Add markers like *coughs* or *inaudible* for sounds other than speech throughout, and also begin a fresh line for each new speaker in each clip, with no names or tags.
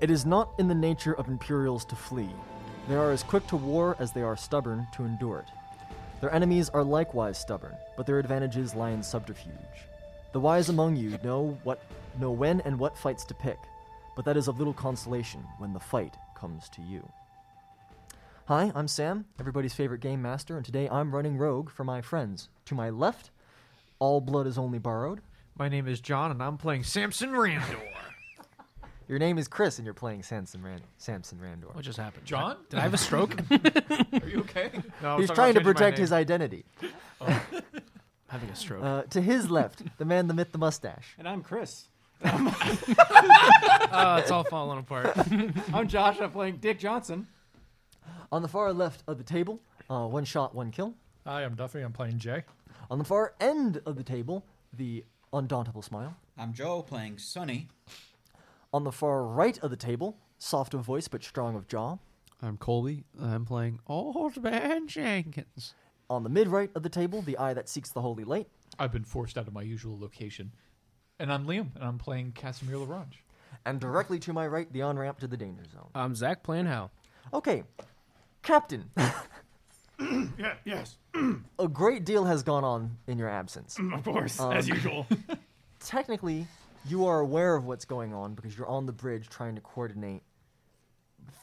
It is not in the nature of Imperials to flee. They are as quick to war as they are stubborn to endure it. Their enemies are likewise stubborn, but their advantages lie in subterfuge. The wise among you know what know when and what fights to pick, but that is of little consolation when the fight comes to you. Hi, I'm Sam, everybody's favorite game master, and today I'm running rogue for my friends. To my left, all blood is only borrowed.
My name is John, and I'm playing Samson Randor.
Your name is Chris, and you're playing Samson, Rand- Samson Randor.
What just happened?
John?
Did I have
*laughs*
a stroke? I'm
Are you okay?
*laughs*
He's trying to protect his identity.
Oh. having a stroke.
Uh, to his left, the man, the myth, the mustache.
And I'm Chris.
oh, it's all falling apart.
*laughs* I'm Josh. I'm playing Dick Johnson.
On the far left of the table, uh, one shot, one kill.
Hi, I'm Duffy. I'm playing Jay.
On the far end of the table, the undauntable smile.
I'm Joe playing Sonny.
On the far right of the table, soft of voice but strong of jaw.
I'm Colby. I'm playing Old Man Jenkins.
On the mid right of the table, the eye that seeks the holy light.
I've been forced out of my usual location. And I'm Liam, and I'm playing Casimir LaRange.
And directly to my right, the on ramp to the danger zone.
I'm Zach playing how?
Okay,
*laughs*
Captain. *laughs*
Yeah,
*clears throat*
yes,
a great deal has gone on in your absence. Um,
of course, as
*laughs*
usual.
Technically, you are aware of what's going on because you're on the bridge trying to coordinate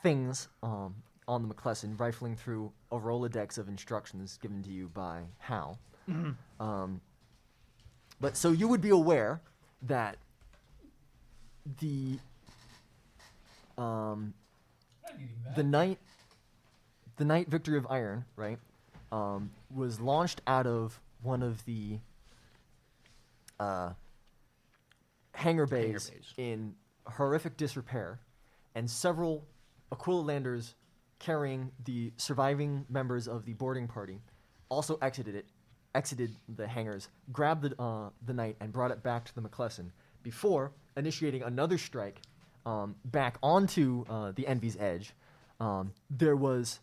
things um, on the McClellan, rifling through a Rolodex of instructions given to you by Hal. Um, but so you would be aware that the um, the night the night victory of iron right um, was launched out of one of the uh, hangar bays,
bays.
in horrific disrepair and several aquila landers carrying the surviving members of the boarding party also exited it exited the hangars grabbed the, uh, the knight and brought it back to the mcclellan before initiating another strike um, back onto uh, the envy's edge um, there was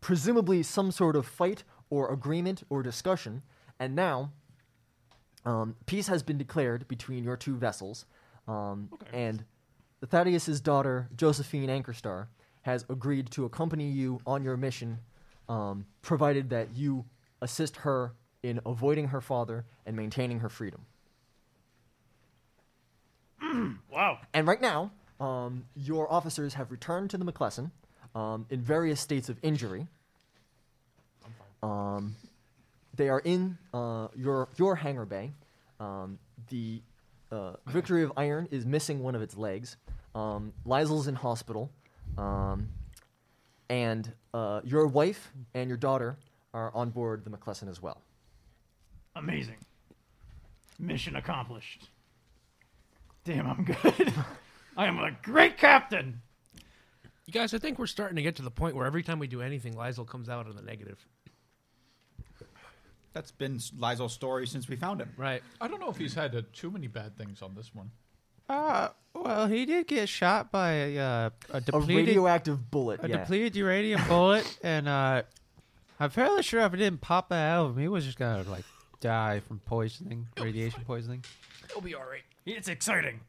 presumably some sort of fight or agreement or discussion, and now um, peace has been declared between your two vessels, um, and Thaddeus's daughter Josephine Anchorstar has agreed to accompany you on your mission, um, provided that you assist her in avoiding her father and maintaining her freedom.
wow.
And right now, um, your officers have returned to the McClellan um, in various states of injury. Um, they are in uh, your your hangar bay. Um, the uh, Victory of Iron is missing one of its legs. Um, Lysel's in hospital, um, and uh, your wife and your daughter are on board the McClellan as well.
*laughs* Amazing. Mission accomplished. Damn,
*laughs*
I'm good. I am a great captain.
You guys, I think we're starting to get to the point where every time we do anything, Lizel comes out on the negative.
That's been Lysel's story since we found him.
Right.
I don't know if he's had uh, too many bad things on this one.
Uh, well, he did get shot by a, uh, a
A
depleted, a,
radioactive bullet. yeah.
depleted uranium
*laughs*
bullet, and uh, I'm fairly sure if it didn't pop that out of him, he was just gonna like die from poisoning, radiation poisoning.
It'll be all right.
It's exciting.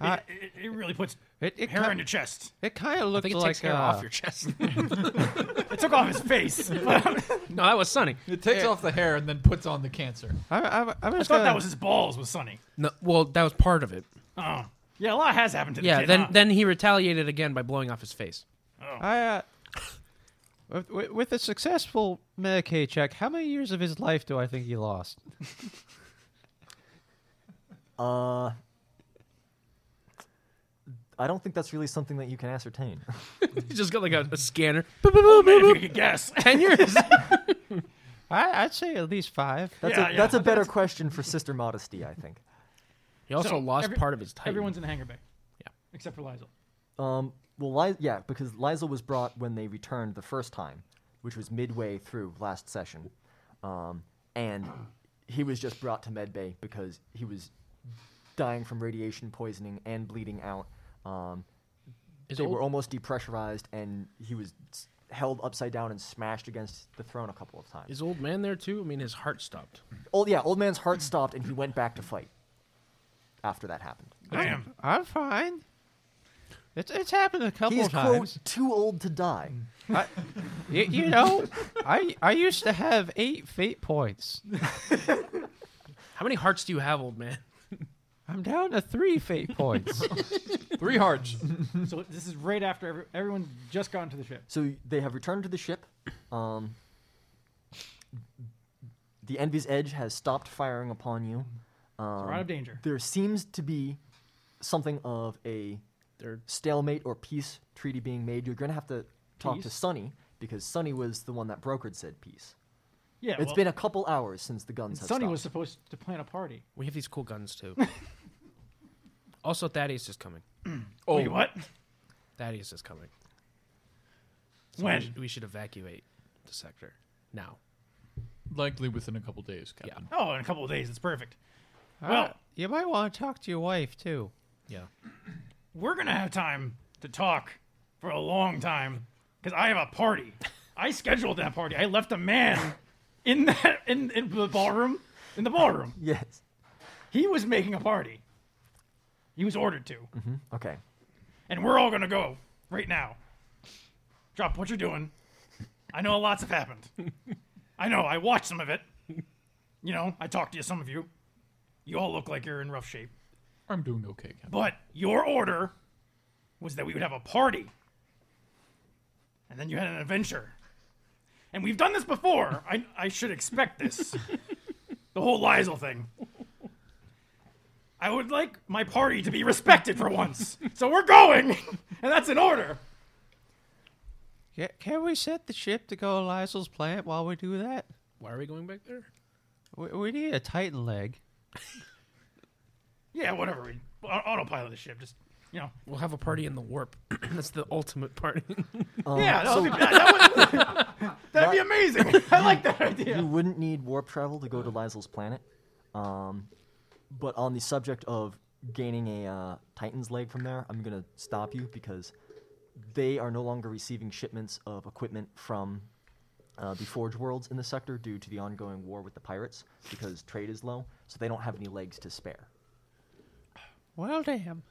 Uh,
it, it, it really puts
It it,
hair on
kind,
your chest.
it kind of
I
looked
think it
like
takes hair
uh,
off your *laughs* chest.
It took off his face. I
*laughs* no, that was Sunny.
It takes off the hair and then puts on the cancer.
I, I, I'm just
thought
gonna-
that was his balls was Sunny.
No, well, that was part of it.
Oh, yeah, a lot has happened to the
Yeah.
kid. Ah. Oh.
then
huh?
then he retaliated again by blowing off his face.
Oh.
I, uh, with- with, with a successful Medicaid check, how many years of his life do I think he lost?
Uh, I don't think that's really something that you can ascertain.
*laughs*
*laughs*
He just got like a, a scanner.
Oh, man, if you could guess.
*laughs*
*laughs*
Ten
*laughs*
years.
I, I'd say at least five.
That's
Yeah,
a
yeah.
that's a better question for sister modesty, I think.
he also
So,
lost
every-
part of his titan.
Everyone's in the hangar bay.
Yeah.
Except for Lizel.
Um, well, Liz- yeah, because Liza was brought when they returned the first time, which was midway through last session, um, and he was just brought to medbay because he was dying from radiation poisoning and bleeding out. Um,
Is
they
old-
were almost depressurized, and he was s- held upside down and smashed against the throne a couple of times.
Is old man there too? I mean, his heart stopped.
Old yeah, old man's heart stopped and he went back to fight. After that happened.
Damn.
I'm fine. It's it's happened a couple
He's
times.
quote too old to die.
Mm.
I, you, you know, *laughs* I I used to have eight fate points.
*laughs* How many hearts do you have, old man?
I'm down to three fate
*laughs*
points.
Three hearts.
so this is right after every, everyone just got into the ship.
So they have returned to the ship. Um, the Envy's Edge has stopped firing upon you. Um,
out of danger.
There seems to be something of a
They're-
stalemate or peace treaty being made. You're going to have to talk to
Peace?
Sonny because Sonny was the one that brokered said peace.
Yeah,
It's
well,
been a couple hours since the guns have
Sonny
stopped.
was supposed to plan a party.
We have these cool
*laughs*
guns too. also, Thaddeus is coming.
Oh,
*clears throat* Wait, what?
Thaddeus is coming. So we,
When?
should, we should evacuate the sector now.
likely within a couple days, Captain.
Oh, in a couple of days. It's perfect.
Uh,
Well,
you might want to talk to your wife too.
Yeah.
we're gonna have time to talk for a long time because I have a party. I scheduled that party. I left a man in that in, in the ballroom. In the ballroom,
Yes.
he was making a party. He was ordered to,
Mm-hmm. Okay.
and we're all gonna go right now. Drop what you're doing. I know lots have happened. I know. I watched some of it. You know, I talked to some of you. You all look like you're in rough shape.
I'm doing okay, Captain.
But your order was that we would have a party. And then you had an adventure. And we've done this before. I, I should expect this. the whole Liesel thing. I would like my party to be respected for once. So we're going. *laughs* And that's an order.
Ca- Can we set the ship to go to Lysel's plant while we do that?
Why are we going back there?
We, we need a Titan leg.
Yeah, whatever. We au- autopilot the ship. Just, you know.
We'll have a party in the warp. *clears throat* That's the ultimate party.
*laughs*
*laughs*
yeah, that would
Um,
be, that would, that'd be amazing. *laughs* I like that idea.
You wouldn't need warp travel to go to Lysel's planet. Um, but on the subject of gaining a uh, Titan's leg from there, I'm going to stop you because they are no longer receiving shipments of equipment from uh, the Forge Worlds in the sector due to the ongoing war with the pirates because trade is low, so they don't have any legs to spare.
Well, damn.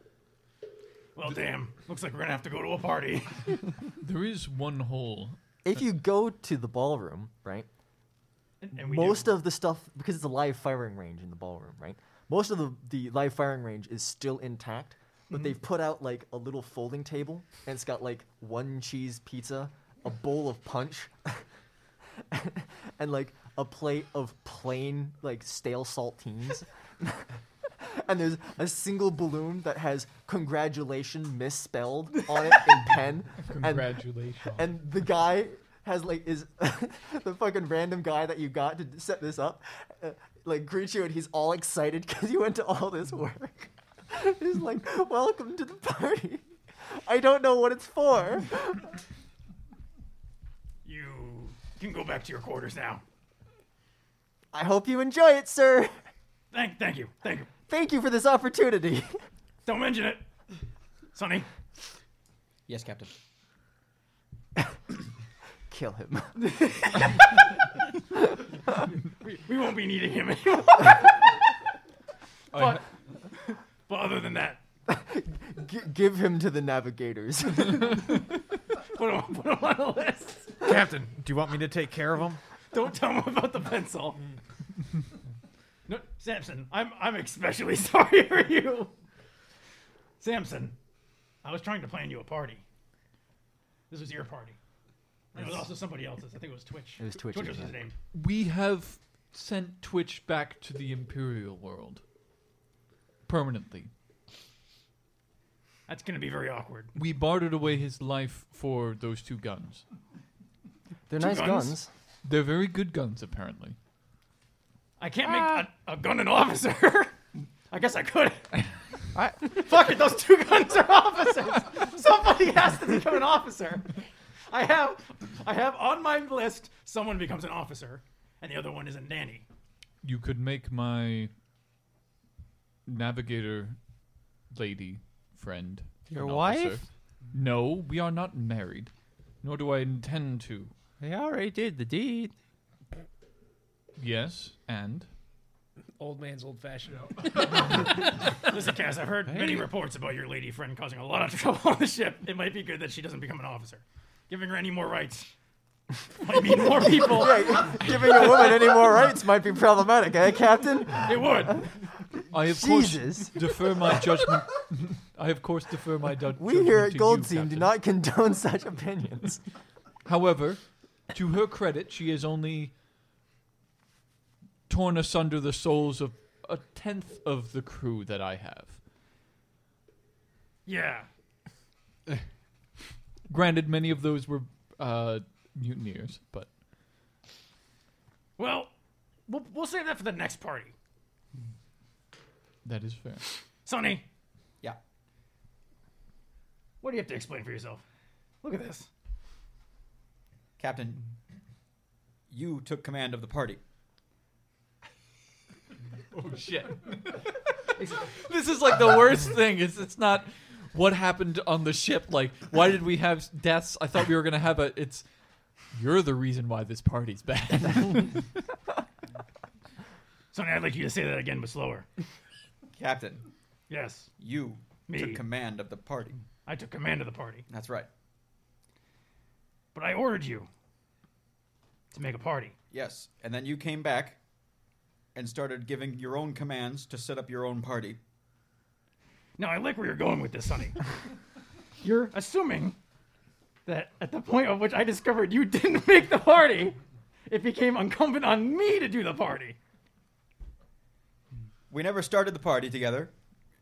Well, damn. Looks like we're going to have to go to a party.
*laughs* There is one hole.
If you go to the ballroom, right,
And, and we do.
most of the stuff because it's a live firing range in the ballroom, right? Most of the the live firing range is still intact, but
Mm-hmm.
they've put out like a little folding table, and it's got like one cheese pizza, a bowl of punch, *laughs* and like a plate of plain like stale *laughs* saltines. And there's a single balloon that has "congratulation" misspelled on it in pen, and
Congratulations.
and the guy has like is *laughs* the fucking random guy that you got to set this up uh, like greets you and he's all excited because you went to all this work *laughs* he's like welcome to the party i don't know what it's for
*laughs* You can go back to your quarters now.
i hope you enjoy it sir
Thank, thank you, thank you.
thank you for this opportunity *laughs*
Don't mention it, Sonny.
Yes, Captain.
kill him *laughs*
We, we won't be needing
*laughs*
him anymore. but, but other than that,
G- give him to the navigators
put him, put him on a list.
Captain, do you want me to take care of him?
Don't tell him about the *laughs* pencil. No, Samson, I'm I'm especially *laughs* sorry for you. Samson, I was trying to plan you a party. This was your party. And it was also somebody else's. I think it was Twitch. It
was Twitch's,
Twitch was his
yeah.
name.
We have sent Twitch back to the Imperial world. Permanently.
That's gonna be very awkward.
We bartered away his life for those two guns.
they're nice
guns?
guns
They're very good guns, apparently.
I can't make a, a gun an officer. *laughs* I guess I could.
I-
*laughs* Fuck it, those two guns are
*laughs*
officers. Somebody has to become an officer. I have, I have on my list someone becomes an officer, and the other one is a nanny.
You could make my navigator lady friend.
Your
an officer.
wife?
No, we are not married. Nor do
*laughs*
I
*laughs*
intend to.
They already did the deed.
Yes, and
Old man's old fashioned.
*laughs* Listen, Cass, I've heard many reports about your lady friend causing
*laughs*
a lot of *laughs* trouble on the ship. It might be good that she doesn't become an officer. Giving her any more rights *laughs* might mean
*laughs*
more people.
Giving a woman any more rights might be problematic, eh, Captain?
It would.
I of
Jesus.
course defer my judgment. *laughs* I of course defer my ju- judgment.
We here at
to you,
Goldstein do
Captain.
not condone *laughs* such opinions.
However, to her credit, she has only torn asunder the souls of a tenth of the crew that I have.
*laughs*
Yeah.
Granted, many of those were uh, mutineers, but
Well, we'll we'll save that for the next party.
that is fair.
Sonny,
Yeah.
what do you have to explain for yourself? Look at this.
Captain, you took command of the
*laughs*
party.
Oh shit! this is like the worst
*laughs*
thing. Is it's not what happened on the ship. Like, why did we have deaths? I thought we were gonna have a. It's you're the reason why this party's bad.
Sonny, I'd like you to say that again, but slower.
Captain,
Yes,
you
Me.
took command of the party.
I took command of the party,
That's right.
but I ordered you to make a party.
Yes. And then you came back and started giving your own commands to set up your own party.
Now, I like where you're going with
*laughs*
this, Sonny. you're assuming that at the point at which I discovered you didn't *laughs* make the party, it became incumbent on me to do the party.
We never started the party together.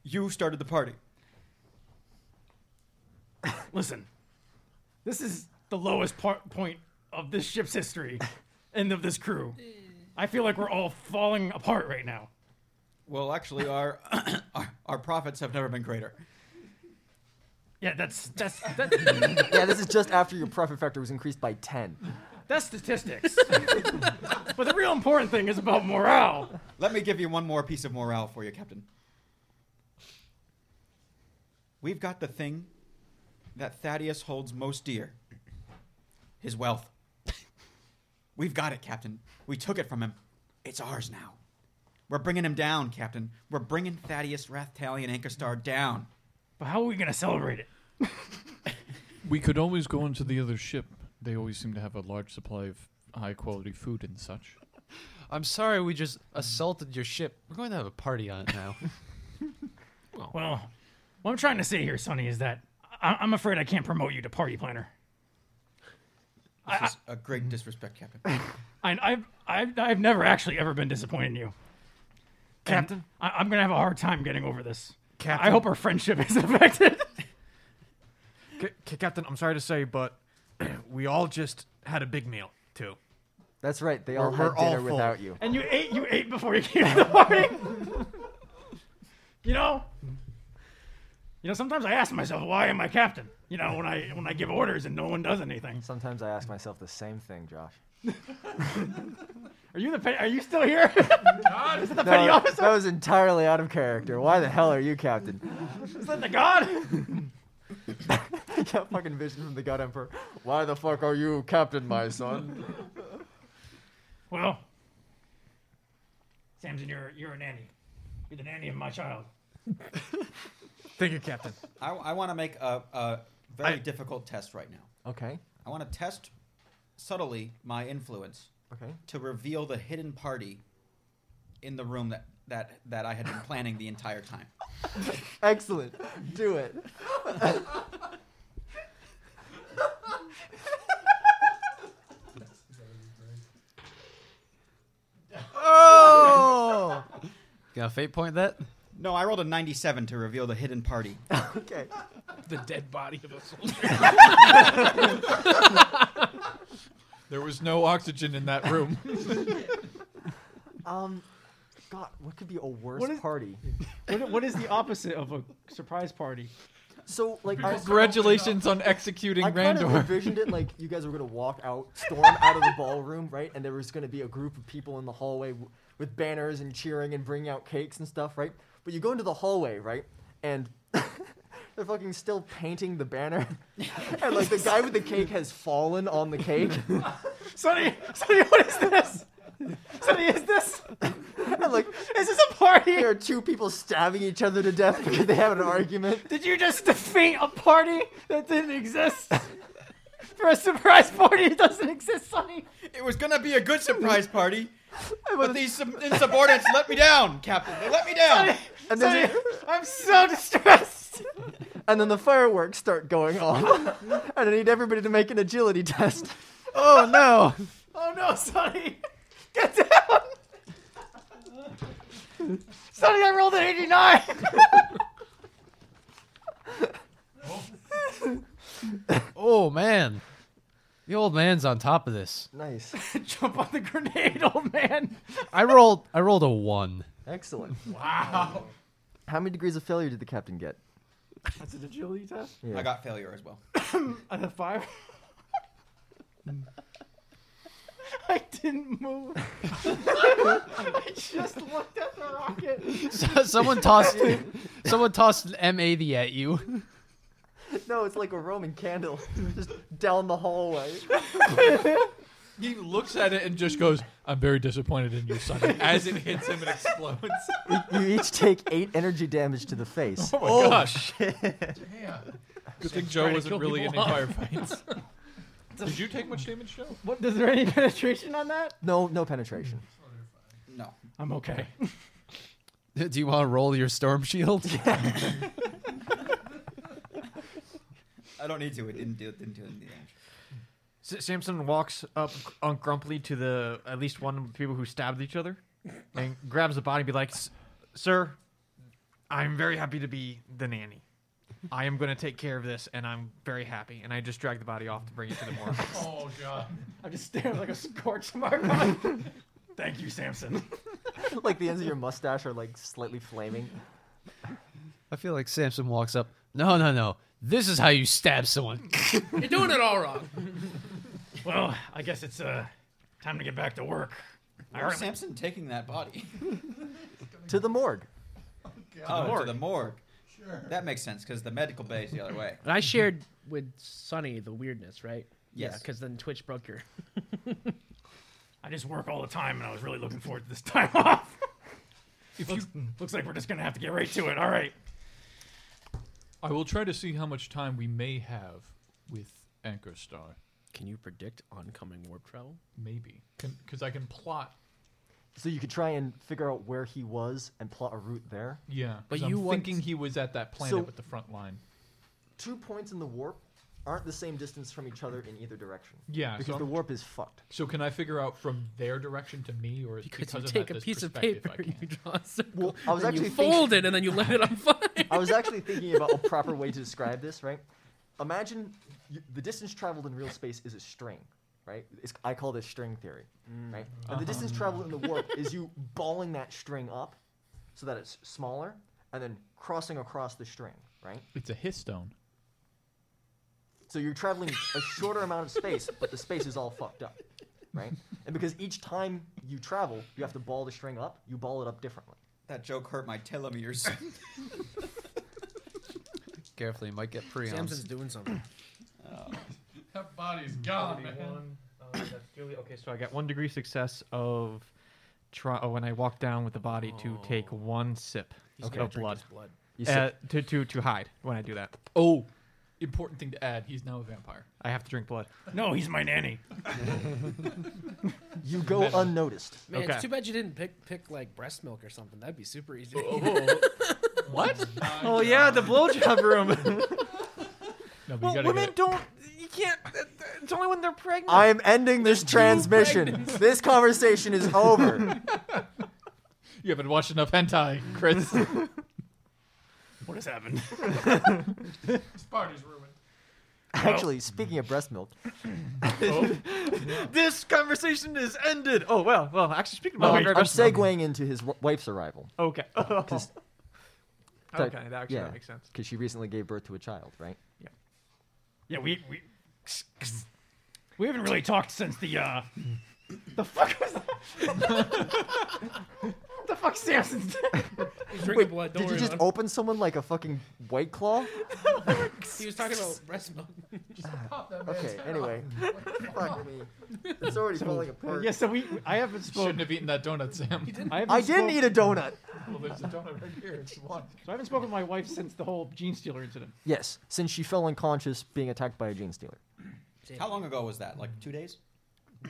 You started the party.
Listen, this is the lowest par- point of this ship's history and of this crew. I feel like we're all falling apart right now.
Well, actually, our *coughs* our, our profits have never been greater.
Yeah, that's that's that,
*laughs* yeah, this is just after your profit factor was increased by 10.
that's statistics. *laughs* but the real important thing is about morale.
Let me give you one more piece of morale for you, Captain. We've got the thing that Thaddeus holds most dear his wealth. We've got it, Captain. We took it from him. It's ours now. We're bringing him down, Captain. We're bringing Thaddeus, Rathtalion, and Ankarstar down.
But how are we gonna celebrate it?
we could always go into the other ship. They always seem to have a large supply of high quality food and such.
I'm sorry we just assaulted your ship. We're going to have a party on
*laughs*
it now.
Well, what I'm trying to say here, Sonny, is that I- I'm afraid I can't promote you to party planner.
This is a great disrespect, Captain.
I, I've, I've I've never actually ever been disappointed in you,
Captain?
I, I'm gonna have a hard time getting over this.
Captain?
I hope our friendship is *laughs* affected.
C- C- Captain, I'm sorry to say, but *clears throat* we all just had a big meal, too.
That's right, they all
We're-
had
we're all
dinner
full.
without you.
And you ate you ate before you came to the party. *laughs* you know? You know, sometimes I ask myself, why am I captain? You know, when I when I give orders and no one does anything.
Sometimes I ask myself the same thing, Josh.
*laughs* Are you in the pe- are you still here? is that the petty
No,
officer?
that was entirely out of character. Why the hell are you captain?
Is that the god?
*laughs* I got fucking vision from the God Emperor. Why the fuck are you captain, my son?
well Samson, you're you're a nanny. You're the nanny of my child.
Thank you, Captain.
I, I want to make a, a very
I-
difficult test right now.
Okay,
I want to test subtly my influence
okay.
to reveal the hidden party in the room that, that, that I had been planning the entire time.
Excellent. Do it. oh!
Gonna fate point that?
No, I rolled a 97 to reveal the hidden party.
Okay.
The dead body of a
*laughs*
soldier.
There was no oxygen in that room. *laughs*
Um, God, what could be a worse
What is-
party?
What, what is the opposite of a surprise party?
So, like,
*laughs*
I,
Congratulations on executing
I kind of
Randor.
envisioned it like you guys were gonna walk out, storm out of the ballroom, right? And there was gonna be a group of people in the hallway w- with banners and cheering and bringing out cakes and stuff, right? But you go into the hallway, right? And *laughs* they're fucking still painting the banner, *laughs* and like the guy with the cake *laughs* has fallen on the cake.
Sonny, Sonny, what is this?
What is
*laughs*
this?
I'm like,
Is this a party?
there are two people stabbing each other to death because they have an argument.
Did you just defeat *laughs* a party that didn't
*laughs*
exist? For a surprise party that doesn't exist, Sonny.
It was gonna be a good surprise party, but these sub- insubordinates let me down, Captain. They let me down.
And then,
I'm so distressed.
and then the fireworks start going off. *laughs* and I need everybody to make an agility *laughs* test.
Oh no!
Oh no, Sonny. Get down. Sonny, I rolled an 89.
Oh man, the old man's on top of this.
Nice.
*laughs* Jump on the grenade, old man.
I rolled. I rolled a one.
Excellent. Wow.
*laughs*
How many degrees of failure did the captain get?
That's an agility test.
I got failure
*coughs*
as well.
On the fire.
Hmm.
*laughs* I didn't
*laughs*
move. I just looked at the rocket.
*laughs*
So- *laughs* someone tossed. someone tossed an M eighty at you. *laughs*
No, it's like a Roman candle, *laughs* just down the hallway. *laughs*
He looks at it and just goes, "I'm *laughs* very disappointed in you, son." As it hits him, it explodes.
You each take eight energy damage to the face.
Oh, my gosh! Good thing Joe wasn't really in
*laughs*
firefights. *laughs* Did you take much damage, Joe?
What, is there any *laughs* penetration on that?
No, no penetration.
No.
I'm okay.
Do you want to roll your storm shield?
I don't need to. It didn't do it. Didn't do it in the end.
*laughs* S- Samson walks up ungrumpily to the at least one of the people who stabbed each other and grabs the body and be like, "S- Sir, I'm very happy to be the nanny. I am going to take care of this, and I'm very happy. And I just drag the body off to bring it to the
*laughs*
*laughs*
morgue.
Oh god!
I'm just staring like a scorch mark on.
*laughs*
Thank you, Samson.
*laughs* *laughs* Like the ends of your mustache are like slightly flaming.
*laughs* I feel like Samson walks up. No, no, no. This is how you
*laughs*
stab someone.
You're doing it all wrong.
*laughs* Well, I guess it's uh, time to get back to work. I
Where's
heard
Samson taking that body?
To the morgue.
oh, to the morgue. Sure. That makes sense because the medical bay is the other
*laughs*
way.
And I shared with Sonny the weirdness, right? Yeah,
Yes.
because then Twitch broke your.
I just work all the time, and I was really looking forward to this *laughs* time off. looks, looks like we're just gonna have to get right to it. All right.
I will try to see how much time we may have with Anchor Star.
Can you predict oncoming warp travel?
Maybe because I can plot.
So you could try and figure out where he was and plot a route there.
Yeah, 'cause
But
I'm
you want-
thinking he was at that planet
So-
with the front line.
Two points in the warp aren't the same distance from each other in either direction.
Yeah,
Because
so
the
I'm-
warp is fucked.
So can I figure out from their direction to me, or is
Because,
because
you
of
take
that,
a
this
piece of
perspective
paper,
I
you
can't?
draw a circle,
Well, I was
then
actually
you
thinking-
fold it, and then
*laughs*
you let it on fire.
I
*laughs*
was actually thinking about a proper way to describe this, right? Imagine you, the distance traveled in real space is a string, right? It's, I call this string theory,
Mm.
right?
Uh-huh.
And the distance traveled in the warp is you balling that string up so that it's smaller and then crossing across the string, right?
It's a histone.
So you're traveling a shorter amount of space, but the space is all fucked up, right? And because each time you travel, you have to ball the string up, you ball it up differently.
That joke hurt my telomeres. *laughs*
Carefully, you might get prions.
Samson's doing something.
That body's gone.
Oh, okay, so I got one degree success of try. Oh, and I walk down with the body
Oh.
to take one sip of blood,
blood.
You
uh, to to to hide when I do that.
Oh, important thing to add. He's now a vampire.
I have to drink blood.
No, he's
*laughs*
my nanny.
you
*laughs*
go unnoticed.
Man,
Okay.
it's too bad you didn't pick pick like breast milk or something. That'd be super easy. *laughs*
what?
Oh yeah, the blowjob room.
No, but you
well,
gotta
women
get it.
don't. You can't. It's only when they're pregnant.
I'm ending this transmission.
*laughs*
This conversation is over.
*laughs* You haven't watched enough hentai, Chris.
*laughs* What
*laughs*
has happened?
this party's ruined.
Actually, speaking of breast
*clears throat*
milk,
Oh.
*laughs* This conversation is ended. Oh well, well. Actually, speaking
Oh, I'm,
about
um, I'm segueing into his w- wife's arrival
Okay. okay,
*laughs*
*laughs*
Just-
that actually
yeah.
that makes sense.
because she recently gave birth to a child, right?
yeah, we we we haven't really talked since the uh. The fuck was that?
the fuck, Samson?
He's drinking
Wait,
blood. Don't
did
worry
you just
about
open someone like a fucking white claw? Ah,
it. He was talking about breast milk.
Okay, anyway. *laughs* Fuck me. It's already falling apart.
Yeah, so we. I haven't
Shouldn't
spoken.
have eaten that donut, Sam.
I, haven't
I didn't eat
spoke-
a donut.
Well, there's a donut right here. It's one.
So I haven't spoken to my wife since the whole Gene Stealer incident.
Yes, since she fell unconscious being attacked by a gene stealer.
How long ago was that? Like two days?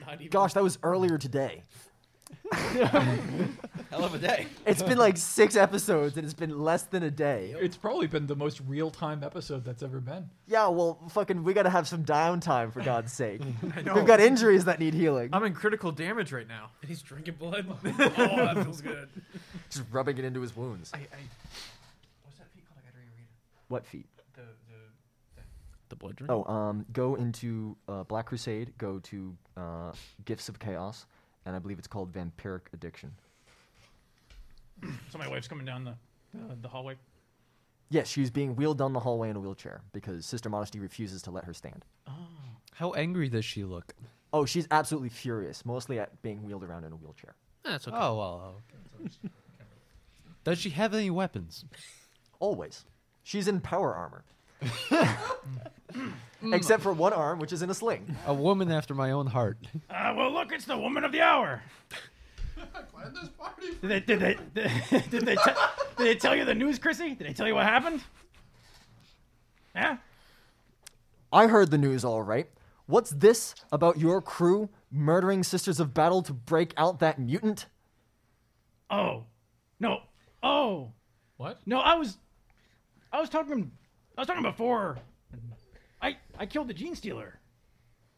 Not even.
Gosh, that was earlier today.
Hell of a day.
It's been like six episodes and it's been less than a day.
It's probably been the most real time episode that's ever been.
Yeah, well, fucking, we gotta have some downtime for God's
*laughs*
sake. We've got injuries that need healing.
I'm in critical damage right now.
And he's drinking
*laughs*
blood. *laughs* oh, that feels good.
*laughs* just rubbing it into his wounds.
I, I what's that feat called? I gotta reread it.
What feat?
The the
The blood drink.
Oh, um, go into uh, Black Crusade. Go to uh, Gifts of Chaos, and I believe it's called Vampiric Addiction.
So my wife's coming down the the, the hallway.
Yes, she's being wheeled down the hallway in a wheelchair because Sister Modesty refuses to let her stand.
Oh.
How angry does she look?
Oh, she's absolutely furious, mostly at being wheeled around in a wheelchair.
That's okay.
Oh well. okay. Does she have any weapons?
Always. She's in power
*laughs*
armor. Except for one arm, which is in a sling.
A woman after my own heart.
Uh, well, look, it's the woman of the hour. Did they, did they, did, they *laughs* te- did they tell you the news, Chrissy? Did they tell you what happened? Yeah?
I heard the news all right. What's this about your crew murdering Sisters of Battle to break out that mutant?
Oh. No. Oh.
What?
No, I was I was talking I was talking before. I I killed the gene stealer.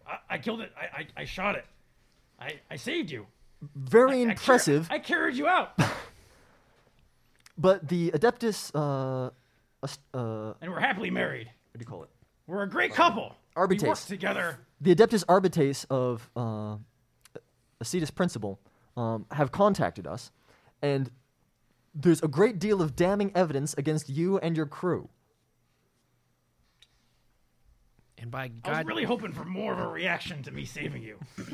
I, I killed it. I, I, I shot it. I, I saved you.
Very
*laughs* I car-
impressive.
I, carried you out.
But the Adeptus, uh, ast- uh, what
and we're happily married.
do you call it?
We're a great couple. We work
Arbites.
together.
The Adeptus Arbites of uh, Acetus Principle um, have contacted us, and there's a great deal of damning evidence against you and your crew.
And
I
by
was
God,
really hoping for more of a reaction to me saving you. *laughs*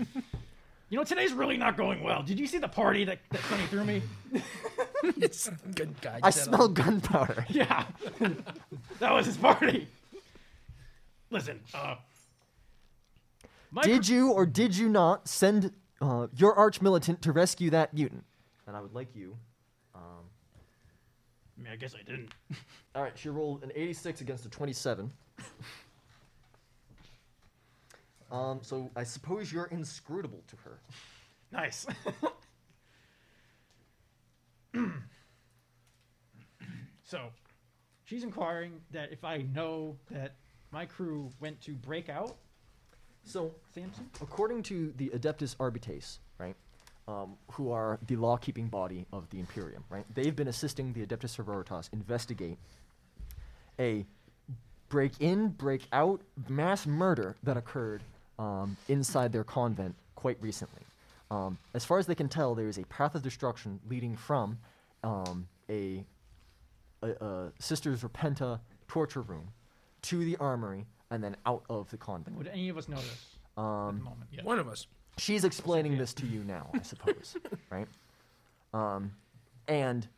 you know, today's really not going well. Did you see the party that, that Sonny threw me?
it's good God.
I smell gunpowder.
Yeah. *laughs* that was his party. Listen, uh. My
did you or did you not send uh, your arch militant to rescue that mutant? And I would like you. um,
I mean, I guess I didn't.
All right, she rolled an 86 against a 27. *laughs* um, so I suppose you're inscrutable to her.
Nice. *laughs* so, she's inquiring that if I know that my crew went to break out
So
Samson.
according to the Adeptus Arbites, right, um, who are the law-keeping body of the Imperium, right, they've been assisting the Adeptus Sororitas investigate a break-in, break-out mass murder that occurred um, inside their convent quite recently. Um, as far as they can tell, there is a path of destruction leading from um, a a, a Sisters Repenta torture room to the armory and then out of the convent.
Would any of us know this *clears throat* at the moment? Yeah.
One of us.
Um, She's explaining this to you now, I suppose, right? Um, and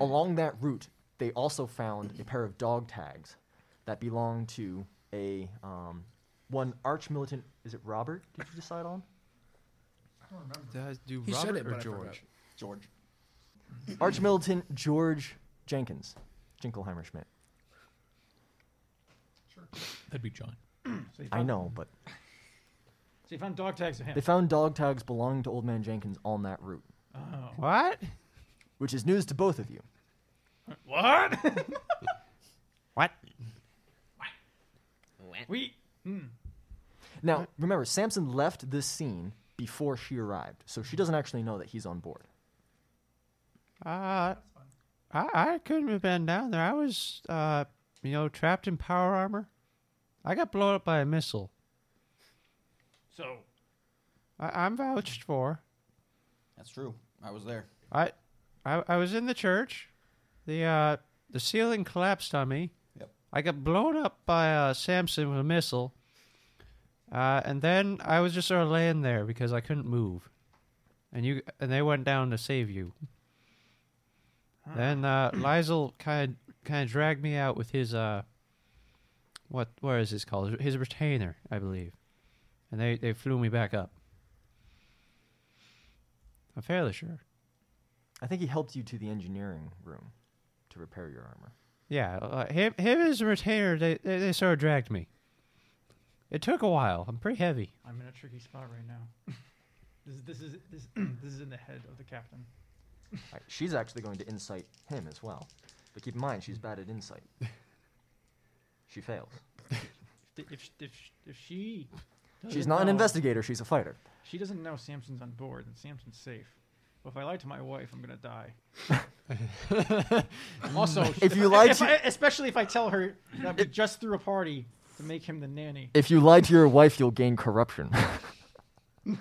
along that route, they also found a pair of dog tags that belong to a um, one arch militant. Is it Robert? Did you decide on?
do
He said
Robert
it,
or
but I
George?
George.
Arch militant George Jenkins, Jinkleheimer Schmidt.
That'd be John.
So you
I
found-
know, but
So you found dog tags of him.
they found dog tags belonging to Old Man Jenkins on that route,
Oh.
What?
which is news to both of you. *laughs*
What?
What?
we
Now, remember, Samson left this scene before she arrived, so she doesn't actually know that he's on board.
Uh, I I couldn't have been down there. I was uh, you know, trapped in power armor. I got blown up by a missile.
so
I, I'm vouched for.
That's true. I was there.
I, I I was in the church. The uh the ceiling collapsed on me.
Yep.
I got blown up by uh, Samson with a missile. Uh, and then I was just sort of laying there because I couldn't move. And you and they went down to save you. Then uh, Lizel kind of kind of dragged me out with his uh, what what is this called? His retainer, I believe. And they they flew me back up. I'm fairly sure.
I think he helped you to the engineering room to repair your armor.
Yeah, uh, him him and his retainer. They, they they sort of dragged me. It took a while. I'm pretty heavy.
I'm in a tricky spot right now. *laughs* This, this is this, *clears throat* this is in the head of the captain.
Alright, she's actually going to insight him as well. But keep in mind, she's bad at insight. she fails.
If if if, if she
She's not an
investigator.
investigator, she's a fighter.
She doesn't know Samson's on board and Samson's safe. Well, if I lie to my wife, I'm gonna
*laughs*
die. also,
If you lie
if
to-
I, especially if I tell her that we just threw a party to make him the nanny.
If you lie to your wife, you'll gain corruption. *laughs*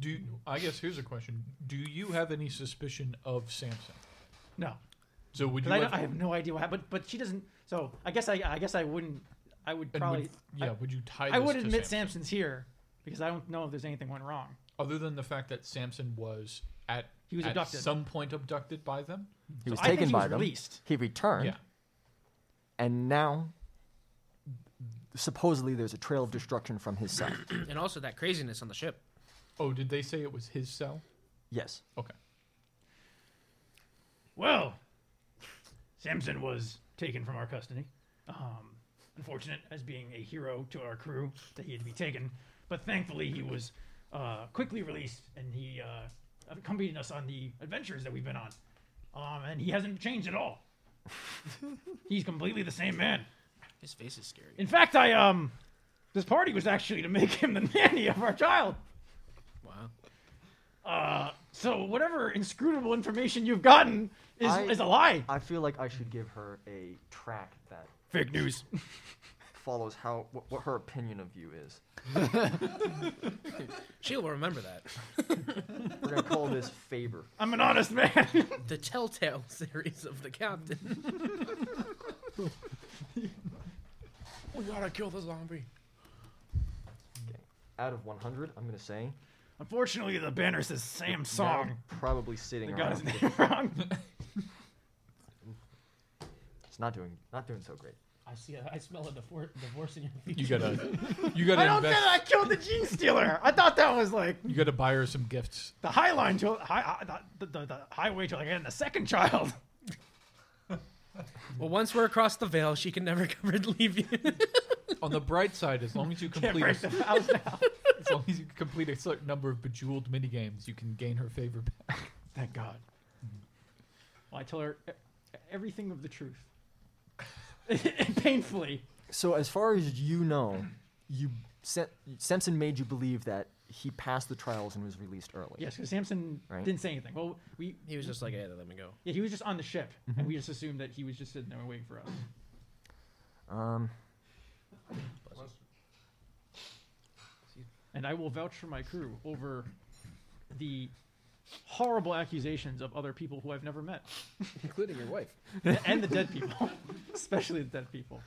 Do I guess here's a question: Do you have any suspicion of Samson?
No,
So would
'Cause
you?
I,
have-
don't- I have no idea what happened. But she doesn't. So I guess I, I guess I wouldn't. I would
and
probably.
would- yeah. would you tie?
I
this
would
to
admit
Samson?
Samson's here because I don't know if there's anything went wrong.
Other than the fact that Samson was at
He was
at
abducted.
some point abducted by them.
He was
I think
taken
he
by
was
them.
released.
He returned.
Yeah.
And now, supposedly, there's a trail of destruction from his cell.
*clears throat* And also that craziness on the ship.
Oh, did they say it was his cell?
yes.
Okay.
Well, Samson was taken from our custody. Um, unfortunate as being a hero to our crew that he had to be taken, but thankfully he was uh, quickly released and he uh, accompanied us on the adventures that we've been on. Um, and he hasn't changed at all. He's completely the same man.
His face is scary.
In fact, I um, this party was actually to make him the *laughs* nanny of our child. Uh,
Wow.
So whatever inscrutable information you've gotten is,
I-
is a lie.
I feel like I should give her a track that
Fake news.
*laughs* follows how what, what her opinion of you is.
*laughs* She'll remember that.
*laughs* We're gonna call this Faber.
I'm an honest man.
*laughs* The telltale series of
*laughs*
the captain. we gotta kill the zombie.
Out of 100, I'm gonna say
Unfortunately, the banner says Sam Song.
you're probably sitting
Got
around.
his name *laughs* wrong.
*laughs* It's not doing not doing so great.
I see. A, I smell a divorce, divorce in your future.
You gotta, you gotta
I don't get
invest.
Oh, it. I killed the gene *laughs* stealer. I thought that was like
You gotta buy her some gifts.
the high line to high, uh, the, the, the highway to like and the second child.
Well, once we're across the veil, she can never *laughs* come and leave you.
*laughs* On the bright side, as long as you
*laughs* Can't
complete,
break the
a,
vows now.
*laughs* as long as you complete a certain number of bejeweled minigames, you can gain her favor back.
Thank God. Well, I tell her e- everything of the truth. *laughs* Painfully.
So as far as you know, you Sam- Samson made you believe that he passed the trials and was released early.
Yes, because Samson
Right.
didn't say anything. Well, we
he was just like, "Yeah, let me go." Mm-hmm.
yeah, he was just on the ship, and we just assumed that he was just sitting there waiting for us.
Um,
and I will vouch for my crew over the horrible accusations of other people who I've never met,
Including your wife.
*laughs* and the dead people, especially the dead people.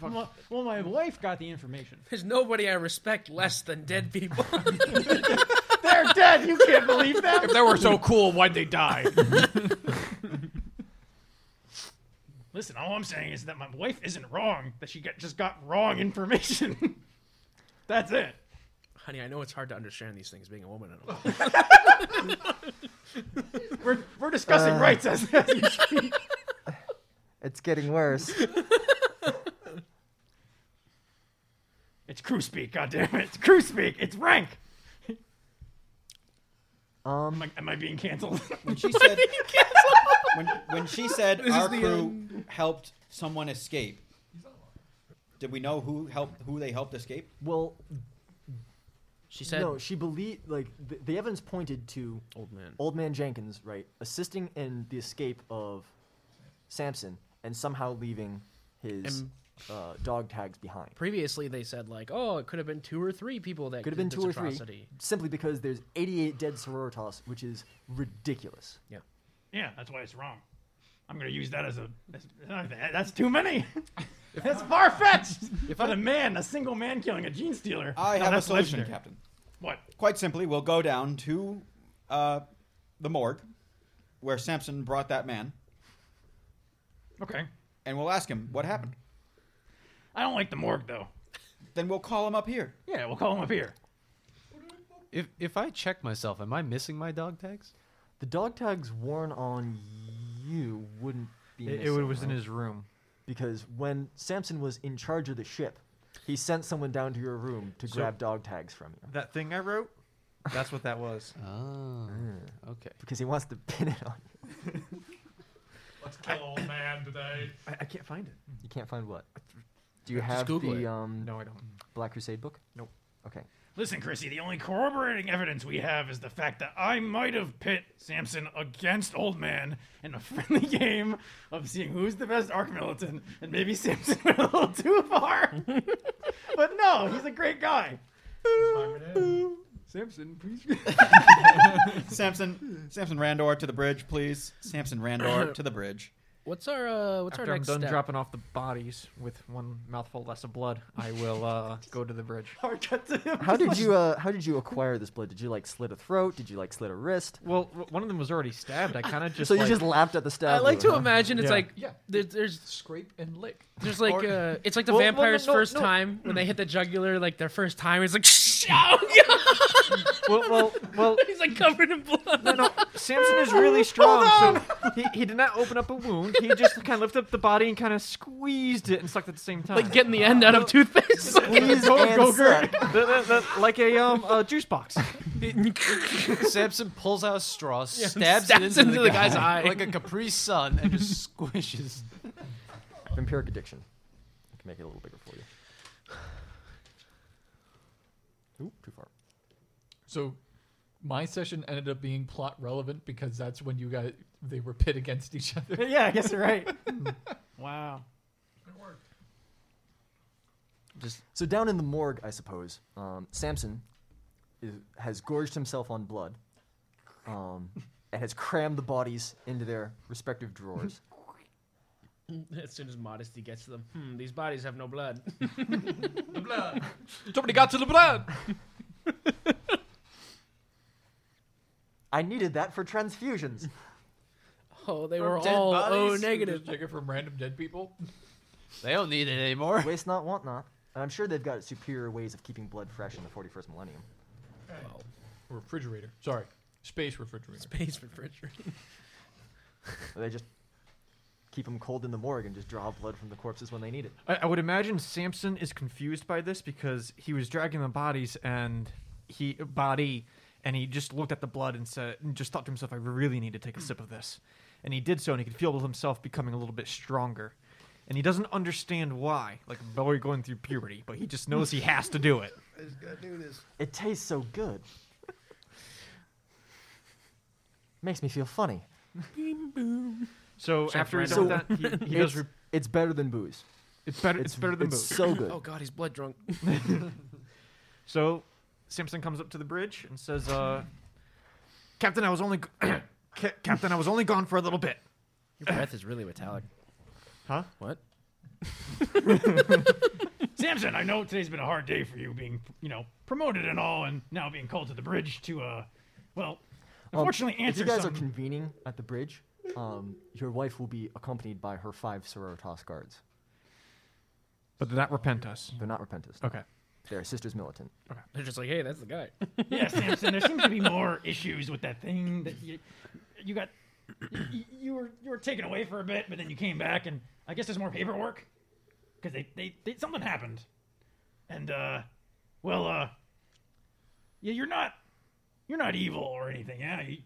Well, well, my wife got the information.
There's nobody I respect less than dead people.
*laughs*
*laughs*
They're dead. You can't believe that.
If they were so cool, why'd they die?
*laughs* Listen, all I'm saying is that my wife isn't wrong. That she got, just got wrong information. *laughs* That's it.
Honey, I know it's hard to understand these things being a woman and all.
*laughs*
*laughs*
We're, we're discussing rights as, as you speak.
uh, *laughs* it's getting
*laughs*
worse.
It's crew speak. God damn it. It's crew speak. It's rank.
Um,
Am
*laughs*
I, am I being canceled?
When she said, *laughs* when, when she said our crew helped someone escape, did we know who helped who they helped escape?
well,
She said,
no, she believed like the, the evidence pointed to
"Old man."
old man Jenkins, right, assisting in the escape of Samson and somehow leaving his
And-
uh, dog tags behind.
Previously, they said like, "Oh, it could have been two or three people that
Could have
did
been
this
two or three,
atrocity."
simply because there's 88 dead sororitas, which is ridiculous.
Yeah, that's why it's wrong. I'm gonna use that as a. As, uh, that's too many. that's far fetched. If I'm a man, a single man killing a gene stealer.
*laughs* I
No,
have a
that's
solution,
legendary.
Captain.
What?
Quite simply, we'll go down to uh, the morgue where Samson brought that man,
Okay.
and we'll ask him what happened.
I don't like the morgue though.
Then we'll call him up here.
Yeah, we'll call him up here.
If if I check myself, am I missing my dog tags?
The dog tags worn on *laughs* you wouldn't be.
It, it
missing,
was in
right?
his room.
because when Samson was in charge of the ship, he sent someone down to your room to grab dog tags from you
That thing I wrote. That's what that was.
Oh, okay.
Mm. because he wants to pin it on you.
*laughs*
Let's kill old man today.
I, I can't find it.
You can't find what. Do you
Just
have
Google it.
the um,
No, I don't.
Black Crusade book?
Nope. *laughs*
Okay.
Listen, Chrissy, the only corroborating evidence we have is the fact that I might have pit Samson against Old Man in a *laughs* friendly game of seeing who's the best Ark Militant, and maybe Samson *laughs* went a little too far. *laughs* but no, he's a great guy. Samson, *laughs* please.
Samson, Samson Randor to the bridge, please. Samson Randor to the bridge.
What's our uh, what's
After
our
I'm
next
done
*laughs*
*laughs*
step?
dropping off the bodies with one mouthful less of blood, I will uh, go to the
*laughs*
bridge.
How did you uh, How did you acquire this blood? Did you like slit a throat? Did you like slit a wrist?
Well, w- one of them was already stabbed.
*laughs*
I kind of just
so
like,
you just laughed at the stab.
I like
wound,
to
huh?
imagine it's
Yeah. *laughs*
like
Yeah.
there, there's
Scrape and lick.
*laughs* there's like uh, it's like the
Well, well, no,
vampire's
no,
first
no.
time when they hit the jugular like their first time. It's like *laughs* oh
well, well, well.
god, *laughs* he's like covered in blood.
No, no, Samson
*laughs*
is really strong. So he, he did not open up a wound. He
*laughs*
just kind of lifted up the body and kind of squeezed it and sucked at the same time.
Like getting the end out of toothpaste.
Please and suck.
The- the- the- like a um a juice box.
*laughs*
Samson pulls out a straw, stabs, it into, the, guy's eye like a Capri Sun, and
*laughs*
just squishes.
Vampiric addiction. I can make it a little bigger for you. Ooh, too far.
So my session ended up being plot relevant because that's when you guys they were pit against each *laughs* other.
yeah, I guess you're right.
*laughs*
wow.
So down in the morgue, I suppose, um, Samson is, has gorged himself on blood
*laughs*
um, and has crammed the bodies into their respective drawers.
*laughs* as soon as modesty gets to them, hmm, these bodies have no blood. *laughs*
Somebody got to the blood.
I needed that for transfusions.
Oh, they were all O negative.
Take it from random dead people.
*laughs* They don't need it anymore.
Waste not, want not. And I'm sure they've got superior ways of keeping blood fresh in the 41st millennium.
Refrigerator. Sorry. Space refrigerator.
Space refrigerator.
They just keep them cold in the morgue and just draw blood from the corpses when they need it.
I, I would imagine Samson is confused by this because he was dragging the bodies and he body, and he just looked at the blood and said, and just thought to himself, "I really need to take a sip of this," and he did so, and he could feel himself becoming a little bit stronger, and he doesn't understand why, like a boy going through puberty, but he just knows he has to do it.
It tastes so good. Makes me feel funny.
So after he's
So-
done with that, he, he
It's,
does. Re-
it's better than booze.
it's better. It's, better than
it's
booze.
so
*laughs*
good.
Oh god, he's blood drunk. *laughs*
So Simpson comes up to the bridge and says, uh, "Captain, I was only *coughs* Ca- Captain, I was only gone for a little bit."
Your breath is really metallic.
Huh?
What?
*laughs* Samson, I know today's been a hard day for you, being you know promoted and all, and now being called to the bridge to uh, well,
Um,
unfortunately
if
answer
you guys
some.
are convening at the bridge, um, your wife will be accompanied by her five Sororitas guards.
But did that repent us?
They're not repentist.
Okay.
They're sisters militant.
They're just like, hey, that's the guy.
*laughs* yeah, Samson, there seems to be more issues with that thing that you you got you, you were you were taken away for a bit, but then you came back, and I guess there's more paperwork because they, they they something happened, and uh, well uh, yeah, you're not you're not evil or anything, yeah. You,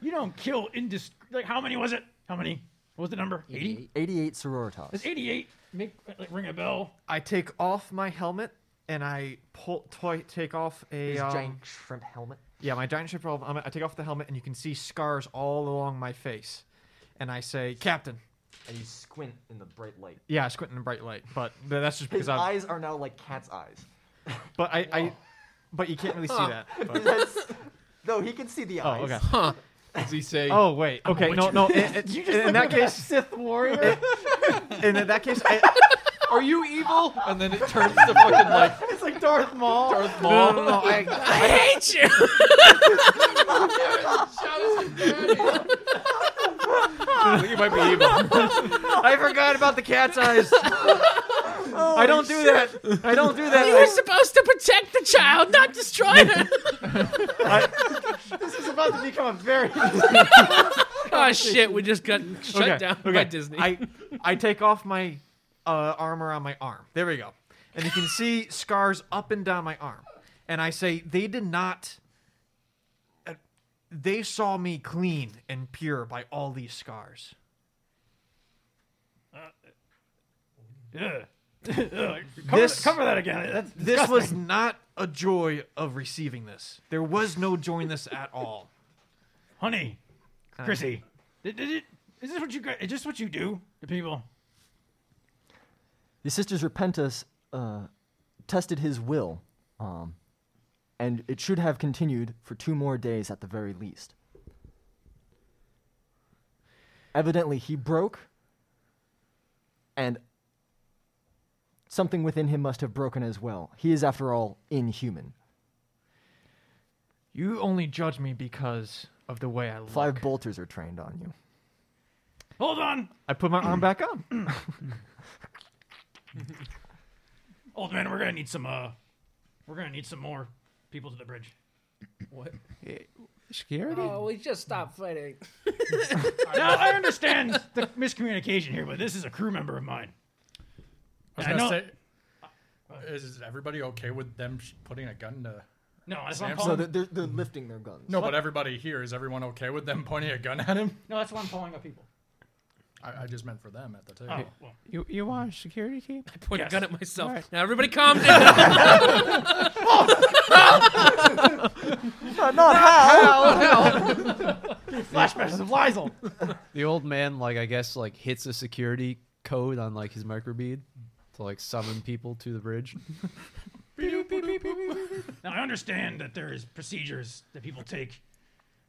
you don't kill indis like how many was it? How many? What was the number? Eighty.
88
Does
Sororitas.
eighty-eight make like, ring a bell?
I take off my helmet and I pull toy, take off a um,
giant shrimp helmet.
yeah my giant ship problem. I take off the helmet and you can see scars all along my face, and I say, "Captain."
And you squint in the bright light.
Yeah, I squint in the bright light, but th- that's just because
His
I.
eyes are now like cat's eyes.
But I, I, but you can't really
*laughs*
see that. but-
That's, no, he can see the
oh,
eyes.
okay.
*laughs*
Does he say
Oh wait. Okay. No, no. it- it- in that case,
Sith warrior.
in that case, I,
*laughs*
Are you evil? And then it turns to fucking like
*laughs* It's like Darth Maul.
Darth
No, no, no,
*laughs*
I-
I hate you.
you might be evil. I forgot about the cat's
*laughs*
eyes. I don't do that. I don't do that.
You were
supposed to protect the child, not destroy her.
*laughs* this is about to become a
*laughs*
very.
oh shit, we just got shut
Okay,
down
okay.
by Disney.
I, I take off my uh, armor on my arm. There we go. And you can see scars up and down my arm. And I say, they did not. uh, They saw me clean and pure by all these scars. Uh, *laughs*
Ugh. Ugh. cover,
This-
that, cover that again. That's
This
disgusting.
was not a joy of receiving this. There was no joy in this at all.
honey,
Uh,
Chrissy. Did, did it, is this what you gu- is this what you do to people?
The sisters Repentus uh, tested his will, um, and it should have continued for two more days at the very least. Evidently, he broke, and something within him must have broken as well. He is, after all, inhuman.
You only judge me because of the way I look.
Five bolters are trained on you.
Hold *laughs* on,
I put my arm back on.
old man. We're gonna need some. Uh, we're gonna need some more people to the bridge.
what?
Eh, Security?
Oh, we just stopped fighting.
Now I understand the miscommunication here, but this is a crew member of mine.
I was
I
gonna
know-
say, is, is everybody okay with them sh- putting a gun to?
No, that's what
So
Samson?
I'm calling.
they're, they're, they're lifting their guns.
No, but everybody here is everyone okay with them pointing a gun at him?
no, that's what I'm calling up people.
I, I just meant for them at the table.
Oh, well,
You you want a security team?
I point
Yes.
a gun at myself.
All right.
Now everybody
*laughs*
calm down. *laughs*
Not, not how!
Oh!
*laughs*
flashbacks of Liesel.
The old man, like I guess, like hits a security code on like his microbead to like summon people to the bridge.
Now, I understand that there is procedures that people take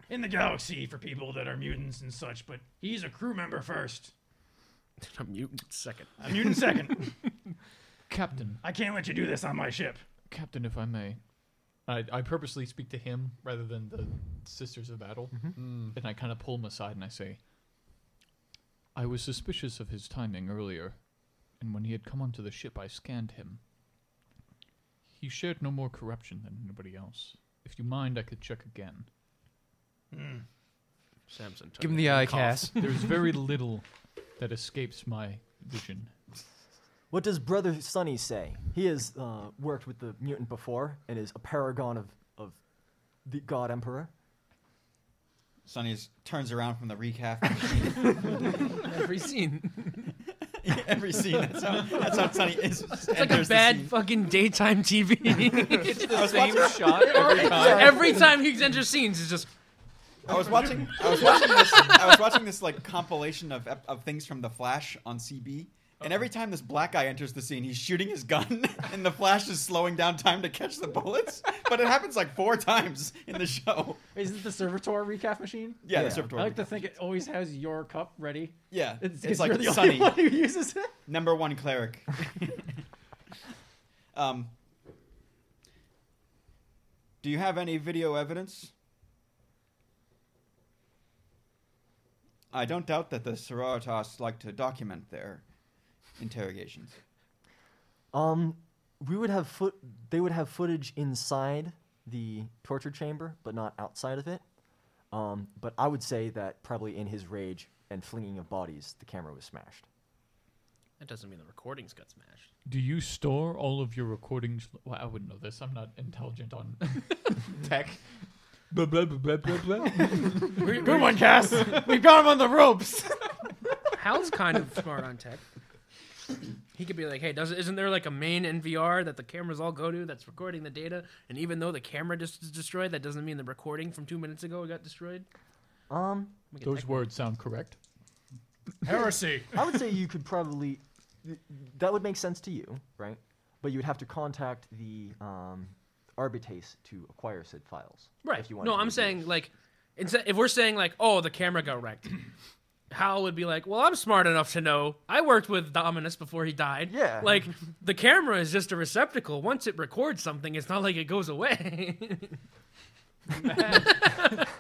in the galaxy for people that are mutants and such, but he's a crew member first,
*laughs* I'm mutant second.
a mutant
*laughs*
second.
Captain,
I can't let you do this on my ship.
Captain, if I may, I, I purposely speak to him rather than the Sisters of Battle,
Mm-hmm.
and I kind of pull him aside and I say, "I was suspicious of his timing earlier, and when he had come onto the ship, I scanned him. He shared no more corruption than anybody else. If you mind, I could check again.
Samson. took
Give him
it
the
and
eye
coughed.
cast.
*laughs*
*laughs*
There's very little that escapes my vision."
What does Brother Sonny say? He has uh, worked with the mutant before and is a paragon of, of the God Emperor.
Sonny is- turns around from the recap.
*laughs* Every scene.
*laughs* Every scene.
*laughs*
That's how, that's how Sonny is.
It's like a bad fucking daytime TV. *laughs* it's the same shot.
Every time.
Every time he enters scenes, it's just
I was watching. I was
*laughs*
watching this. I was watching this like compilation of ep- of things from The Flash on CB. And every time this black guy enters the scene, he's shooting his gun, *laughs* and the Flash is slowing down time to catch the bullets. But it happens like four times in the show.
Isn't it the Servitor recap machine?
Yeah,
Yeah.
the Serpent
I like to think it always has your cup ready.
Yeah, it's,
It's
like
you're the
Sunny,
only
*laughs*
one who uses it.
number one cleric. um, do you have any video evidence? I don't doubt that the Sororitas like to document their interrogations.
Um, we would have foot. They would have footage inside the torture chamber, but not outside of it. Um, but I would say that probably in his rage and flinging of bodies, the camera was smashed.
that doesn't mean the recordings got smashed.
Do you store all of your recordings? Well, I wouldn't know this. I'm not intelligent on *laughs* tech. Blah, blah, blah, blah, blah, blah.
*laughs*
Good one, Cass. We've got him on the ropes.
Hal's kind of smart on tech. He could be like, "Hey, does isn't there like a main NVR that the cameras all go to that's recording the data? And even though the camera just is destroyed, that doesn't mean the recording from two minutes ago got destroyed."
Um,
We can
Those
tech-
words sound correct.
Heresy.
I would say you could probably. That would make sense to you, right? But you would have to contact the um, Arbitase to acquire said files.
right?
If you want
no,
to
I'm
review.
saying like, instead, if we're saying like, "Oh, the camera got wrecked," Hal would be like, "Well, I'm smart enough to know. I worked with Dominus before he died.
Yeah.
*laughs* like the camera is just a receptacle. Once it records something, it's not like it goes away. *laughs*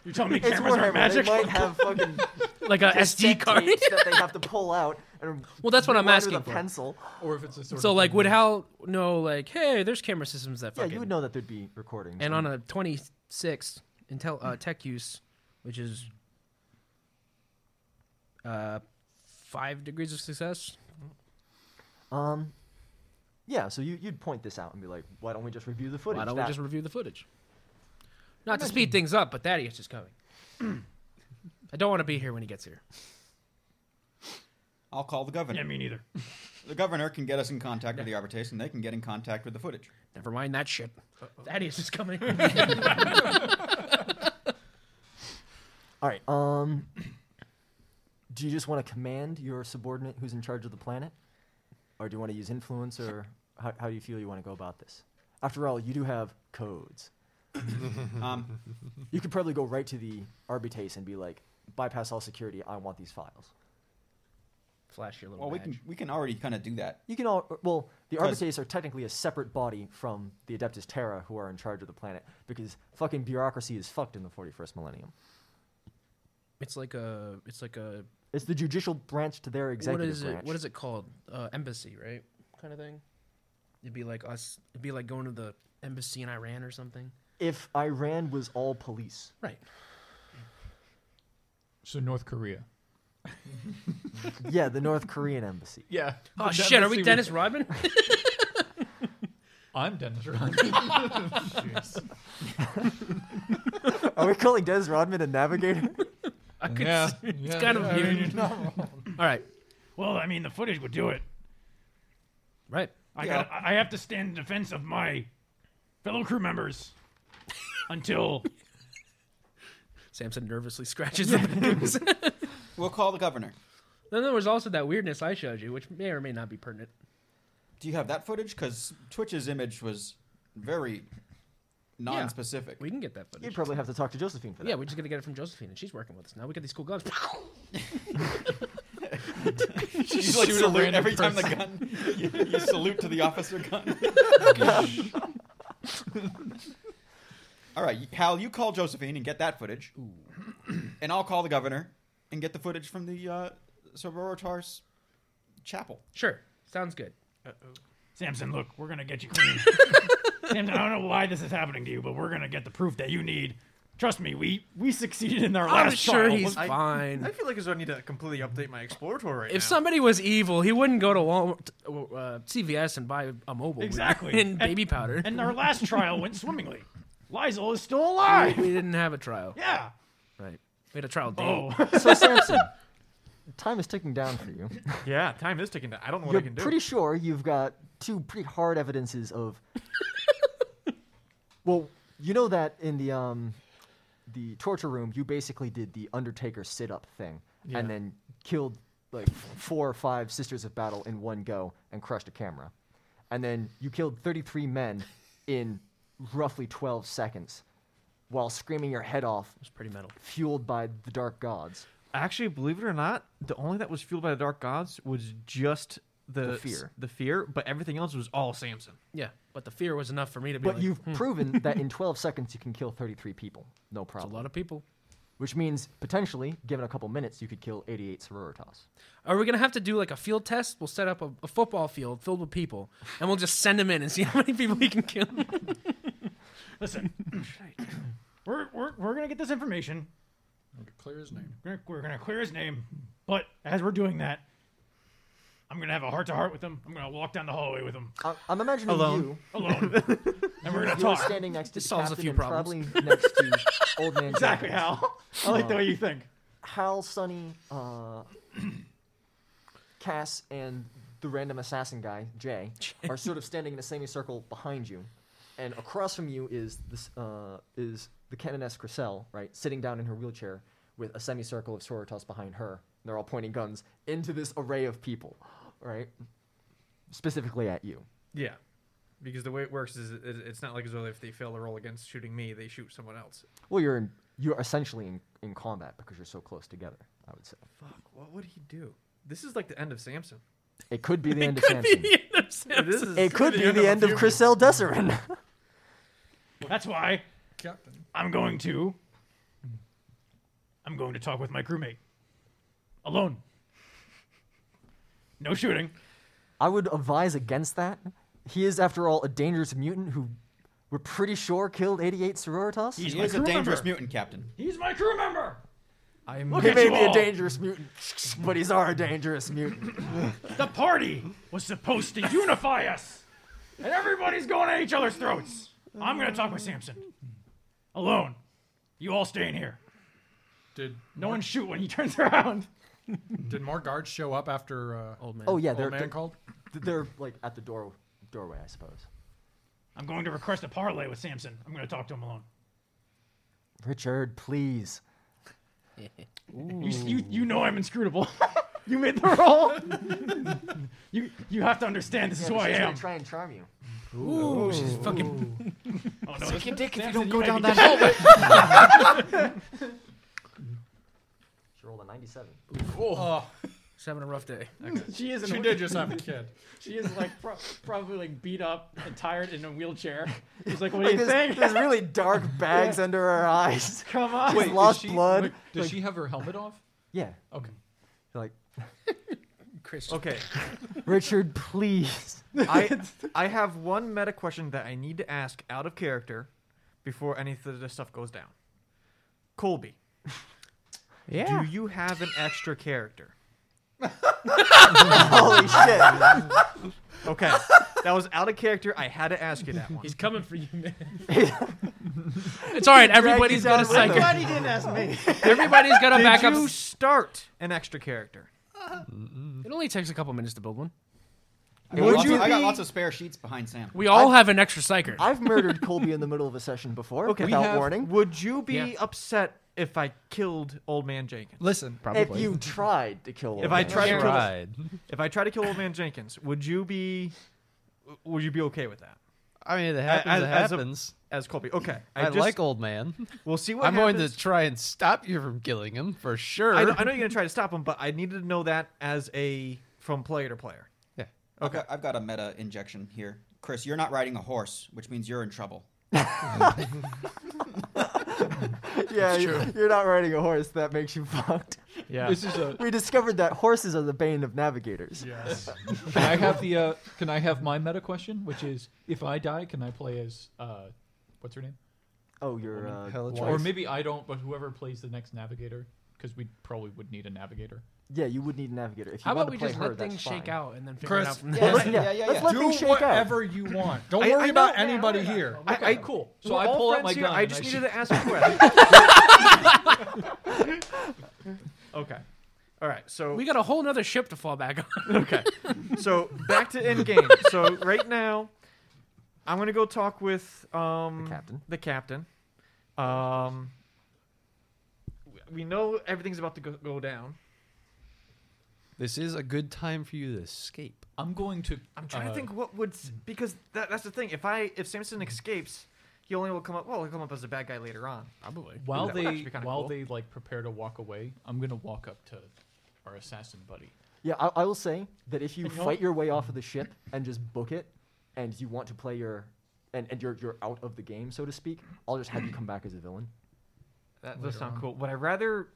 You're telling me
It's
cameras
Warhammer.
aren't magic?
They might have fucking
*laughs* like a SD
cassette
card.
tapes that they have
*laughs*
to pull out. And
Well, that's what I'm
rewind with
asking
a
for.
pencil.
or if it's a sort
so,
of
like,
thing
would
where-
Hal know? Like, hey, there's camera systems that
Yeah,
fucking
you would know that there'd be recordings.
and on a 26 intel uh, tech use, which is uh, five degrees of success.
um, yeah. So you you'd point this out and be like, why don't we just review the footage?
Why don't
That-
we just review the footage? Not to speed things up, but Thaddeus is coming. *clears throat* I don't want to be here when he gets here.
I'll call the governor.
Yeah, me neither.
*laughs* The governor can get us in contact with the arbiters, and they can get in contact with the footage.
Never mind that shit. Thaddeus
*laughs*
is coming. *laughs*
All right. Um, *clears throat* do you just want to command your subordinate who's in charge of the planet, or do you want to use influence, or how, how do you feel you want to go about this? After all, you do have
*laughs*
codes.
Um,
You could probably go right to the Arbitase and be like, bypass all security. I want these files.
Flash your little
well, we can
badge.
we can already kind of do that.
You can all well, the
'Cause-
Arbitase are technically a separate body from the Adeptus Terra, who are in charge of the planet, because fucking bureaucracy is fucked in the 41st millennium.
It's like a. It's like a.
It's the judicial branch to their executive
what is
branch.
it? What is it called? Uh, embassy, right? Kind of thing. It'd be like us. It'd be like going to the embassy in Iran or something.
If Iran was all police,
Right.
So North Korea.
*laughs* yeah, the North Korean embassy.
Yeah.
Oh shit! Are we
*laughs*
Dennis Rodman?
*laughs* I'm
*laughs*
Dennis Rodman.
Are we calling Des Rodman a navigator?
I could
yeah.
s- It's kind of
*laughs*
weird. All right.
Well, I mean, the footage would do it.
Right.
I
Yeah.
got. I have to stand in defense of my fellow crew members until *laughs*
*laughs* Samson nervously scratches the booze.
*laughs* We'll call the governor.
then there was also that weirdness I showed you, which may or may not be pertinent.
Do you have that footage? Because Twitch's image was very non-specific.
We can get that
You'd
footage.
probably have to talk to Josephine for that.
yeah, we're just gonna get it from Josephine, and she's working with us now. We got these cool
*laughs*
*laughs*
guns.
*laughs*
She's like salute every time the gun. *laughs* You, you salute to the officer
*laughs*
gun. All right, Hal, you call Josephine and get that footage, and I'll call the governor and get the footage from the uh, Sororitas chapel.
sure, sounds good.
Samson. Look, *laughs* we're gonna get you clean. Samson, I don't know why this is happening to you, but we're gonna get the proof that you need. Trust me, we we succeeded in our
I'm
last
sure
trial.
he's fine.
I feel like as though I need to completely update my exploratory right now.
if somebody was evil, he wouldn't go to Walmart, uh, CVS and buy a mobile with- *laughs*
Exactly.
and baby powder.
and our last trial went swimmingly. Lizel is still alive.
*laughs* we didn't have a trial.
Yeah.
Right. We had a trial date. *laughs*
Oh,
So Samson, time is ticking down for you.
yeah, time is ticking. down. I don't know what
You're
I can do.
pretty sure you've got two pretty hard evidences
*laughs*
of. well, you know that in the um, the torture room, you basically did the Undertaker sit up thing, and then killed like four or five sisters of battle in one go and crushed a camera, and then you killed thirty three men in roughly twelve seconds, while screaming your head off,
It's pretty metal.
fueled by the dark gods.
Actually, believe it or not, the only that was fueled by the dark gods was just the,
The fear.
the fear, but everything else was all Samson.
Yeah, but the fear was enough for me to be
But
like, hmm.
you've
hmm. *laughs*
*laughs*
proven that in 12 seconds you can kill 33 people, no
"That's a
problem.
lot of people.
Which means potentially, given a couple minutes, you could kill 88 sororitas.
Are we gonna have to do like a field test? We'll set up a, a football field filled with people, and we'll just send them in and see how many people we can kill.
*laughs* listen. we're, we're, we're going to get this information.
Clear his name.
We're gonna- We're going to clear his name. But as we're doing that, I'm going to have a heart to heart with him. I'm going to walk down the hallway with him
I- I'm imagining you.
alone.
*laughs*
and we're going to
You're
talk.
standing next to
This
the
solves a
captain
few
and
problems.
probably next to old man.
*laughs* Exactly,
Jenkins.
Hal. I like the way you think.
Hal, Sonny, uh, Cass, and the random assassin guy Jay are sort of standing in a semicircle behind you, and across from you is this uh, is the canoness Cressel, right, sitting down in her wheelchair with a semicircle of sororitas behind her. And they're all pointing guns into this array of people, right, specifically at you.
Yeah, because the way it works is it, it's not like as though if they fail the roll against shooting me, they shoot someone else.
Well, you're in you're essentially in, in combat because you're so close together. I would say
Fuck, what would he do? This is like the end of Samson.
it could be the end of
Could be
Samson.
the end of Samson.
This is
it could be the end of
a few-
Chriselle Dessarin.
That's why
Captain.
I'm going to. I'm going to talk with my crewmate. Alone. No shooting.
I would advise against that. He is, after all, a dangerous mutant who we're pretty sure killed 88 Sororitas.
He's
He
my
is a
crew
dangerous
member.
mutant, Captain.
He's my crew member.
I'm
*laughs* Look
he
at
may
you
be
all.
a dangerous mutant, *laughs* but he's our dangerous mutant.
The party was supposed to unify us, and everybody's going at each other's throats. I'm gonna talk with Samson. Alone. You all stay in here.
Did
No one shoot when he turns around.
did more guards show up after uh, old
oh yeah, they're
man
they're,
called?
they're like at the door doorway, I suppose.
I'm going to request a parlay with Samson. I'm gonna talk to him alone.
Richard, please.
You, you, you know I'm inscrutable. *laughs* you made the roll. *laughs* you *laughs* you have to understand this is who I am.
try and charm you.
Oh, no, it's-
dick if you
don't go down that
hallway.
*laughs*
she rolled a 97.
Oh.
She's having a rough day.
*laughs* she is
She
in
did just have a kid.
she is like pro- probably like beat up and tired in a wheelchair. She's like, what do you
There's,
think?
there's really
*laughs*
dark bags under her eyes.
Come on.
She's lost
she,
blood.
wait, does she have her helmet off?
Yeah.
Okay.
Like,
Christian.
*laughs*
Okay, *laughs*
Richard, please. *laughs*
I I have one meta question that I need to ask out of character before any of this stuff goes down. Colby,
Yeah.
do you have an
*laughs*
extra character?
Holy shit.
Okay, that was out of character. I had to ask you that one.
He's coming for you,
*laughs*
man. it's all right. Everybody's got a
down with
psychic.
Glad he didn't ask me.
Everybody's got a
Did
backup.
you start an extra character?
Uh,
It only takes a couple minutes to build one.
I got,
Would
lots
you
of, I got
be-
lots of spare sheets behind Sam.
We all have *laughs* an extra psychic.
I've murdered Colby in the middle of a session before
Okay. We
without
have-
warning.
Would you be
Yeah.
upset if I killed Old Man Jenkins?
Listen,
If *laughs* you tried to kill
If I
Wolverine.
tried to kill this-
Tried.
if I try to kill Old Man Jenkins, would you be would you be okay with that?
I mean, it happens.
as-
it
as a-
happens.
As Colby, okay.
I like old man.
*laughs* We'll see what
I'm going
happens.
to try and stop you from killing him for sure.
I know, I know you're gonna try to stop him, but I needed to know that as a from player to player.
Yeah.
Okay.
I've got, I've got a meta injection here. Chris, you're not riding a horse, which means you're in trouble.
yeah, you- you're not riding a horse. That makes you *laughs* fucked.
Yeah.
This is a.
We discovered that horses are the bane of navigators.
yes.
Can I have the? Uh, can I have my meta question, which is, if I die, can I play as? Uh, what's her name?
Oh, you're uh,
Or maybe I don't, but whoever plays the next navigator, because we probably would need a navigator.
yeah. You would need a navigator if you
How
want to
about we
play
just
her.
let
that's
things
fine.
shake out and then figure it
Chris,
out from there?
Yeah,
Let's-
yeah, yeah,
let's
yeah.
let
Do
things shake out.
whatever you
*laughs*
want. Don't
I-
worry
I
about
know-
anybody here.
I, I
cool. So
we're
I
all
pull out my
friends here.
gun.
I
and
just
I
needed
shoot.
to ask a question. okay. All right. So
We got a whole nother ship to fall back *laughs* on.
okay. *laughs* So back to end game. So right now, I'm gonna go talk with um
The captain.
The captain. Um, we know everything's about to go, go down.
This is a good time for you to escape.
I'm going to.
I'm trying
Uh-huh.
uh,
to think what would s- because that, that's the thing. If I if Samson escapes, he only will come up. Well, he'll come up as a bad guy later on.
Probably.
While
That would
they
actually be kinda
while
cool.
they like prepare to walk away, I'm gonna walk up to our assassin buddy.
Yeah, I, I will say that if you
And you'll-
fight your way off of the ship and just book it, and you want to play your, and, and you're you're out of the game, so to speak, I'll just have you come back as a villain.
That does sound cool. Would I rather?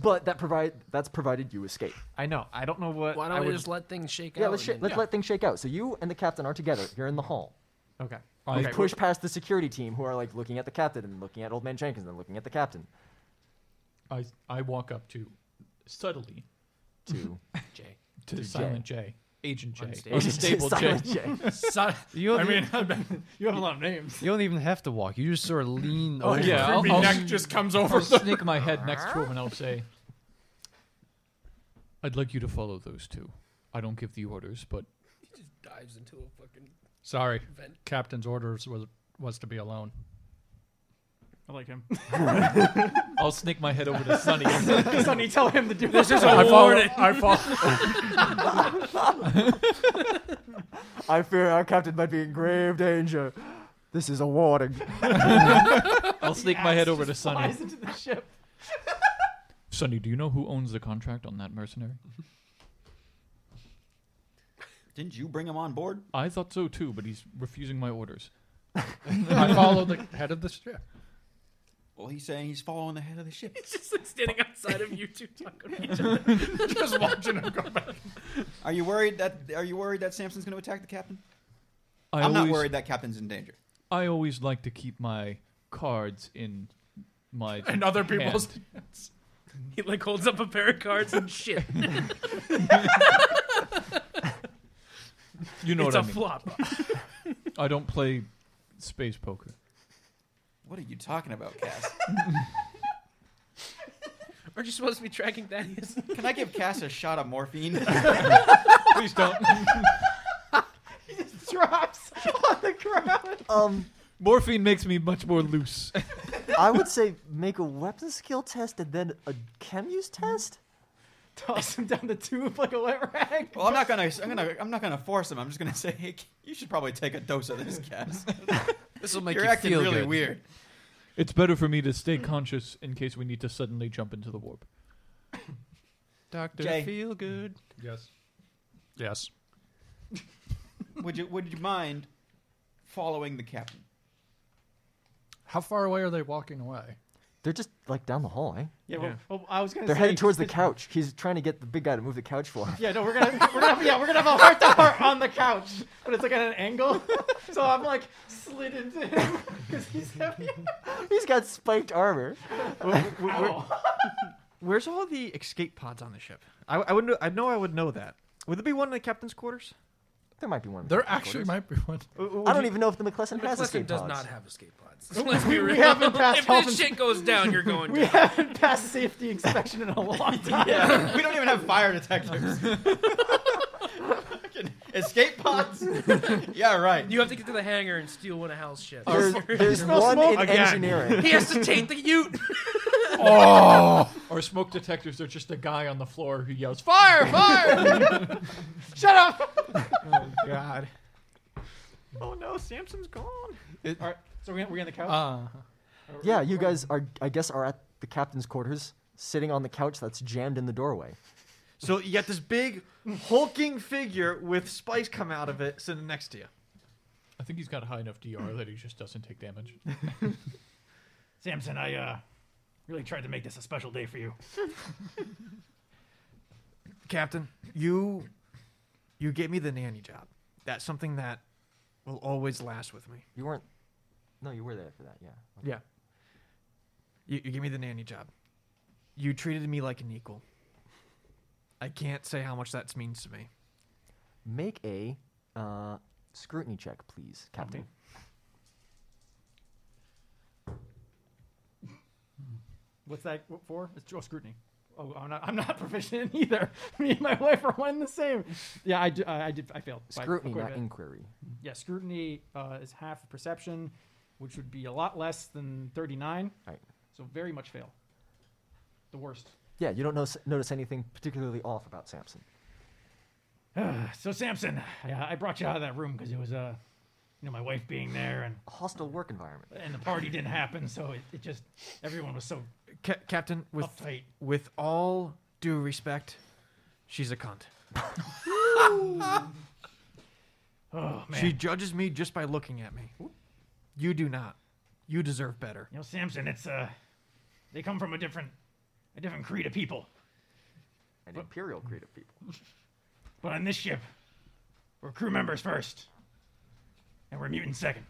But that provide that's provided you escape.
I know. I don't know what.
Why
I
don't we
would-
just let things shake
Yeah,
out?
let's sh-
and
let's
then-
let things shake out. So you and the captain are together. You're in the hall.
Okay.
I-
okay.
push past the security team who are like looking at the captain and looking at old man Jenkins and looking at the captain
I I walk up to subtly
*laughs*
to
Jay.
to,
Jay.
Silent J, Agent J,
Unstable.
Unstable J.
Silent J.
*laughs*
So-
You don't,
I
even,
mean, you have a lot of names.
*laughs* you don't even have to walk. You just sort of lean over.
yeah, I'll-
Ruby
I'll-
neck just comes
I'll
over.
sneak my head next to him and I'll say, "I'd like you to follow those two. I don't give the orders, but
dives into a fucking
Sorry,
vent.
captain's orders was was to be alone.
*laughs* I like
*laughs*
him.
I'll sneak my head over to
*laughs*
Sunny."
Sonny, tell him to do
*laughs*
this. *laughs*
There's
I
a
follow.
warning.
I *laughs* follow.
*laughs*
I fear our captain might be in grave danger. This is a warning.
*laughs* I'll sneak my head over to Sonny.
Flies into the ship.
Sonny, do you know who owns the contract on that mercenary?
Didn't you bring him on board?
I thought so too, but he's refusing my orders.
I follow the head of the ship.
Well, he's saying he's following the head of the
*laughs*
ship.
Just like standing outside of you two talking to each other. *laughs* Just watching him go back.
Are you worried that Are you worried that Samson's going to attack the captain?
I
I'm
always,
not worried that captain's in danger.
I always like to keep my cards in
*laughs*
my
And other people's.
hand.
He like holds up a pair of cards and *laughs* shit.
You know what
it's a
I mean.
flop.
*laughs* I don't play space poker.
What are you talking about, Cass?
Aren't you supposed to be tracking Thaddeus? *laughs*
Can I give Cass a shot of morphine?
Please
*laughs*
don't.
*laughs* Drops on the ground.
um,
Morphine makes me much more loose.
*laughs* I would say make a weapon skill test and then a chem use test.
Toss him down the tube like a wet rag.
well, I'm not gonna. I'm gonna. I'm not gonna force him. I'm just gonna say, hey, you should probably take a dose of this,
*laughs*
Cass.
This will
You're acting really weird.
It's better for me to stay conscious in case we need to suddenly jump into the warp.
Doctor
Jay.
feel good.
Yes. Yes.
Would you Would you mind following the captain?
How far away are they walking away?
They're just like down the hall, eh?
Yeah, well, well, I was gonna.
They're
say,
headed towards the
it's-
couch. He's trying to get the big guy to move the couch for him.
Yeah, no, we're gonna, we're gonna, yeah, we're gonna have a heart to heart on the couch, but it's like at an angle. *laughs* So I'm like slid into him *laughs* because he's heavy.
He's got spiked armor.
*laughs* Where's all the escape pods on the ship? I, I would know, I know I would know that. Would there be one in the captain's quarters?
There might be one.
There actually might be one.
I don't even know if the McClellan has
McClellan
escape
does
pods.
not have escape *laughs* pods.
*laughs*
Let's be real.
haven't passed
if
Hoffman's-
this shit goes down,
*laughs*
you're going
We
down.
haven't passed safety inspection in a
*laughs*
long time.
Yeah, *laughs* we don't even have fire detectors. *laughs* Fucking Escape pods? *laughs* yeah, right.
You have to get to the hangar and steal one of Hal's shit.
There's, there's one in engineering. Oh.
He has to take the
*laughs*
*laughs* Ute. Oh.
Our smoke detectors are just a guy on the floor who yells, Fire! Fire!
*laughs*
Shut up.
Oh God. oh no, Samson's gone.
All right, so we're, we're on the couch.
Uh,
Yeah, you guys are, I guess, are at the captain's quarters, sitting on the couch that's jammed in the doorway.
So you got this big hulking figure with spice come out of it sitting next to you.
I think he's got high enough DR that he just doesn't take damage.
Samson, I uh, really tried to make this a special day for you.
Captain, you you gave me the nanny job. That's something that will always last with me.
You weren't. No, you were there for that. Yeah.
Yeah. You, you gave me the nanny job. You treated me like an equal. I can't say how much that means to me.
Make a uh, scrutiny check, please, Captain.
*laughs* What's that for?
It's Joe Scrutiny.
Oh, I'm not, I'm not *laughs* proficient in either. Me and my wife are one and the same. Yeah, I, d-
Uh,
I, I did. I failed. by
Scrutiny,
quite a
not
bit.
inquiry.
Mm-hmm.
Yeah, scrutiny uh, is half perception, which would be a lot less than 39.
Right.
So very much fail. The worst.
Yeah, you don't notice, notice anything particularly off about Samson.
So, Samson, I, I brought you out of that room because it was, uh, you know, my wife being there and,
A hostile work environment.
and the party didn't happen. So it, it just, everyone was so
Ca- Captain, with
Uptight.
with all due respect, she's a *laughs* cunt.
Oh man.
She judges me just by looking at me. You do not. You deserve better.
you know, Samson, it's uh they come from a different a different creed of people.
An imperial creed of people.
*laughs* But on this ship, we're crew members first. And we're mutants second.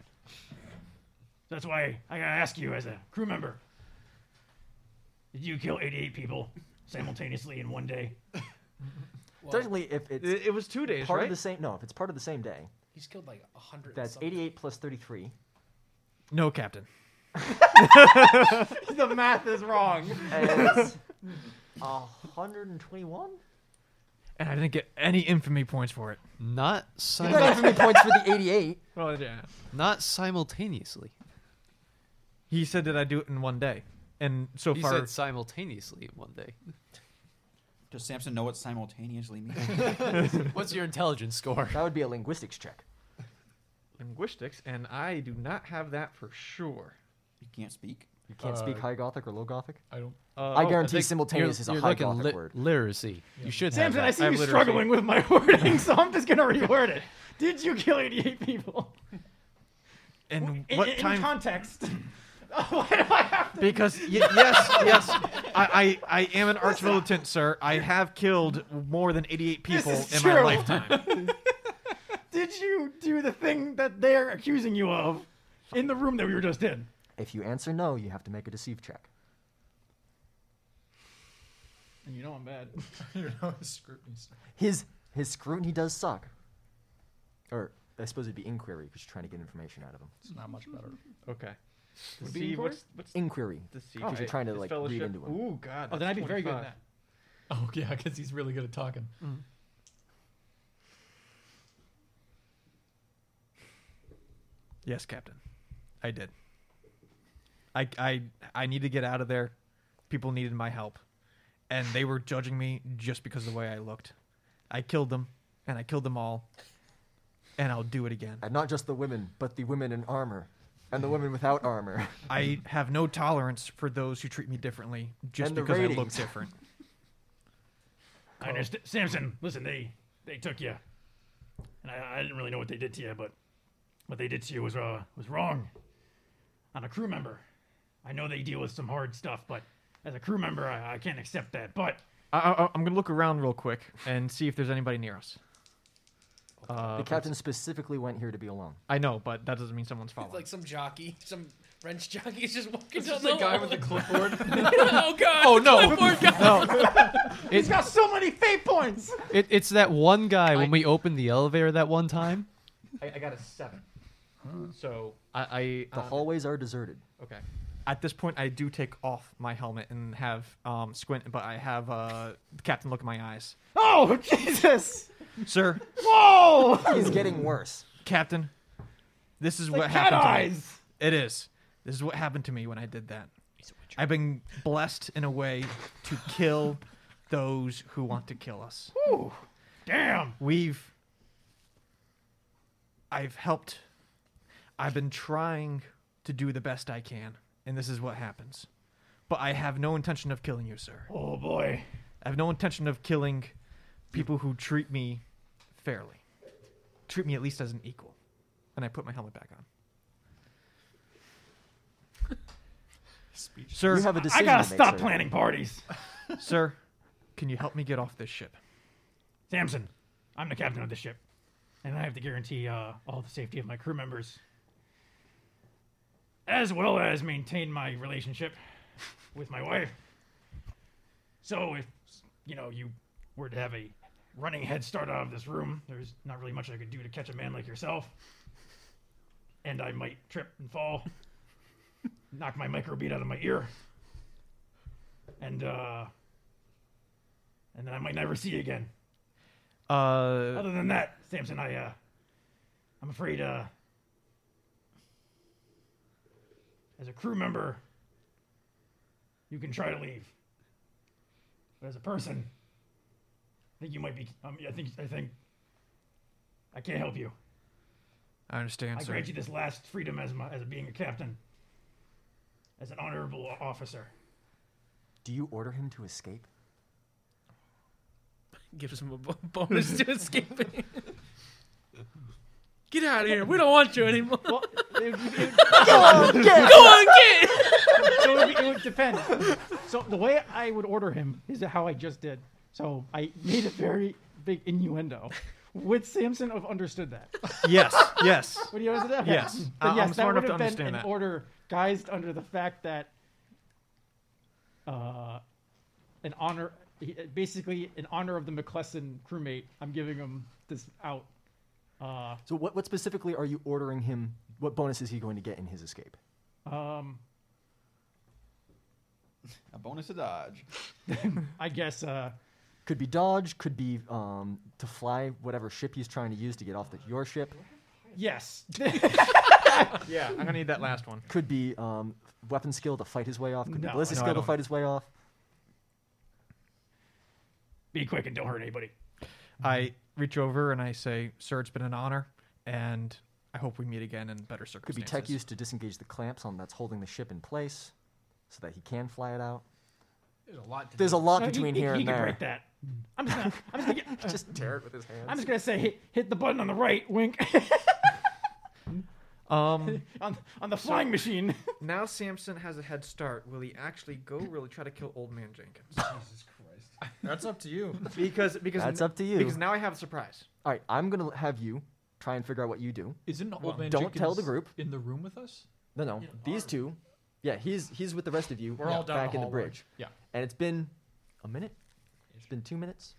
That's why I gotta ask you as a crew member. Did you kill eighty eight people simultaneously in one day?
Certainly, if it's
It, it was two days,
part
right?
of the same. No, if it's part of the same day,
He's killed like a hundred.
that's 88 plus 33.
No, *laughs* Captain.
The math is wrong.
*laughs*
As 121?
And I didn't get any infamy points for it.
Not
You got
sim-
infamy points for the 88.
Well, yeah.
*laughs* not simultaneously.
He said that I do it in one day, and so
He
far,
said simultaneously one day.
Does Samson know what simultaneously means?
*laughs*
*laughs*
What's your intelligence score?
That would be a linguistics check.
linguistics, and I do not have that for sure.
You can't speak.
You can't speak High Gothic or Low Gothic.
I don't.
Uh,
I
oh,
guarantee
think
simultaneous is a High
looking
Gothic
lit-
word.
literacy. You should have
Samson,
that.
I see
I have
you
literacy.
struggling with
*laughs*
my wording, so I'm just gonna reword it. Did you kill 88 people?
And
In,
what
in
time?
context. Why do I have to?
because y- yes, yes, I, I, I am an arch militant, sir. I have killed more than 88 people in
is
my
true.
lifetime.
*laughs*
Did you do the thing that they're accusing you of in the room that we were just in?
If you answer no, you have to make a deceive check.
And you know I'm bad.
You know, scrutiny. sir.
His his scrutiny does suck. Or I suppose it'd be inquiry, because you're trying to get information out of him.
It's not much better.
Okay.
Would be
See,
inquiry?
what's, what's
Inquiry.
the
*laughs*
secret?
Because you're trying to
His
like
fellowship?
read into him.
Ooh, God.
Oh, then I'd
that's
be very good at
25.
that.
*laughs* Oh yeah, because he's really good at talking.
Yes, Captain. I did. I, I, I need to get out of there. People needed my help. And they were judging me just because of the way I looked. I killed them, and I killed them all. And I'll do it again.
And not just the women, but the women in armor. And the women without armor.
I have no tolerance for those who treat me differently just
And *laughs* the
because I look
ratings.
different.
I understand. Samson, listen, they they took you, and I, I didn't really know what they did to you, but what they did to you was uh was wrong. I'm a crew member. I know they deal with some hard stuff, but as a crew member, I, I can't accept that. But
I, I, I'm gonna look around real quick and see if there's anybody near us. Uh,
the captain specifically went here to be alone.
I know, but that doesn't mean someone's following.
It's like some jockey, some wrench jockey is just walking down
Just the guy
hall.
with the clipboard.
*laughs* oh god!
oh
*laughs*
no!
Poor guy.
He's got so many fate points.
It, it's that one guy when we opened the elevator that one time.
I, I got a seven.
Mm.
So I, I
The hallways are deserted.
okay. At this point, I do take off my helmet and have um, squint, but I have uh, the captain look in my eyes.
Oh Jesus!
Sir,
Whoa!
He's getting worse.
captain, this is what
Like cat
happened. To me.
eyes.
It is. This is what happened to me when I did that. I've been blessed in a way to kill those who want to kill us.
damn,
We've. I've helped. I've been trying to do the best I can, and this is what happens. But I have no intention of killing you, sir.
oh boy,
I have no intention of killing people who treat me fairly. Treat me at least as an equal. And I put my helmet back on. sir,
You have a
I
decision
gotta
to make,
stop
sir.
planning parties.
*laughs* sir, can you help me get off this ship?
Samson, I'm the captain of the ship, and I have to guarantee uh, all the safety of my crew members, as well as maintain my relationship with my wife. So, if you know you were to have a running head start out of this room, there's not really much I could do to catch a man like yourself, and I might trip and fall, knock my microbead out of my ear, and uh, and then I might never see you again.
Uh,
Other than that, Samson, I, uh, I'm afraid, uh, as a crew member, you can try to leave. But as a person, I think you might be, um, I think, I think, I can't help you.
I understand,
I
sir.
grant you this last freedom as, my, as being a captain, as an honorable officer.
*laughs* Do you order him to
*laughs*
escape?
Gives him a bo- bonus to *laughs* escaping. Get out of here. We don't want you anymore. *laughs* Go on, get.
so it would, be- it would depend. So the way I would order him is how I just did. So I made a very big innuendo. Would Samson have understood that?
yes, yes.
Would he have understood that?
Yes.
But
I-
yes,
I'm
that
smart
would
enough to
have been
understand
an
that.
order guised under the fact that uh, an honor, he- basically in honor of the McClellan crewmate, I'm giving him this out. Uh,
So what, what specifically are you ordering him? What bonus is he going to get in his escape?
um,
*laughs* A bonus to dodge.
*laughs* I guess uh,
Could be dodge, could be um, to fly whatever ship he's trying to use to get off the, your ship,
yes.
*laughs* Yeah, I'm gonna need that last one.
could be um, weapon skill to fight his way off, could
No,
be ballistic
no, I
skill to
don't.
fight his way off.
Be quick and don't hurt anybody.
I reach over and I say, "Sir, it's been an honor, and I hope we meet again in better
Could be
circumstances.
tech used to disengage the clamps on that's holding the ship in place, so that he can fly it out.
There's a lot. To
There's a
do.
lot
No, he-
between
he,
here
he
and
can
there.
break that. I'm just gonna, I'm just gonna, get,
*laughs*
Just tear it with his hands.
I'm just gonna say hit, hit the button on the right, wink,
*laughs*
*laughs*
Um,
*laughs* on on the flying machine.
now Samson has a head start. Will he actually go? Really try to kill Old Man
*laughs*
Jenkins?
That's up to
*laughs*
you. *laughs*
Because because
That's
n-
up to you.
Because now I have a surprise.
All right, I'm gonna have you try and figure out what you do.
Isn't old man
Don't tell
Jenkins
the group.
in the room with us?
No, no, these two. Yeah, he's he's with the rest of you.
We're all down
back
the
in the
hallway.
bridge.
Yeah.
and it's been a minute. It's been two minutes.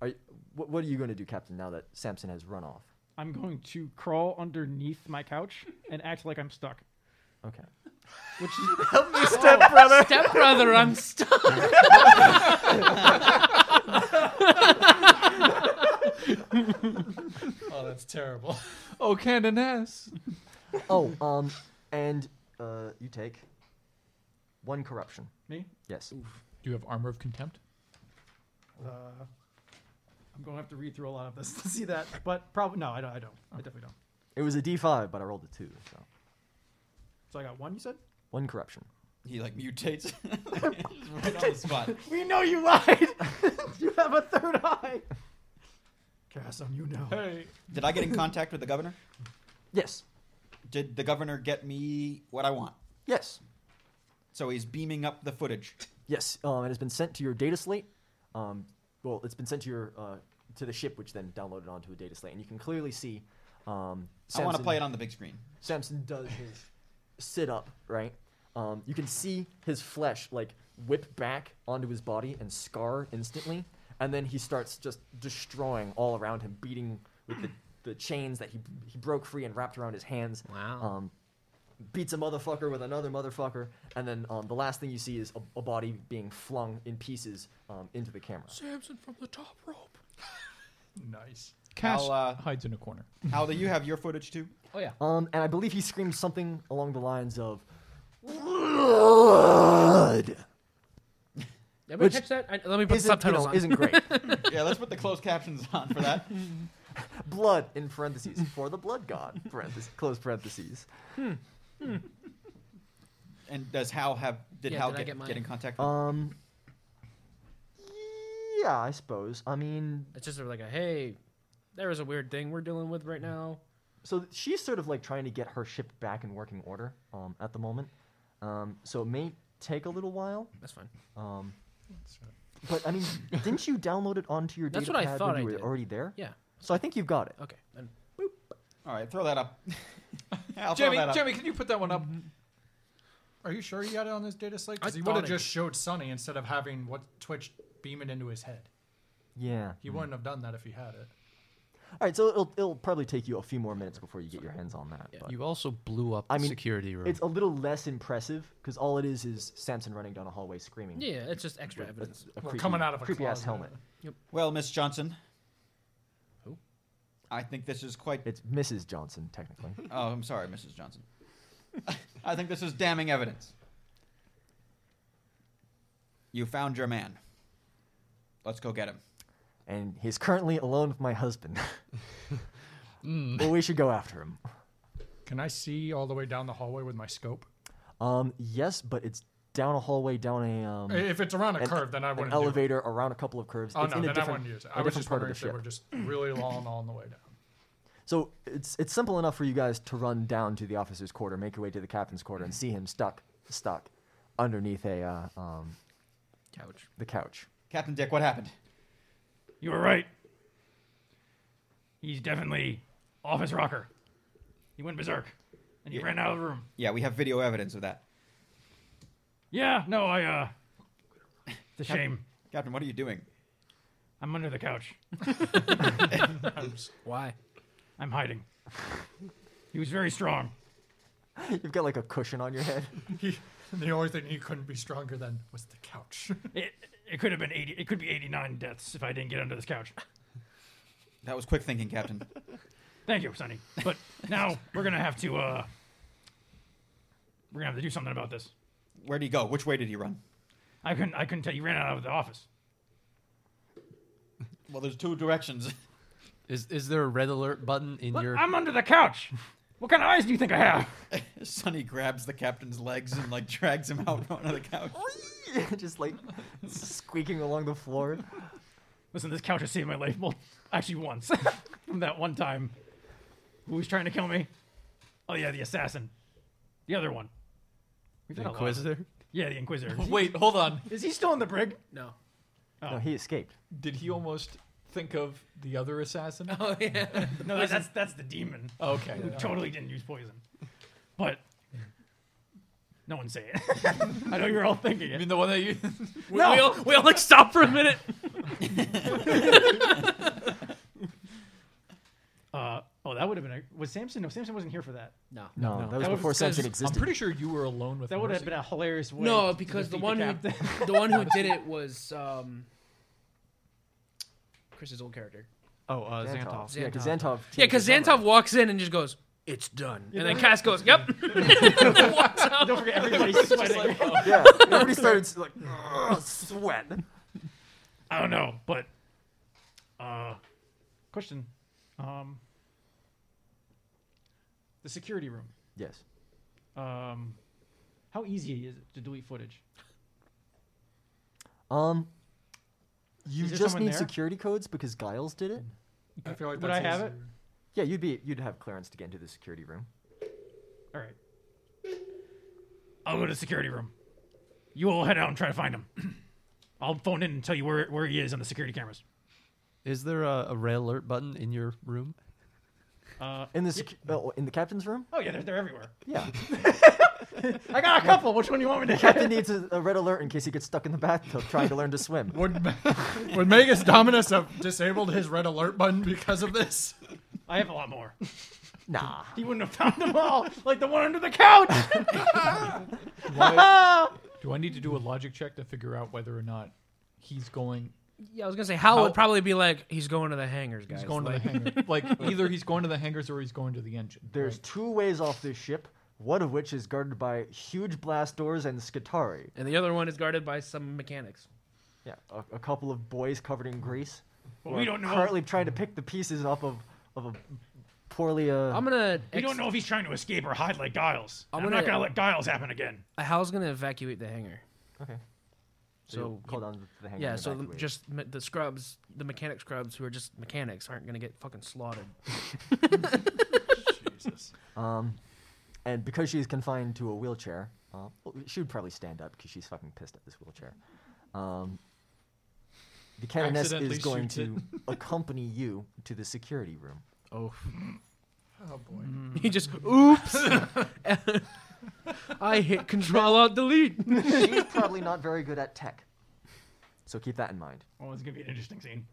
Are you, what, what are you going to do, Captain? Now that Samson has run off.
I'm going to crawl underneath my couch and act like I'm stuck.
Okay.
Oh, Stepbrother, I'm stuck.
Uh,
*laughs*
*laughs* Oh, that's
*laughs*
terrible.
Oh, Canon S.
Oh, um, and uh, you take one corruption.
Me?
Yes.
Do you have armor of contempt?
Uh, I'm going to have to read through a lot of this *laughs* to see that, but probably no, I don't. I don't. I definitely don't.
It was a D5, but I rolled a two, so
So I got one. You said?
one corruption.
He like mutates *laughs* right on the spot.
We know you lied. *laughs* you have a third eye. Cass, on you now.
Did I get in contact with the governor?
Yes.
Did the governor get me what I want?
Yes.
So he's beaming up the footage.
Yes. Um, it has been sent to your data slate. Um, well, it's been sent to your uh, to the ship, which then downloaded onto a data slate, and you can clearly see. Um,
I want to
Samson-
play it on the big screen.
Samson does his sit up, right? Um, you can see his flesh like whip back onto his body and scar instantly, and then he starts just destroying all around him, beating with the, the chains that he he broke free and wrapped around his hands.
Wow.
Um, beats a motherfucker with another motherfucker, and then um, the last thing you see is a, a body being flung in pieces um, into the camera.
Samson from the top rope.
Nice.
Cass,
Al, uh,
Hides in
*laughs*
a corner.
Al, do you have your footage too?
Oh yeah.
Um, and I believe he screamed something along the lines of. "Blood!"
Everybody
Which
catch that? I, let me put
isn't,
subtitles
you know,
on.
isn't
*laughs*
great.
Yeah, let's put the closed captions on for that.
*laughs* blood in parentheses for the blood god. Parentheses, close parentheses.
Hmm.
Hmm. And does Hal have? Did
Yeah,
Hal
did I
get,
get mine?
get in contact? With
Um. Yeah, I suppose. I mean,
It's just like a hey, there is a weird thing we're dealing with right now.
Mm-hmm. so she's sort of like trying to get her ship back in working order um, at the moment. Um, so it may take a little while.
That's fine.
Um, but I
*laughs*
mean, didn't you download it onto your
That's
data
what I
pad
thought
when you
I
were
did.
already there?
Yeah.
So I think you've got it.
Okay. And
All right, throw that *laughs* up. Hal, throw
Jamie,
that up.
Jamie, can you put that one up?
Mm-hmm. Are you sure he got it on this data slate?
I
Because he
thought
would have
I
just
did.
showed Sonny instead of having what Twitch beam it into his head.
Yeah.
Hmm.
He wouldn't have done that if he had it.
All right. So it'll, it'll probably take you a few more minutes before you get your hands on that. but-
you also blew up the
I mean,
security room.
It's a little less impressive because all it is is Samson running down a hallway screaming.
yeah, it's just extra evidence.
A
Well, coming out of a
creepy ass
closet.
helmet.
Well, Miss Johnson.
Who?
I think this is quite.
It's Mrs. Johnson, technically.
Oh, I'm sorry, Mrs. Johnson. *laughs* I think this is damning evidence. You found your man. Let's go get him.
and he's currently alone with my
*laughs*
husband.
Hmm.
But we should go after him.
Can I see all the way down the hallway with my scope?
Um, yes, but it's down a hallway, down a um,
If it's around a
an-
curve, then I
an
wouldn't. do it.
elevator around a couple of curves.
Oh
it's
no,
in a
then I
different,
wouldn't use it.
a
I
different
was just
part of
wondering
the
if they
ship.
were just
*laughs*
really long on the way down.
So it's it's simple enough for you guys to run down to the officers' quarter, make your way to the captain's quarter, and see him stuck, stuck, underneath a uh, um,
Couch.
the couch.
Captain Dick, what happened?
You were right. He's definitely off his rocker. He went berserk, and he
Yeah.
ran out of the room.
Yeah, we have video evidence of that.
Yeah, no, I uh, it's a shame.
Captain, what are you doing?
I'm under the couch. I'm, s-
Why?
I'm hiding. He was very strong.
*laughs* You've got like a cushion on your head. *laughs*
He, the only thing he couldn't be stronger than was the couch. *laughs*
It, it could have been 80. It could be 89 deaths if I didn't get under this couch.
That was quick thinking,
*laughs*
Captain.
Thank you, Sonny. But now we're gonna have to uh, we're gonna have to do something about this.
Where did he go? Which way did he run?
I couldn't. I couldn't tell. You ran out of the office.
*laughs*
Well, there's two directions.
Is is there a red alert button in your?
I'm under the couch. What kind of eyes do you think I have?
*laughs* Sonny grabs the captain's legs and like drags him out from under the couch.
*laughs* just like squeaking along the floor.
*laughs* Listen, this couch has saved my life. Well, actually, once. *laughs* From that one time. Who was trying to kill me? Oh, yeah, the assassin. The other one. We've had a lot of-
Inquisitor.
Yeah, the Inquisitor. Is
*laughs*
he-
Wait, hold on.
Is he still in the brig?
No.
No, he escaped.
Did he almost think of the other assassin?
*laughs*
Oh *laughs* yeah.
No, that's, that's, that's the demon.
Oh, Okay.
Who totally didn't use poison. But no one say it. *laughs* I know you're all thinking
I
it.
mean, the one that
*laughs*
you.
We, we all, we all like stop for a minute.
Uh, oh, that would have been a, was Samson? No, Samson wasn't here for that.
No.
No, that was
That was
before
because
Samson
I'm
I'm
existed.
pretty sure you were alone with
That would have
Mercy.
been a hilarious way.
No,
to
because the
defeat
one who
captain.
the one *laughs* who did it was um, Chris's old character.
Oh, uh, Xantoff.
Yeah, because
Xantov.
Xantov.
Yeah, because Xantov walks in and just goes, "It's done," and then Cass goes,
*laughs*
"Yep."
Don't forget
*laughs*
everybody's sweating.
"Oh."
Yeah, everybody started like "Ugh, sweat.
I don't know, but uh, question. Um, the security room.
Yes,
Um, how easy is it to delete footage?
Um, you
Is there
just
someone
need
there?
security codes because Giles did it.
I feel like
Would I have it?
Yeah, you'd be you'd have clearance to get into the security room.
All right. I'll go to the security room. You all head out and try to find him. *clears throat* I'll phone in and tell you where, where he is on the security cameras.
Is there a, a red alert button in your room?
In the sec- oh, in the captain's room.
Uh, Oh, yeah, they're, they're everywhere.
Yeah,
I got a couple. Which one do *laughs* you want me to
captain needs a, a red alert in case he gets stuck in the bathtub trying to learn to swim.
*laughs* Would, would Magus Dominus have disabled his red alert button because of this?
*laughs* I have a lot more.
Nah,
He wouldn't have found them all, like the one under the *laughs* couch.
*laughs*
Do I need to do a logic check to figure out whether or not he's going?
yeah, I was gonna say Hal
How-
would probably be like, "He's going to the hangars, guys."
He's going
like,
to the hangar.
*laughs*
like either he's going to the hangars or he's going to the engine.
there's two ways off this ship. One of which is guarded by huge blast doors and Skatari.
and the other one is guarded by some mechanics.
Yeah, a, a couple of boys covered in grease.
Well,
who
we
are
don't know-
Currently trying to pick the pieces up of of a poorly. Uh,
I'm gonna.
we don't
ex-
know if he's trying to escape or hide like Giles. I'm,
I'm
not
gonna- Uh,
gonna let Giles happen again.
Hal's gonna evacuate the hangar.
Okay.
So
call down to the hangar.
yeah,
and
so the-
evacuate.
just me- the scrubs, the mechanic scrubs who are just mechanics aren't gonna get
*laughs*
fucking *laughs* slaughtered.
Um, And because she's confined to a wheelchair, uh, well, she would probably stand up because she's fucking pissed at this wheelchair. Um, the Canoness
Accidentally
is going
shoots
to *laughs* accompany you to the security room.
Oh. he just oops. *laughs* I hit
*laughs*
Control Alt Delete.
She's probably not very good at tech. So keep that in mind.
Oh, it's gonna be an interesting scene.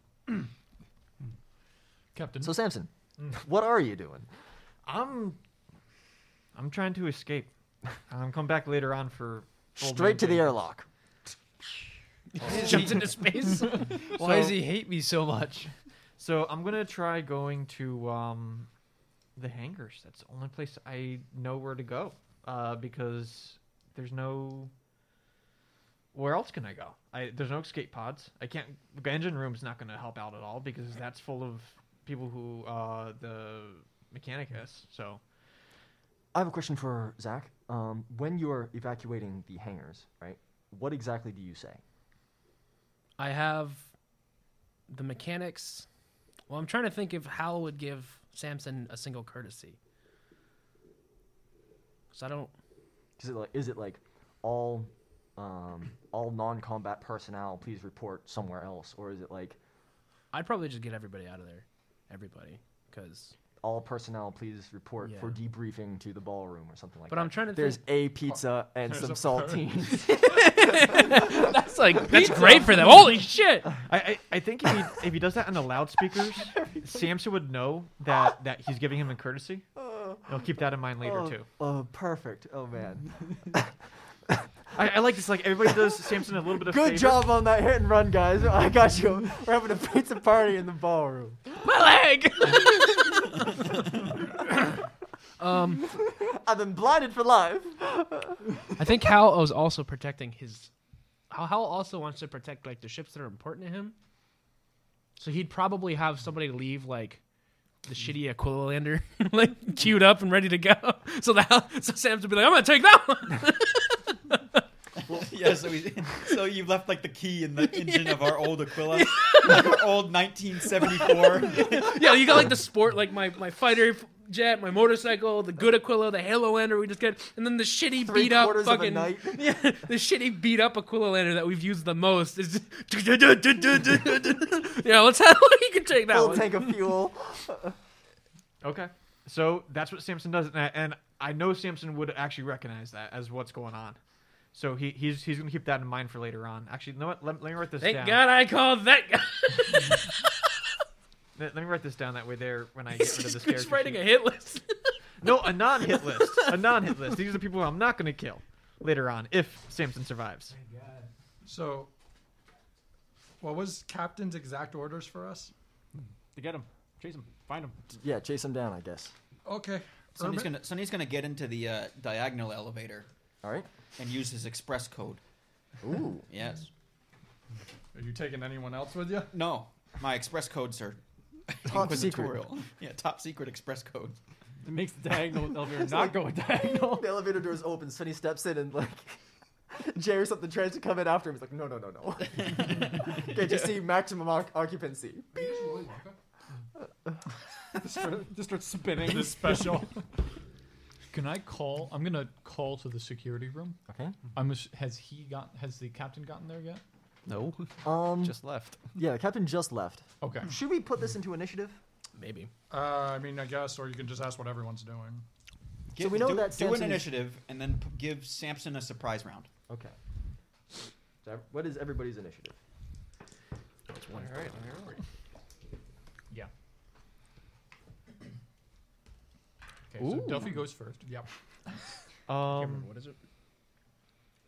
Captain.
So, Samson,
*laughs*
what are you doing?
I'm. I'm trying to escape. I'm come back later on for. full
Straight to the
maintain.
airlock.
Jumps
*laughs*
into space.
*laughs* Why does he hate me so much?
So I'm gonna try going to um, the hangars. That's the only place I know where to go uh, because there's no. Where else can I go? I there's no escape pods. I can't. The engine room's not gonna help out at all because that's full of people who uh, the mechanic is.
*laughs*
So
I have a question for Zach. Um, when you're evacuating the hangars, right, what exactly do you say?
I have the mechanics. Well, I'm trying to think if Hal would give Samson a single courtesy. Cause I don't.
Is it like, is it like all um, all non-combat personnel please report somewhere else, or is it like
I'd probably just get everybody out of there. Everybody. Cause.
all personnel please report for
Yeah.
debriefing to the ballroom or something like
But
that?
I'm trying to
There's
think.
a pizza and some saltines.
*laughs*
*laughs*
That's like that's great for them. Holy shit!
I, I, I think if he if he does that on the loudspeakers,
*laughs*
Samson would know that that he's giving him a courtesy. I'll keep that in mind later
Uh, oh,
too.
oh, perfect. Oh man,
*laughs* I, I like this. Like everybody does Samson a little bit of
good
favor.
job on that hit and run, guys. I got you. We're having a pizza party in the ballroom.
My leg.
*laughs* I've been blinded for life.
Um, I think Hal is also protecting his. Hal Hal also wants to protect like the ships that are important to him. So he'd probably have somebody leave like the shitty Aquila lander *laughs* like queued up and ready to go. *laughs* So the hell, so Sam's would be like, I'm gonna take that one.
*laughs* yeah, so, we, *laughs* so you left like the key
*laughs*
in the engine of our old Aquila, like our old
*laughs*
1974.
*laughs* yeah, you got like the sport, like my my fighter jet, my motorcycle, the good Aquila, the Halo lander we just got, and then the shitty
Three
beat up
quarters of a
*laughs*
fucking
night.
yeah, the shitty beat up Aquila lander that we've used the most is just- *laughs* yeah. Let's have you can take *laughs* that
Full
one.
tank of
*laughs*
fuel.
Okay. So that's what Samson does, and I, and I know Samson would actually recognize that as what's going on. So he, he's he's gonna keep that in mind for later on. Actually, you know what? Let, let me write this
Thank
down.
God I called that guy.
Let, let me write this down. That way, there when
*laughs*
I get
He's
rid of this
just
character.
he's writing
sheet.
a hit list.
*laughs* No, a non-hit list. A non-hit *laughs* list. These are the people I'm not gonna kill later on if Samson survives.
So, what was Captain's exact orders for us?
To get him, chase him, find him.
yeah, chase him down, I guess.
Okay.
Sonny's
Urban-
gonna Sonny's gonna get into the uh, diagonal elevator
All right.
and use his express code.
Ooh.
Yes.
Are you taking anyone else with you?
No, my express codes are
*laughs* Top secret.
inquisitorial. Yeah, top secret express codes.
It makes the
*laughs*
*laughs*
diagonal elevator not go diagonal.
The elevator doors open. Sonny steps in and like. *laughs* Jay or something tries to come in after him. He's like, no, no,
*laughs*
no, no. Can't you see maximum oc- occupancy?
Just start, just start spinning.
This special.
Can I call? I'm gonna call to the security room.
Okay.
I'm. ass- Has he got? Has the captain gotten there yet?
*laughs*
No,
Um.
just left.
Yeah, the captain just left.
Okay.
Should we put this into initiative?
Maybe.
Uh, I mean, I guess, or you can just ask what everyone's doing.
we know that
do, do an
Samson is-
initiative and then p- give Samson a surprise round.
Okay. So, ev- what is everybody's initiative?
Oh,
Yeah. Okay. So Duffy goes first.
*laughs*
Yep.
Um,
what is it?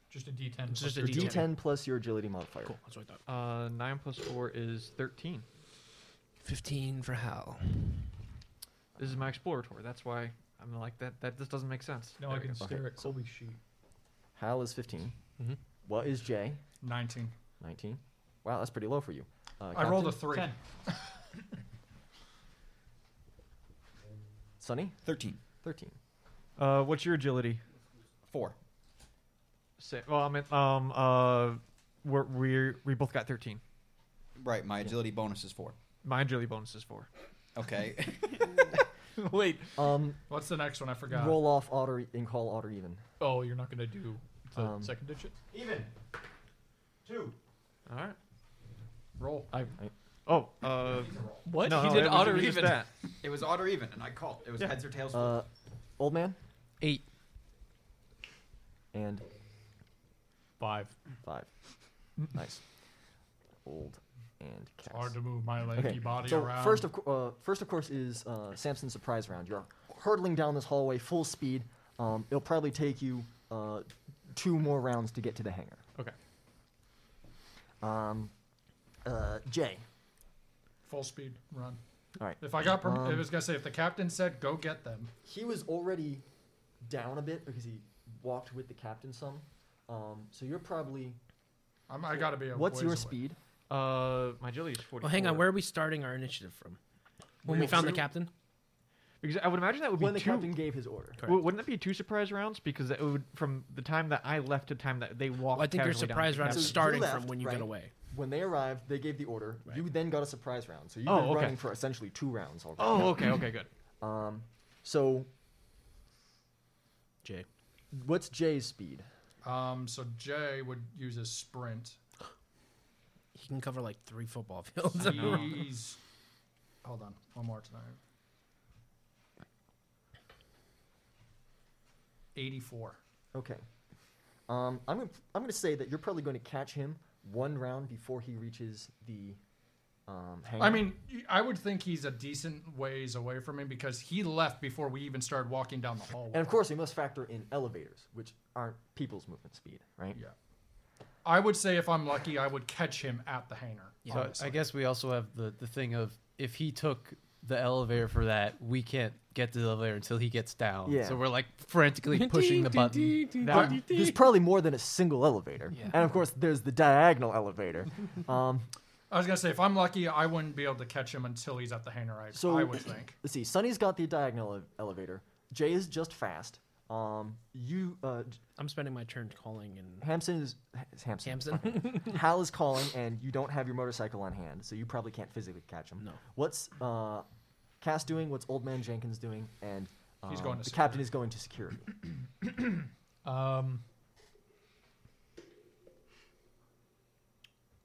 Just a D10.
It's just a
plus your
D10.
agility.
D10 plus your agility modifier.
Cool. That's what I thought.
uh, nine plus four is thirteen.
15 for Hal.
This is my exploratory. That's why I'm like that. That just doesn't make sense.
Now I can stare at Colby's sheet.
Hal is 15.
Mhm.
What is Jay?
19.
19. Wow, that's pretty low for you. Uh,
I rolled a
Captain?
3.
Sonny?
Thirteen.
13.
Uh, what's your agility?
Four.
Sa- well, I mean, um, uh, we're, we're we both got thirteen.
Right, my agility bonus is four.
My agility bonus is four.
Okay.
Wait.
Um,
What's the next one? I forgot.
roll off odd or and call odd or even.
Oh, you're not gonna do the
Um,
second digit.
Even. Two.
All right.
Roll.
I. Oh. Uh,
*laughs*
What?
no,
he
no, it
did
was-
odd
it
or
was just
even.
That.
It was odd or even, and I called. It was heads or tails. flip.
Uh, old man?
Eight.
And
Five.
*laughs*
five. nice. Old and
It's
Cass.
hard to move my lanky
Okay.
body
so
around.
first of co- uh, first of course is uh, Samson's surprise round. You're hurtling down this hallway full speed. Um, it'll probably take you uh, two more rounds to get to the hangar.
Okay.
Um, uh, Jay.
Full speed run.
All right.
If I got, perm- I
Um,
was gonna say if the captain said go get them.
He was already down a bit because he walked with the captain some. Um, so you're probably.
I'm, I gotta be. A
What's
ways
your
away.
speed?
Uh, my agility is forty.
Well, hang on. Where are we starting our initiative from? When we
Real
found the
fruit.
captain?
Because I would imagine that would
When
be
the
two.
captain gave his order.
Correct.
Well, wouldn't that be two surprise rounds? Because that would from the time that I left to the time that they walked.
Well, I think your
casually down
surprise
to
round
captain.
is
So you
Captain.
starting
left,
from when you
right?
get away.
When they arrived, they gave the order.
Right.
You then got a surprise round. So you've
Oh,
been
okay.
running for essentially two rounds already.
Oh, okay, okay, good.
Um, so
Jay.
what's Jay's speed?
Um, so Jay would use his sprint.
He can cover like three football fields.
He's. Hold on, one more tonight. Eighty-four.
Okay. Um, I'm gonna, I'm gonna say that you're probably going to catch him one round before he reaches the um, hangar.
I mean, I would think he's a decent ways away from me because he left before we even started walking down the hallway.
and of course we must factor in elevators, which aren't people's movement speed, right?
Yeah. I would say if I'm lucky, I would catch him at the hangar.
Yeah.
So
honestly.
I guess we also have the, the thing of if he took the elevator for that, we can't get to the elevator until he gets down.
Yeah.
So we're like
*laughs*
*laughs*
frantically pushing the button.
That-
There's probably more than a single elevator,
Yeah. *laughs*
and of course there's the diagonal elevator. um,
I was gonna say if I'm lucky, I wouldn't be able to catch him until he's at the hangar. I,
So
I would think.
Let's see. Sonny's got the diagonal ev- elevator. Jay is just fast. Um, you, uh, J-
I'm spending my turn calling and
Hampson is, is Hampson.
Samson.
*laughs*
*laughs*
Hal is calling, and you don't have your motorcycle on hand, so you probably can't physically catch him.
No.
What's uh, Cass doing? What's Old Man Jenkins doing? And
He's
um,
going to
the captain is going to security.
Um,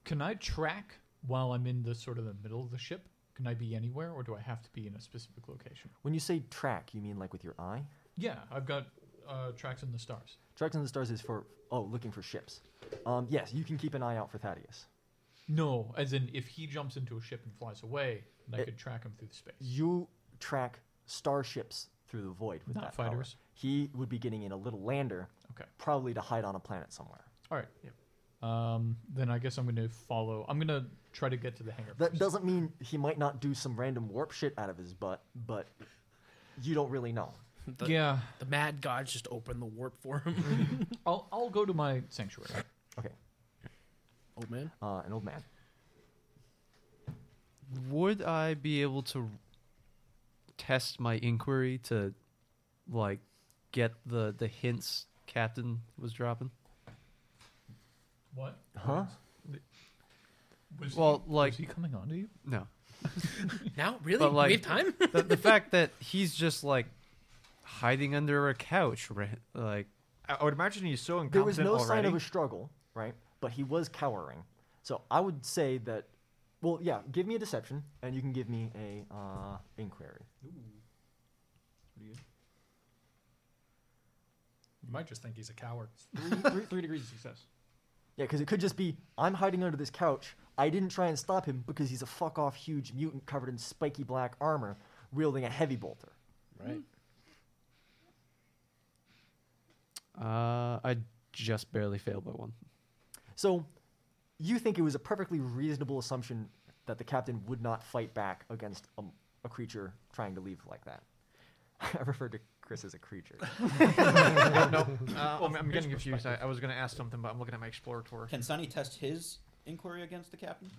can I track while I'm in the sort of the middle of the ship? Can I be anywhere, or do I have to be in a specific location?
When you say track, you mean like with your eye?
Yeah, I've got uh, tracks in the stars.
Tracks in the stars is for oh, looking for ships. Um, yes, you can keep an eye out for Thaddeus.
No, as in if he jumps into a ship and flies away, then I
It-
could track him through the space.
You track starships through the void with
Not
that power.
fighters.
He would be getting in a little lander,
Okay.
probably to hide on a planet somewhere.
All right. Um, then I guess I'm going to follow. I'm going to try to get to the hangar.
That
first.
doesn't mean he might not do some random warp shit out of his butt, but you don't really know.
*laughs* The,
yeah,
the mad gods just open the warp for him.
I'll I'll go to my sanctuary.
Okay,
Old man.
uh, an old man.
Would I be able to test my inquiry to, like, get the the hints Captain was dropping?
What?
Huh?
Was
Well,
he,
like-
was he coming on to you? *laughs*
No,
Now, really?
but like
we have time?
*laughs* the, the fact that he's just like hiding under a couch, ra- like
I I would imagine he's so incompetent
There was no
already.
sign of a struggle, right? But he was cowering. So I would say that. Well, yeah. Give me a deception, and you can give me a uh, inquiry.
You might just think he's a coward.
Three, three, three degrees of success.
Yeah, because it could just be I'm hiding under this couch. I didn't try and stop him because he's a fuck off huge mutant covered in spiky black armor, wielding a heavy bolter.
Right.
uh, I just barely failed by one.
So you think it was a perfectly reasonable assumption that the captain would not fight back against a, a creature trying to leave like that. *laughs* I referred to Chris as a creature.
*laughs*
Uh, I'm, I'm getting confused. I, I was going to ask something, but I'm looking at my exploratory.
Can Sonny test his inquiry against the captain?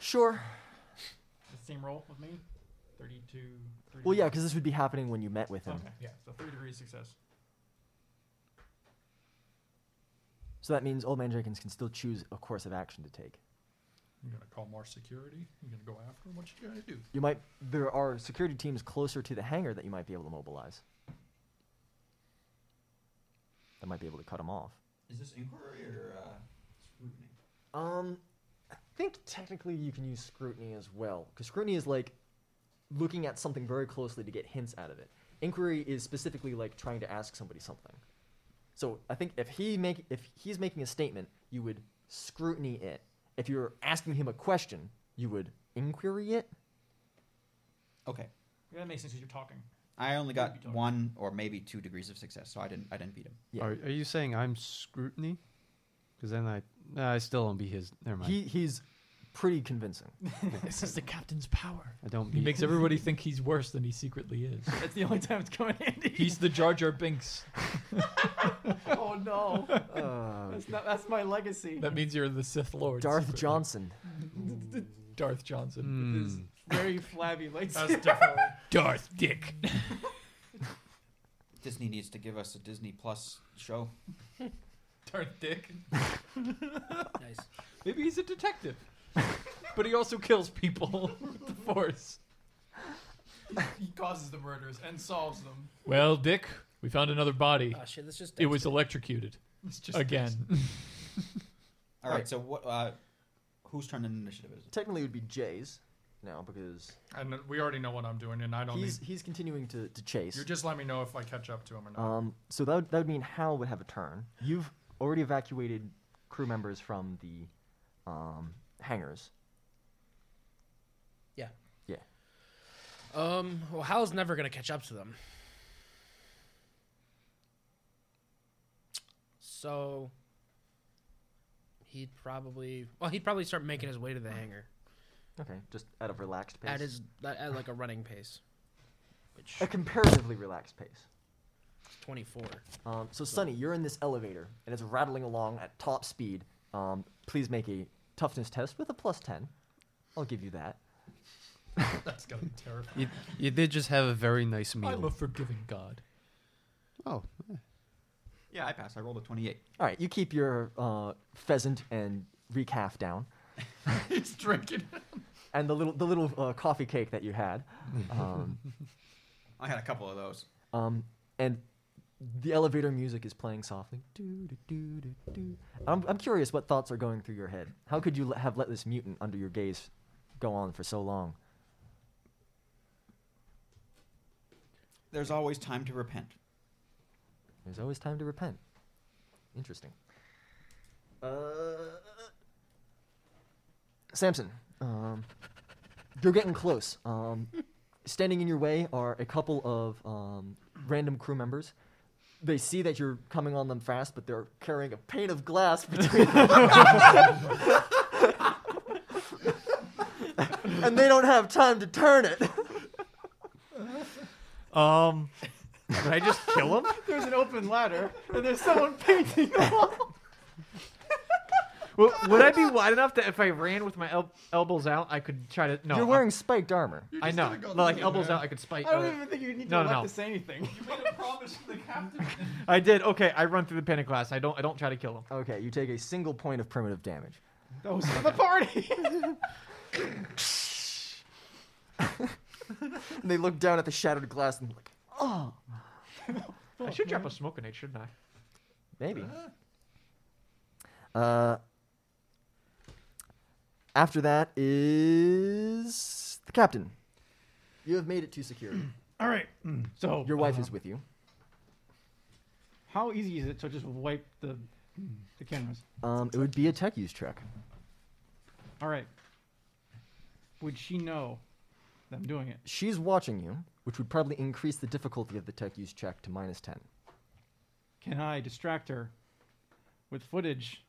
sure.
The same roll with me. Thirty-two.
Well, yeah, because this would be happening when you met with him.
yeah. So three degrees success.
So that means Old Man Jenkins can still choose a course of action to take.
You're gonna call more security. You're gonna go after him. What you gonna do?
You might. There are security teams closer to the hangar that you might be able to mobilize. That might be able to cut him off.
Is this inquiry or uh, scrutiny?
Um, I think technically you can use scrutiny as well, because scrutiny is like looking at something very closely to get hints out of it. Inquiry is specifically like trying to ask somebody something. So I think if he make if he's making a statement, you would scrutiny it. If you're asking him a question, you would inquiry it.
Okay.
Yeah, that makes sense. 'cause You're
*laughs*
talking.
I only
Maybe
got
don't.
one or maybe two degrees of success, so I didn't. I didn't beat him.
Yeah.
Are, are you saying I'm scrutiny? Because then I, nah, I still don't beat his. Never mind.
He he's pretty
*laughs*
convincing.
this is the captain's power.
I don't
He
beat.
makes everybody think he's worse than he secretly is.
That's the only time it's coming handy.
He's the Jar Jar Binks.
oh
*laughs*
no,
Uh,
that's not. That's my legacy.
*laughs*
That means you're the Sith Lord.
Darth
*laughs* secretly.
Johnson.
Darth
*laughs*
Johnson.
Hmm.
Very flabby lights.
That's
*laughs*
definitely.
*laughs*
Darth Dick.
Disney needs to give us a Disney Plus show.
Darth Dick.
Nice.
Maybe he's a detective, but he also kills people *laughs* with the Force.
*laughs* He causes the murders and solves them.
Well, Dick, we found another body.
Oh, shit. Let's just.
it was electrocuted
It's just
again. *laughs*
All right. So what? Uh, whose turn in initiative is it?
Technically, it would be Jay's now because
And we already know what I'm doing, and I don't
he's
need.
he's continuing to to chase.
You just let me know if I catch up to him or not.
Um, so that would, that would mean Hal would have a turn. You've already evacuated crew members from the um, hangars.
Yeah.
Yeah.
Um. Well, Hal's never gonna catch up to them. So he'd probably well he'd probably start making his way to the hangar
Okay, just at a relaxed pace.
at his at, at like a running pace, which
a comparatively relaxed pace.
is 24.
Um, so Sonny, you're in this elevator and it's rattling along at top speed. Um, please make a toughness test with a plus 10. I'll give you that.
*laughs*
*laughs*
That's gonna be terrifying.
You, you did just have a very nice meal.
I'm a forgiving God.
oh,
Yeah, I passed. I rolled a 28.
All right, you keep your uh, pheasant and reek half down,
*laughs* He's
*laughs*
drinking.
and the little the little uh, coffee cake that you
*laughs*
had, um,
*laughs* I had a couple of those.
um, and the elevator music is playing softly. Doo, doo, doo, doo, doo. I'm I'm curious what thoughts are going through your head. How could you le- have let this mutant under your gaze go on for so long?
There's always time to repent.
There's always time to repent. Interesting. Uh, Samson, um, you're getting close. Um, *laughs* standing in your way are a couple of um, random crew members. They see that you're coming on them fast, but they're carrying a pane of glass *laughs* between them. *laughs* and they don't have time to turn
*laughs*
it.
Um, did I just kill
*laughs*
him?
There's an open ladder, and there's someone *laughs* painting the
*laughs*
wall.
W- Would I be wide enough that if I ran with my el- elbows out, I could try to? No,
you're
I'm-
wearing spiked armor.
I
just
know,
gonna go
like
looking,
elbows
man.
out, I could spike.
I don't
uh,
even think you need to
No,
let
no.
to say anything. *laughs*
I did. Okay, I run through the panic glass. I don't. I don't try to kill him.
Okay, you take a single point of primitive damage.
*laughs*
Those are the party.
*laughs* And they look down at the shattered glass and like,
I should drop a smoke grenade, shouldn't I? *laughs*
Maybe. Uh, after that is the captain. You have made it to
*clears throat*
security.
All right.
so
Your wife
uh,
is with you.
How easy is it to just wipe the the cameras?
Um, it would be a tech use check.
All right. Would she know that I'm doing it?
She's watching you, which would probably increase the difficulty of the tech use check to minus 10.
Can I distract her with footage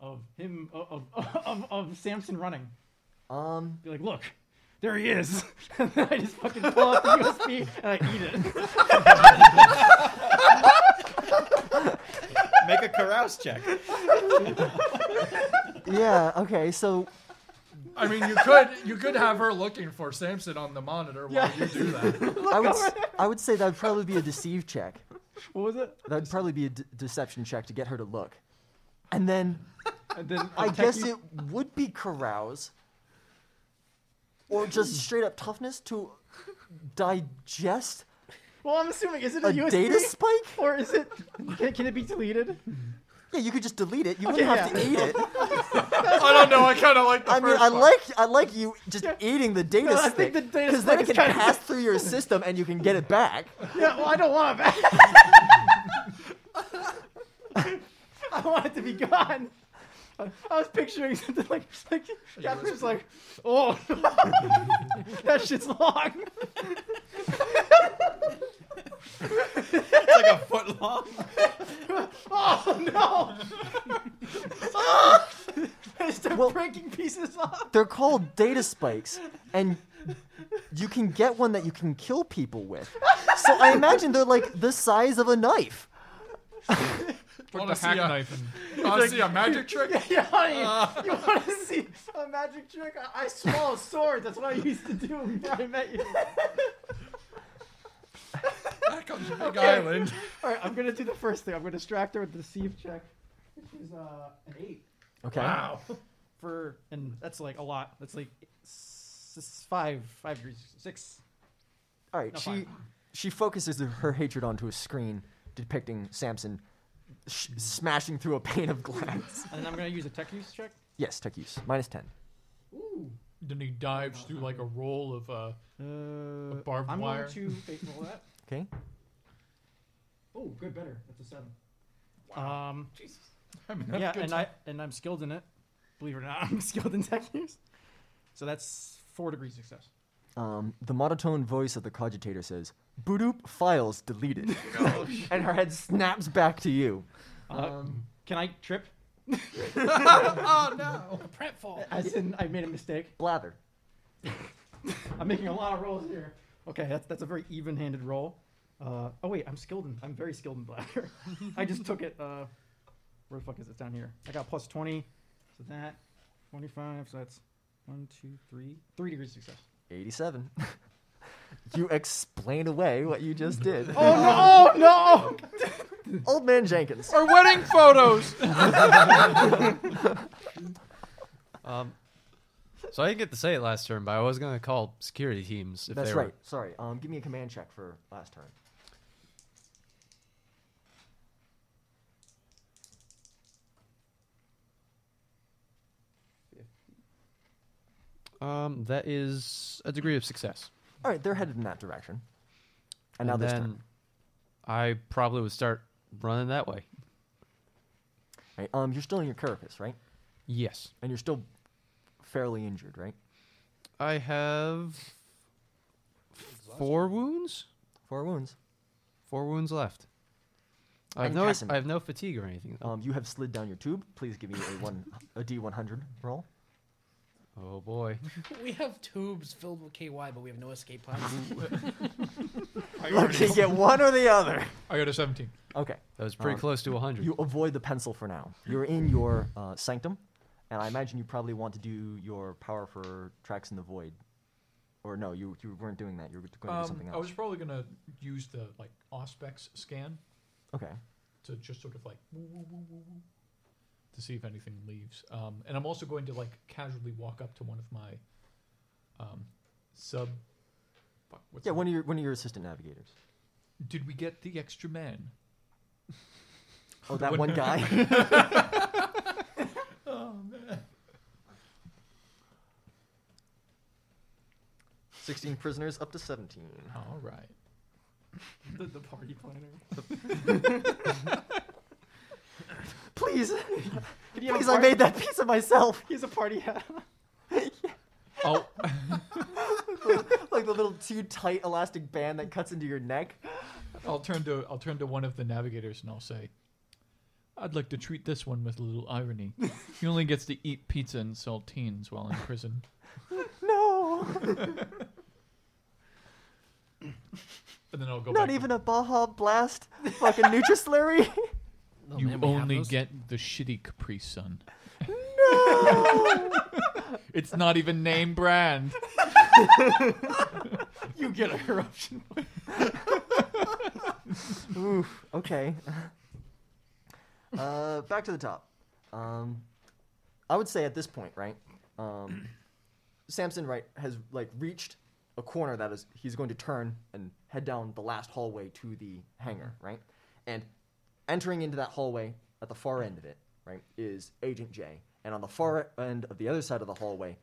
of him of *laughs* of, of, of Samson running?
Um,
Be like, look, there he is. *laughs* and then I just fucking pull out the USB and I eat it.
Make a carouse check.
yeah, okay, so
I mean, you could you could have her looking for Samson on the monitor while you do that.
I would, s- I would say that would probably be a deceive check.
What was it?
That would probably be a d- deception check to get her to look. And then
And then
I
attack
guess
you-
it would be carouse, or
Hmm.
just straight up toughness to digest
Well, I'm assuming is it a,
a
USB
data spike.
or is it? Can, can it be deleted?
Yeah, you could just delete it. You wouldn't have to eat
*laughs*
it.
I don't know. I kind of like. The
I mean, I like I like you just eating the data
No, I
spike
think the data
because then
spike
it
is
can
kinda-
pass through your system and you can get it
*laughs*
back.
Yeah. Well, I don't want it *laughs* back. I want it to be gone. I I was picturing something like like Catherine's like, oh, *laughs* that shit's long.
It's like a foot long.
*laughs* Oh no!
*laughs*
*laughs* I start
Well-
breaking pieces off.
They're called data spikes, and you can get one that you can kill people with. So I imagine they're like the size of a knife.
Put the
Honestly,
hack
yeah.
knife in.
I see a magic trick.
Yeah, honey,
Uh.
you want to see a magic trick? I, I swallow swords. That's what I used to do before I met you.
Back on the big island.
All right, I'm gonna do the first thing. I'm gonna distract her with the deceive check, which is uh, an eight
Okay.
Wow.
for, and that's like a lot. That's like s- s- five, five degrees, six.
All right,
No,
she
fine.
she focuses her- her hatred onto a screen depicting Samson sh- smashing through a pane of glass.
And then I'm gonna use a tech use check.
yes, tech use minus ten.
Then he dives through like a roll of. Uh,
Uh,
barbed
I'm
wire. *laughs*
going to wait, roll that.
Okay,
Oh, good, better. That's a seven. Um,
I mean,
yeah,
that's good
and I and I'm skilled in it. Believe it or not, *laughs* I'm skilled in tech use. So that's four
*laughs*
degrees success.
um, the monotone voice of the cogitator says, "Boodoop files deleted," and her head snaps back to you.
Um, can I
*laughs*
trip?
Oh,
Prep fall.
As in, Oh, I made a mistake.
Blather.
I'm making a lot of rolls here. Okay, that's that's a very even-handed roll. Uh, oh wait, I'm skilled in. I'm very skilled in bladder. *laughs* I just took it. Uh, where the fuck is it? Down here. I got plus twenty. So that
25, so that's one, two, three. Three degrees of success.
87. *laughs* you explain away what you just did.
Oh, no!
*laughs*
Oh, no!
*laughs* Old man Jenkins.
Our wedding
*laughs*
photos.
Um, so I didn't get to say it last turn, but I was gonna call security teams if
That's
they were.
right. Sorry. Um, give me a command check for last turn.
Um, that is a degree of success.
All right, they're headed in that direction. And, now
And
this
then
turn.
I probably would start running that way.
Right, um, you're still in your carapace, right?
Yes.
And you're still fairly injured, right?
I have four wounds.
Four wounds.
Four wounds left. I have
And
no.
Cassim.
I have no fatigue or anything. though.
Um, you have slid down your tube. Please give me a one a D100 roll.
oh
*laughs*
boy.
We have tubes filled with KY, but we have no
*laughs*
escape plans.
You get one or the other.
I got a 17.
Okay.
That was pretty
Um,
close to 100.
You avoid the pencil for now. You're in your uh, sanctum, and I imagine you probably want to do your power for tracks in the void. Or no, you you weren't doing that. You were going to do something
Um, I
else.
was probably gonna use the like auspex scan
Okay.
to just sort of like woo, woo, woo, woo, woo, to see if anything leaves. Um, and I'm also going to like casually walk up to one of my um, sub. Fuck, what's
Yeah,
the-
one of your one of your assistant navigators.
Did we get the extra man? *laughs*
Oh, that one guy.
Oh man.
*laughs* Sixteen prisoners up to seventeen.
All right.
The, the party planner.
*laughs* Please,
Did he have a
please, I
party-
made that pizza myself.
He has a party hat.
Oh,
*laughs* Like the little too tight elastic band that cuts into your
*laughs*
neck.
I'll turn to I'll turn to one of the navigators and I'll say, "I'd like to treat this one with a little irony. he only gets to eat pizza and saltines while in prison."
No,
And then I'll go.
not
back
even a Baja Blast, fucking
*laughs*
Nutrislurry.
Oh,
You
man, we have
only
those?
get the shitty Capri Sun. No! *laughs* it's not even name
*laughs*
brand.
You get a corruption.
*laughs* Oof. Okay. uh, back to the top. Um, I would say at this point, right? Um, *clears throat* Samson, right, has like reached a corner that is he's going to turn and head down the last hallway to the hangar, right? And entering into that hallway at the far end of it, right, is Agent J, and on the far end of the other side of the hallway,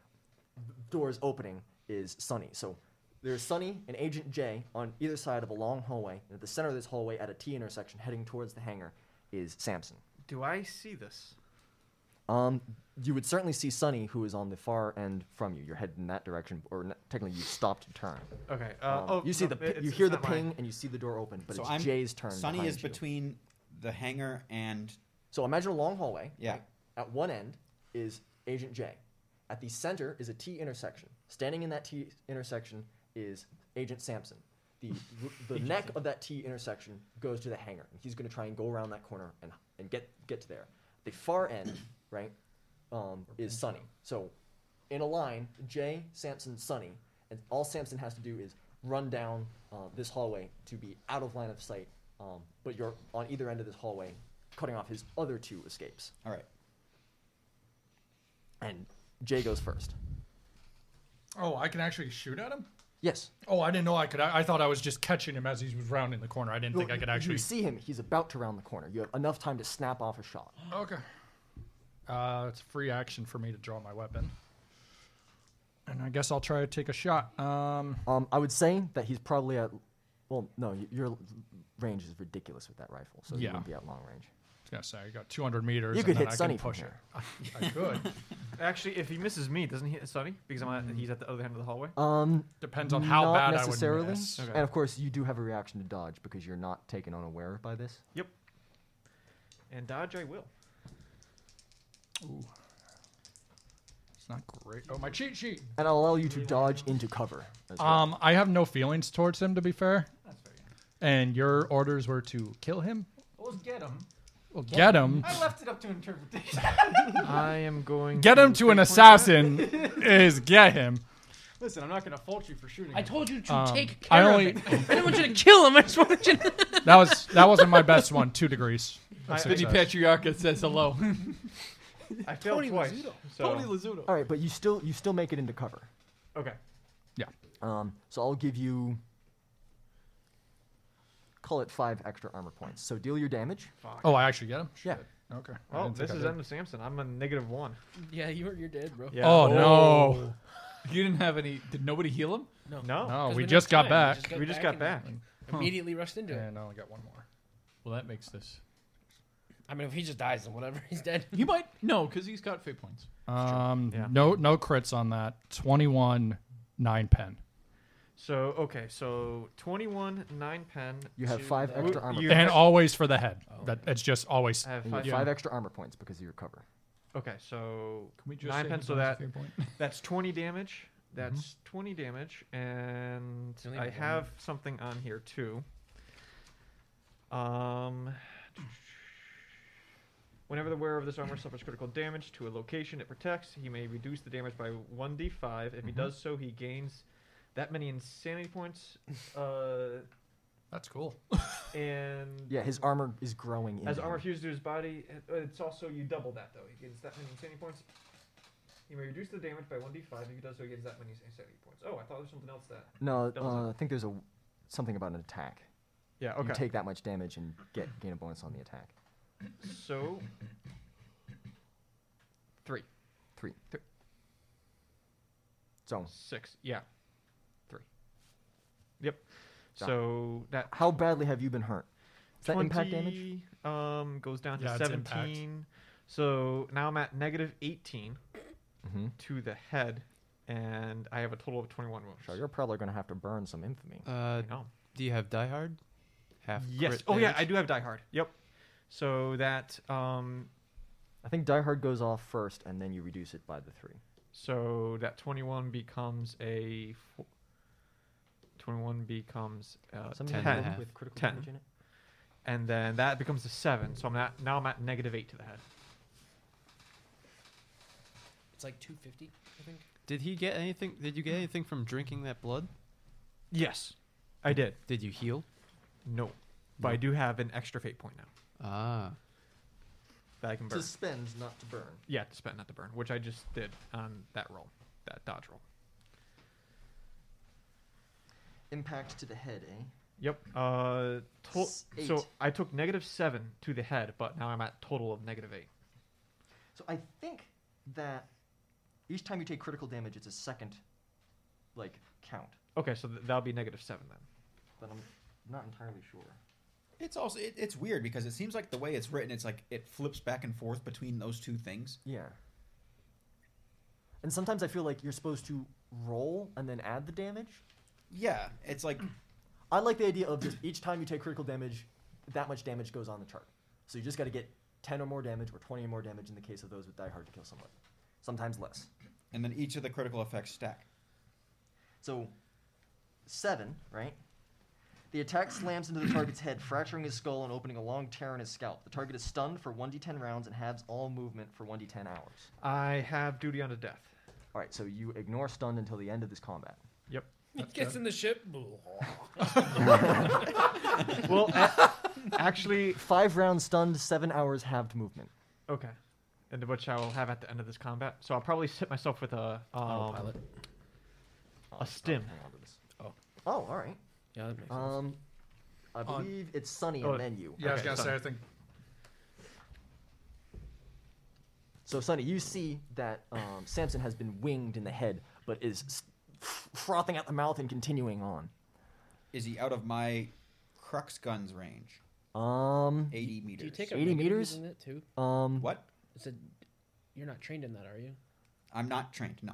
doors opening is Sunny. So there's Sunny and Agent J on either side of a long hallway, and at the center of this hallway, at a T intersection heading towards the hangar, is Samson.
Do I see this?
Um, you would certainly see Sunny, who is on the far end from you. You're headed in that direction, or n- technically you stopped to turn.
Okay. Uh,
Um,
oh,
you see
no,
the pi-
it's-
you
it's
hear the
not mine.
ping and you see the door open, but
so
it's
I'm
Jay's turn.
Sunny
behind
is
you.
between the hangar and
So imagine a long hallway.
Yeah.
right? At one end is Agent J. At the center is a T intersection. Standing in that T intersection is Agent Sampson. The, the neck of that T intersection goes to the hangar, and he's going to try and go around that corner and, and get, get to there. The far end, right, um, is Sunny. So in a line, J, Sampson, Sunny, and all Sampson has to do is run down uh, this hallway to be out of line of sight. Um, but you're on either end of this hallway, cutting off his other two escapes.
all right.
And Jay goes first.
Oh, I can actually shoot at him.
Yes.
Oh, I didn't know I could. I, I thought I was just catching him as he was rounding the corner. I didn't think I could actually.
You see him. He's about to round the corner. You have enough time to snap off a shot.
Okay. Uh, it's free action for me to draw my weapon. And I guess I'll try to take a shot. Um,
Um, I would say that he's probably at. Well, no, y- your range is ridiculous with that rifle, so you
Yeah.
wouldn't be at long range.
I was gonna say I got 200 meters.
You
and
could
then
hit
I
Sunny
can
from
push it.
here.
I could.
Actually, if he misses me, doesn't he hit Sonny? Because I'm at, he's at the other end of the hallway.
Mm. Um,
Depends on how
not
bad
necessarily.
I would miss.
Okay.
And of course, you do have a reaction to dodge because you're not taken unaware by this.
And dodge, I will.
It's not great. Oh, my cheat sheet.
And I'll allow you to dodge into cover. As well.
Um, I have no feelings towards him, to be fair. And your orders were to kill him.
Let's get him.
Well, get him.
I left it up to
*laughs*
interpretation.
I am going.
Get him to an
pinpoint
assassin is get him.
*laughs* Listen, I'm not gonna fault you for shooting.
I
him.
told you to
Um,
take
I
care
only-
of it. *laughs* I didn't want you
*laughs*
to kill him. I just wanted you to. *laughs*
That was that wasn't my best one. Two degrees. of
Vinny
success.
Patriarca says hello. *laughs*
Um, *laughs* I failed twice.
Tony Lazzuto.
All right, but you still you still make it into cover.
Okay.
Yeah.
Um, so I'll give you call it five extra armor points. So deal your damage.
Oh, I actually get him.
Yeah.
Okay. I
Oh,
didn't think
this
I
is
did.
end of Samson. I'm a negative one.
Yeah, you're you're dead, bro.
Yeah.
Oh no.
You didn't have any. Did nobody heal him?
No.
No,
'Cause
we
didn't
just
have
got
time.
back.
We just got
and
back.
Immediately rushed into it.
And Hmm. I only got one more.
Well, that makes this.
I mean, if he just dies, then whatever. He's dead.
He might no, because he's got fate points.
Um,
Yeah.
no, no crits on that. Twenty-one, nine pen.
So okay, so 21, 9, pen.
You have
two-
five
Wo-
extra armor Oh,
you
And
have-
always for the head. That it's just always.
I
And
have
you
five.
get five extra armor points because of your cover.
Okay, so
Can we just
nine
say
pen.
he
So
buys a
that
fate point?
*laughs*
Mm-hmm.
that's twenty damage. That's twenty damage, and
only
I
have one.
have something on here too. Um. Whenever the wearer of this
*coughs*
armor suffers critical damage to a location it protects, he may reduce the damage by 1d5. If he
Mm-hmm.
does so, he gains that many insanity points. Uh,
That's cool.
*laughs* and
Yeah, his armor is growing. In
As
him.
armor fused to his body, uh, it's also you double that though. He gains that many insanity points. You may reduce the damage by one d five if he does so. He gains that many insanity points. Oh, I thought there was something else that.
No,
Double
uh, I think there's a something about an attack.
Yeah.
You take that much damage and get gain a bonus on the attack.
So three,
Three.
Th-
So
six, yeah, three. Yep. So that
how badly have you been hurt? Is that impact damage?
20, Um, goes down to
Yeah, it's impact.
seventeen. So now I'm at negative 18
Mhm.
to the head, and I have a total of twenty-one wounds.
So you're probably going to have to burn some infamy.
Uh,
I know.
do you have Die Hard? Half.
Yes.
crit
Oh yeah, I
damage?
do have Die Hard. Yep. So that um
I think Die Hard goes off first, and then you reduce it by the three.
so that 21 becomes a fo- 21 becomes uh,
Some
10
people
and a half.
with critical
Ten.
damage in it.
and then that becomes a 7. So I'm at now I'm at negative 8 to the head.
It's like 250, I think.
Did he get anything? Did you get anything from drinking that blood?
Yes. I did.
Did you heal?
No. But I do have an extra fate point now
Ah.
that I can burn.
To spend, not to burn.
yeah, to spend not to burn, which I just did on that roll, that dodge roll.
Impact to the head, eh?
Yep. Uh to-
S-
so
eight.
I took negative 7 to the head, but now I'm at total of negative 8.
So I think that each time you take critical damage, it's a second, like count.
Okay, so th- that'll be negative 7 then.
But I'm not entirely sure.
It's also it, it's weird because it seems like the way it's written, it's like it flips back and forth between those two things.
Yeah. And sometimes I feel like you're supposed to roll and then add the damage.
Yeah, it's like
*clears throat* I like the idea of just each time you take critical damage, that much damage goes on the chart. So you just got to get 10 or more damage or 20 or more damage in the case of those with Die Hard to kill someone. Sometimes less.
and then each of the critical effects stack.
So, seven, right? The attack slams into the target's head, fracturing his skull and opening a long tear in his scalp. The target is stunned for 1d10 rounds and halves all movement for 1d10 hours.
I have duty unto death.
All right, so you ignore stunned until the end of this combat.
Yep.
He gets in the ship. *laughs*
Well, a- actually,
Five rounds stunned, seven hours halved movement.
okay. And which I will have at the end of this combat. So I'll probably hit myself with a um,
Autopilot.
a stim.
Hang on to this. Oh. Oh, all right.
Yeah, that makes sense.
Um, I
On-
believe it's Sunny
Oh,
and then you.
Yeah, I was
Okay,
gonna
sorry.
say. I think
So, Sonny, you see that um, Samson has been winged in the head, but is s- f- frothing out the mouth and continuing on.
Is he out of my crux guns range?
Um,
Eighty meters.
Do you take a
80
negative
meters?
in it too?
um,
what?
It's a, you're not trained in that, are you?
I'm not trained. No.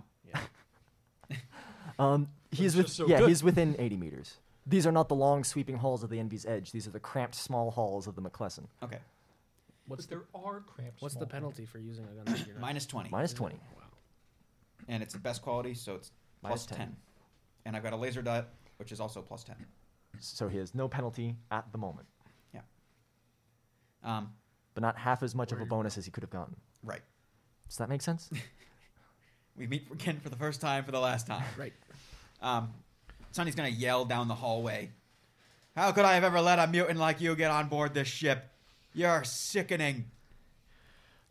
um, he's with,
just so
yeah,
good.
he's within 80 meters. These are not the long sweeping halls of the Envy's Edge. These are the cramped small halls of the McClesson.
Okay.
What's the,
there are cramps.
what's the penalty for using a gun that you're not?
Minus twenty,
Minus 20.
and it's the best quality, so it's
Minus
plus
10.
10. And I've got a laser dot, which is also plus ten.
So he has no penalty at the moment.
Um,
but not half as much of a bonus as he could have gotten.
Right.
Does that make
*laughs*
sense?
We meet again for the first time for the last time.
Right.
Um, Sonny's gonna yell down the hallway. How could I have ever let a mutant like you get on board this ship? You're
*laughs*
sickening.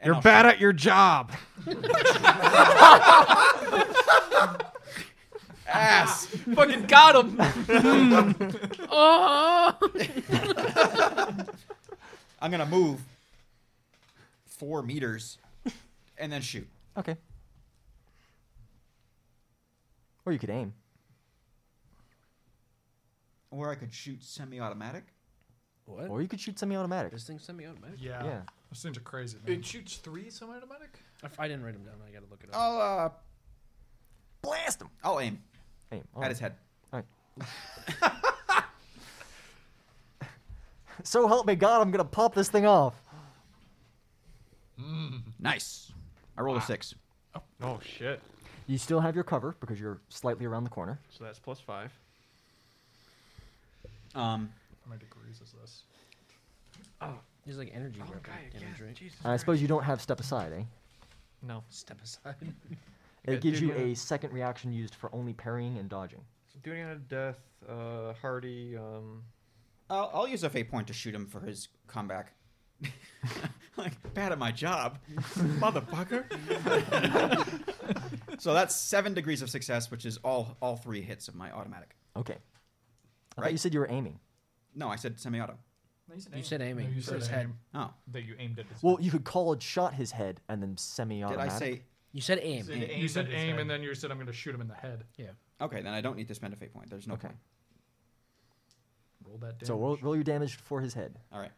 And
You're
I'll
bad at your job.
ass.
Fucking got him.
*laughs*
*laughs*
Oh,
*laughs* I'm gonna move four meters and then shoot.
Okay. Or you could aim.
Or I could shoot semi-automatic.
what?
Or you could shoot semi-automatic.
This thing's semi-automatic.
Yeah.
Yeah.
Those things are crazy, man.
shoots three semi-automatic.
I- I didn't write them down. I gotta look it up.
Oh.
I'll uh,
Blast him.
I'll aim
Aim.
at
Alright.
his head.
Alright.
*laughs*
so help me God, I'm gonna pop this thing off.
*laughs*
Nice. I rolled a six.
Ah. Oh shit!
You still have your cover because you're slightly around the corner.
So that's plus five.
Um,
How many degrees is this?
Oh, There's like energy weapon imagery.
And I suppose you don't have step aside, eh?
No.
Step aside.
*laughs* It
Okay,
gives
dude,
you
yeah.
a second reaction used for only parrying and dodging.
Doing a death, uh, Hardy. Um,
I'll, I'll use a fate point to shoot him for his comeback. *laughs* like bad at my job, motherfucker. *laughs* so that's seven degrees of success, which is all all three hits of my automatic.
Okay. I thought
Right.
you said you were aiming.
No, I said semi-auto.
You said aiming
you
for
said
his
aim.
head.
Oh,
That you aimed at his
Well,
head.
you could college shot his head and then
did I
semi-automatic.
say?
You said aim.
You
aim.
said, you said
at his
aim,
head.
and then you said I'm going to shoot him in the head.
Okay, then I don't need to spend a fate point. There's no
Okay.
point.
Roll that damage.
So roll, roll your damage for his head.
All right.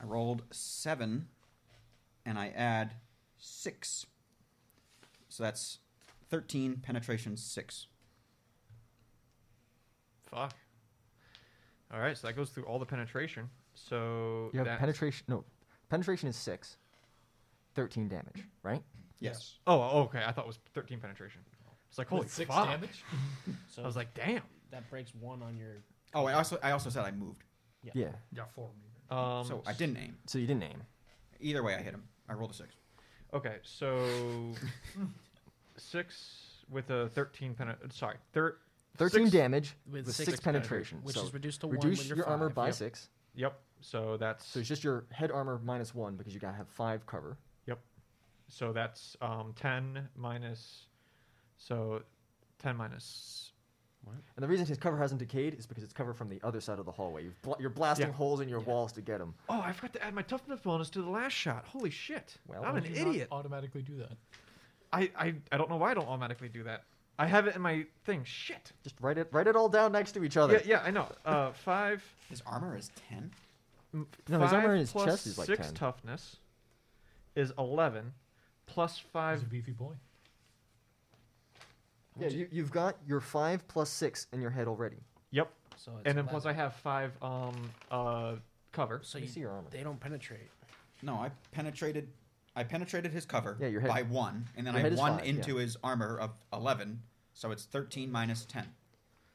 I rolled seven, and I add six. So that's 13 penetration six.
fuck. All right, so that goes through all the penetration. So
You have
that-
penetration. No, penetration is six. Thirteen damage, right?
Yes.
Oh, oh, okay. I thought it was thirteen penetration. It's like *laughs* holy
With six
fuck. *laughs*
damage.
So
I was like, damn.
that breaks one on your.
Oh, I also I also said I moved,
Yeah.
Yeah, four meters.
Um,
so I didn't aim.
So you didn't aim.
Either way, I hit him. I rolled a six.
Okay,
*laughs*
so six with a thirteen pen. Sorry, thir-
Thirteen
six-
damage
With
with,
six
six,
penetration,
penetration,
which
so
is reduced to one
reduce
with your
your, armor
five,
by
yep.
six.
Yep. So that's
So it's just your head armor minus one because you gotta have five cover.
yep. So that's um ten minus. So ten minus.
And the reason his cover hasn't decayed is because it's cover from the other side of the hallway. You've bl- you're blasting
Yeah.
holes in your walls to get him.
Oh, I forgot to add my toughness bonus to the last shot. Holy shit!
Well,
I'm
would
an
Did you not
idiot.
automatically do that.
I, I I don't know why I don't automatically do that. I have it in my thing. Shit.
Just write it write it all down next to each other.
Yeah, yeah, I know. Uh, five.
His armor is 10?
No,
five
his armor in his
plus
chest is like
six
10.
toughness is eleven, plus
He's
five.
a beefy boy.
Yeah, you, you've got your five plus six in your head already.
Yep.
So it's
and then plus I
11.
have five um uh cover.
So
You
you,
see your armor.
They don't penetrate.
No, I penetrated. I penetrated his cover
Yeah, your head-
by one, and then
your
I
head is
won
five, yeah.
into his armor of eleven, so it's thirteen minus ten.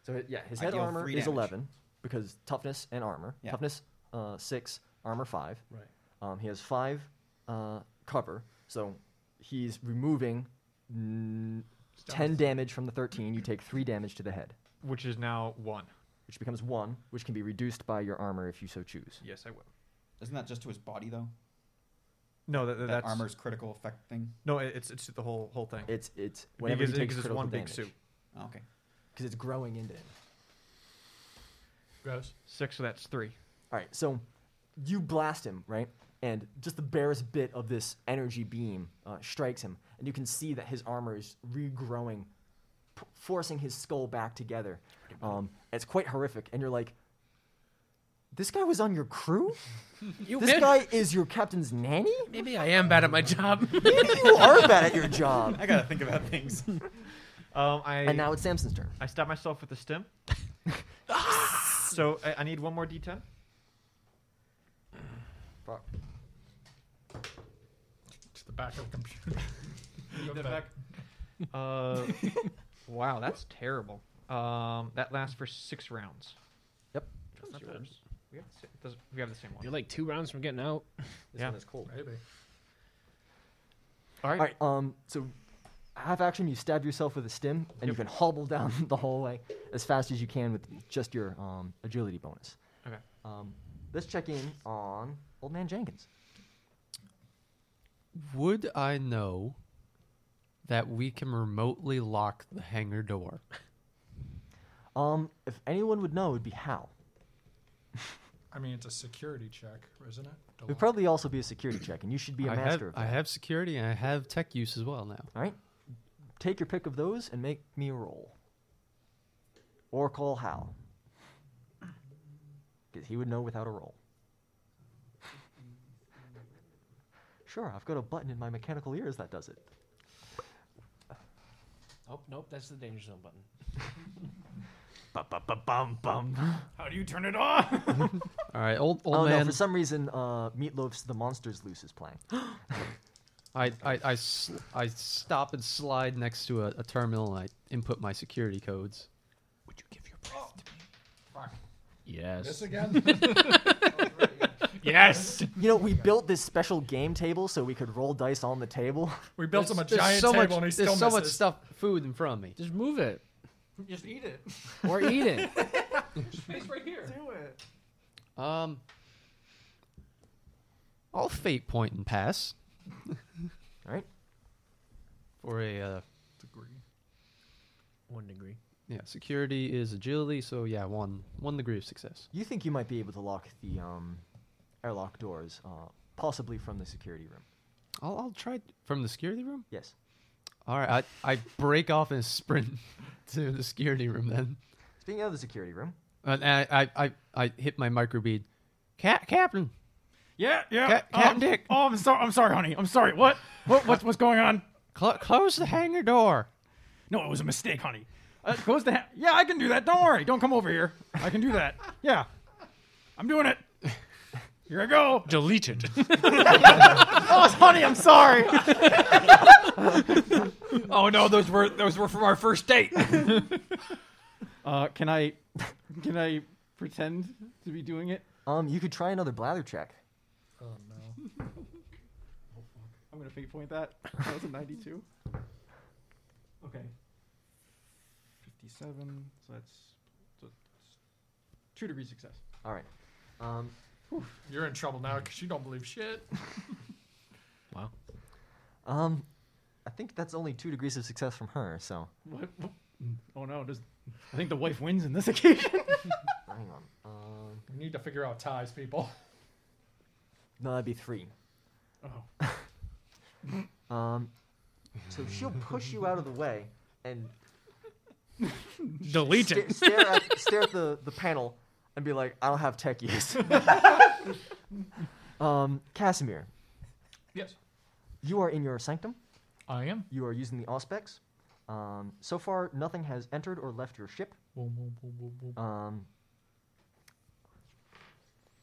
So it- yeah, his
I
head
deal
armor
three
is
damage.
eleven because toughness and armor.
Yeah.
Toughness uh, six, armor five.
Right.
Um, he has five uh, cover, so he's removing n- ten damage from the thirteen. You take three damage to the head,
which is now one.
which becomes one, which can be reduced by your armor if you so choose.
Yes, I will.
Isn't that just to his body though?
No, that, that,
That
that's
armor's critical effect thing.
No, it- it's it's the whole whole thing.
It's it's whenever
because
he takes
because it's
critical
one big
damage,
suit.
Oh, okay.
because it's growing into him.
Gross.
Six, so that's three.
All right, so you blast him, right? And just the barest bit of this energy beam uh, strikes him, and you can see that his armor is regrowing, p- forcing his skull back together. Um, it's quite horrific, and you're like, "This guy was on your crew.
*laughs*
*laughs*
You
This guy is your captain's nanny.
Maybe I am bad at my job.
*laughs* Maybe you are bad
*laughs*
at your job."
*laughs* I gotta think about
*laughs*
things.
Um, I
And now it's Samson's turn.
I stab myself with
*laughs*
the stim. Ah! so I, I need one more d10.
To the back of
*laughs*
the computer. You have that.
Uh, wow, that's terrible. Um, that lasts for six rounds.
Yep.
That's yours. *laughs* We have, the same, does, we have the same one.
You're like two rounds from getting out.
This
Yeah.
one is cold.
Maybe.
All right.
All right. Um. So, half action, you stab yourself with a stim, and you can hobble down *laughs* the hallway as fast as you can with just your um, agility bonus.
Okay.
Um, let's check in on Old Man Jenkins.
Would I know that we can remotely lock the hangar door?
Um, if anyone would know, it'd be Hal.
Oh,
I mean, it's a security check, isn't it? To
It'd
lock-
probably also be a security check, and you should be a
I have,
master of
I
that.
have security and I have tech use as well now.
All right. Take your pick of those and make me roll. Or call Hal. Because he would know without a roll. Sure, I've got a button in my mechanical ears that does it.
Oh nope, that's the danger zone button.
How do you turn it on?
*laughs*
All right, old old
oh
man.
no, for some reason, uh, Meatloaf's The Monsters Loose is
*gasps*
playing.
I, I, I, s- I stop and slide next to a, a terminal and I input my security codes.
This
*laughs*
Yes.
again?
yes.
You know, we built this special game table so we could roll dice on the table.
We built him a
There's
giant
so
table
much,
and he
there's so
still
much
misses.
stuff, food in front of me.
Just move it
Just eat it.
or
*laughs*
eat it.
Space right here.
Um, I'll fate point and pass
*laughs* All right.
for a uh,
One degree.
yeah. Security is agility, so yeah, one one degree of success.
You think you might be able to lock the um, airlock doors, uh, possibly from the security room?
I'll, I'll try from the security room.
Yes.
All right, I, I break off and *laughs* sprint to the security room then,
Speaking of the security room,
and I I, I, I hit my microbead. Cap, Captain,
yeah, yeah.
Cap-
um,
Captain Dick.
Oh, I'm sorry. I'm sorry, honey. I'm sorry. What? What? What's, what's going on?
cl- close the hangar door.
No, it was a mistake, honey. Uh, close the. Ha- yeah, I can do that. Don't worry. Don't come over here. I can do that. Yeah, I'm doing it. Here I go.
Deleted.
Oh, honey, I'm *laughs* sorry.
Oh no, those were those were from our first date.
*laughs* Uh, can I, *laughs* can I pretend to be doing it?
um, you could try another blather check.
Oh,
I'm gonna fate point that. That was a 92. Okay. 57. So that's, so it's two degree success.
All right. Um,
You're in trouble now because you don't believe shit.
*laughs*
um, I think that's only two degrees of success from her. So
What?
*laughs*
Oh no! Does I think the wife wins in
*laughs*
this occasion?
*laughs* hang on. Um,
We need to figure out ties, people.
no, that'd be three. Oh. um, so
*laughs*
she'll push you out of the way
*laughs*
and
Delete
sta-
it.
stare
*laughs*
at stare at the, the panel and be like, I don't have tech use. um, Casimir,
Yes.
you are in your sanctum.
I am.
You are using the auspex. Um, so far, nothing has entered or left your ship. Um,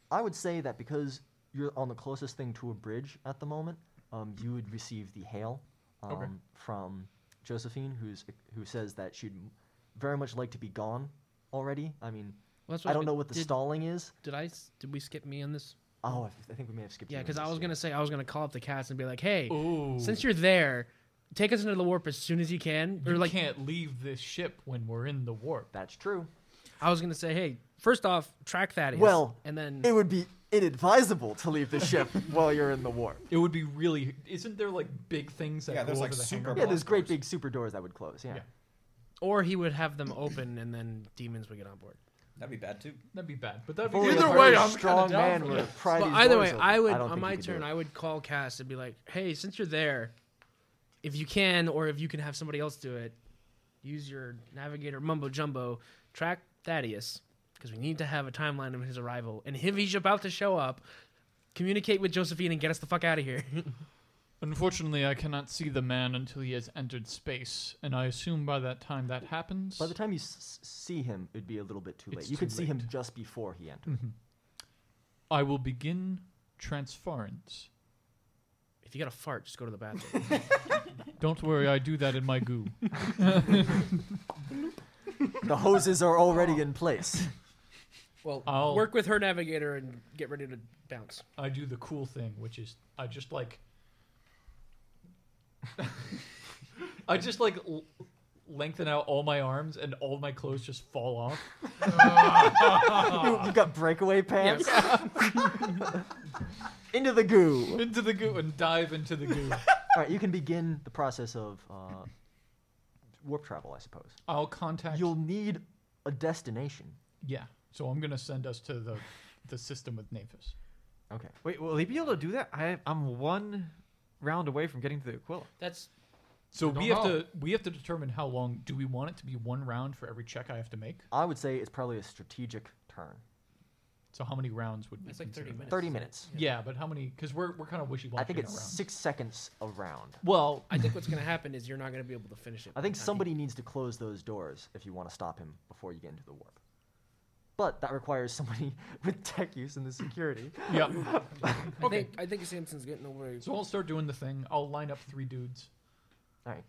I would say that because you're on the closest thing to a bridge at the moment, um, you would receive the hail um, from Josephine, who's who says that she'd m- very much like to be gone already. I mean,
Well, that's
I don't
was gonna-
know what the
did,
stalling is.
Did I? s- Did we skip me on this?
Oh, I, I think we may have skipped.
Yeah,
you on
because I
this,
was
yeah.
gonna say I was gonna call up the cast and be like, hey,
Ooh.
since you're there, take us into the warp as soon as you can. Or
you
like
can't leave this ship when we're in the warp.
That's true.
I was gonna say, hey, first off, track Thaddeus.
Well,
and then
It would be inadvisable to leave the
*laughs*
ship while you're in the warp.
It would be really. Isn't there like big things that
Yeah,
go
there's
over
like
the
super
hangar?
Yeah, there's
Locked
great
doors.
big super doors that would close. Yeah.
Yeah.
or he would have them open and then demons would get on board.
That'd be bad too.
That'd be bad. But that'd be
Only a
Either
very
way, I'm kinda
strong
down
man
for
would
it.
pry
But
these
either
doors
way,
open.
I would
don't
on
think
my
you could do
turn,
it.
I would call Cass and be like, hey, since you're there, if you can or if you can have somebody else do it, use your navigator mumbo jumbo, track Thaddeus, because we need to have a timeline of his arrival. And if he's about to show up, communicate with Josephine and get us the fuck out of here. *laughs*
Unfortunately, I cannot see the man until he has entered space, and I assume by that time that happens.
By the time you s- s- see him, it'd be a little bit too late.
It's
you
too
could see him
late.
just before he entered.
Mm-hmm. I will begin transference.
if you got
*laughs*
a fart, just go to the bathroom.
*laughs*
*laughs* Don't worry, I do that in my goo.
The hoses are already in
*laughs*
place. *laughs*
Well,
I'll-
work with her navigator and get ready to bounce.
I do the cool thing, which is I just like. *laughs* I just like l- lengthen out all my arms and all my clothes just fall off.
*laughs* You,
*laughs*
have got breakaway pants. *laughs* Into the goo.
into the goo and dive into the goo.
All right, you can begin the process of uh, warp travel, I suppose.
I'll contact.
You'll need a destination.
Yeah. So I'm gonna send us to the the system with Naphis.
Okay.
Wait, will he be able to do that? I I'm one round away from getting to the Aquila.
That's
So
I don't
we have
know.
to we have to determine how long do we want it to be one round for every check I have to make.
I would say it's probably a strategic turn.
So how many rounds would be
that's like 30 minutes.
30 minutes.
Yeah, but how many? Because we're we're kind of wishy washy.
I think it's
round.
six seconds a round.
Well,
I think what's going to happen is you're not going to be able to finish it.
I think somebody needs to close those doors if you want to stop him before you get into the warp. But that requires somebody *laughs* with tech use in the security. *laughs*
yeah.
I think, I think Samson's getting away.
So I'll start doing the thing. I'll line up three dudes
All right.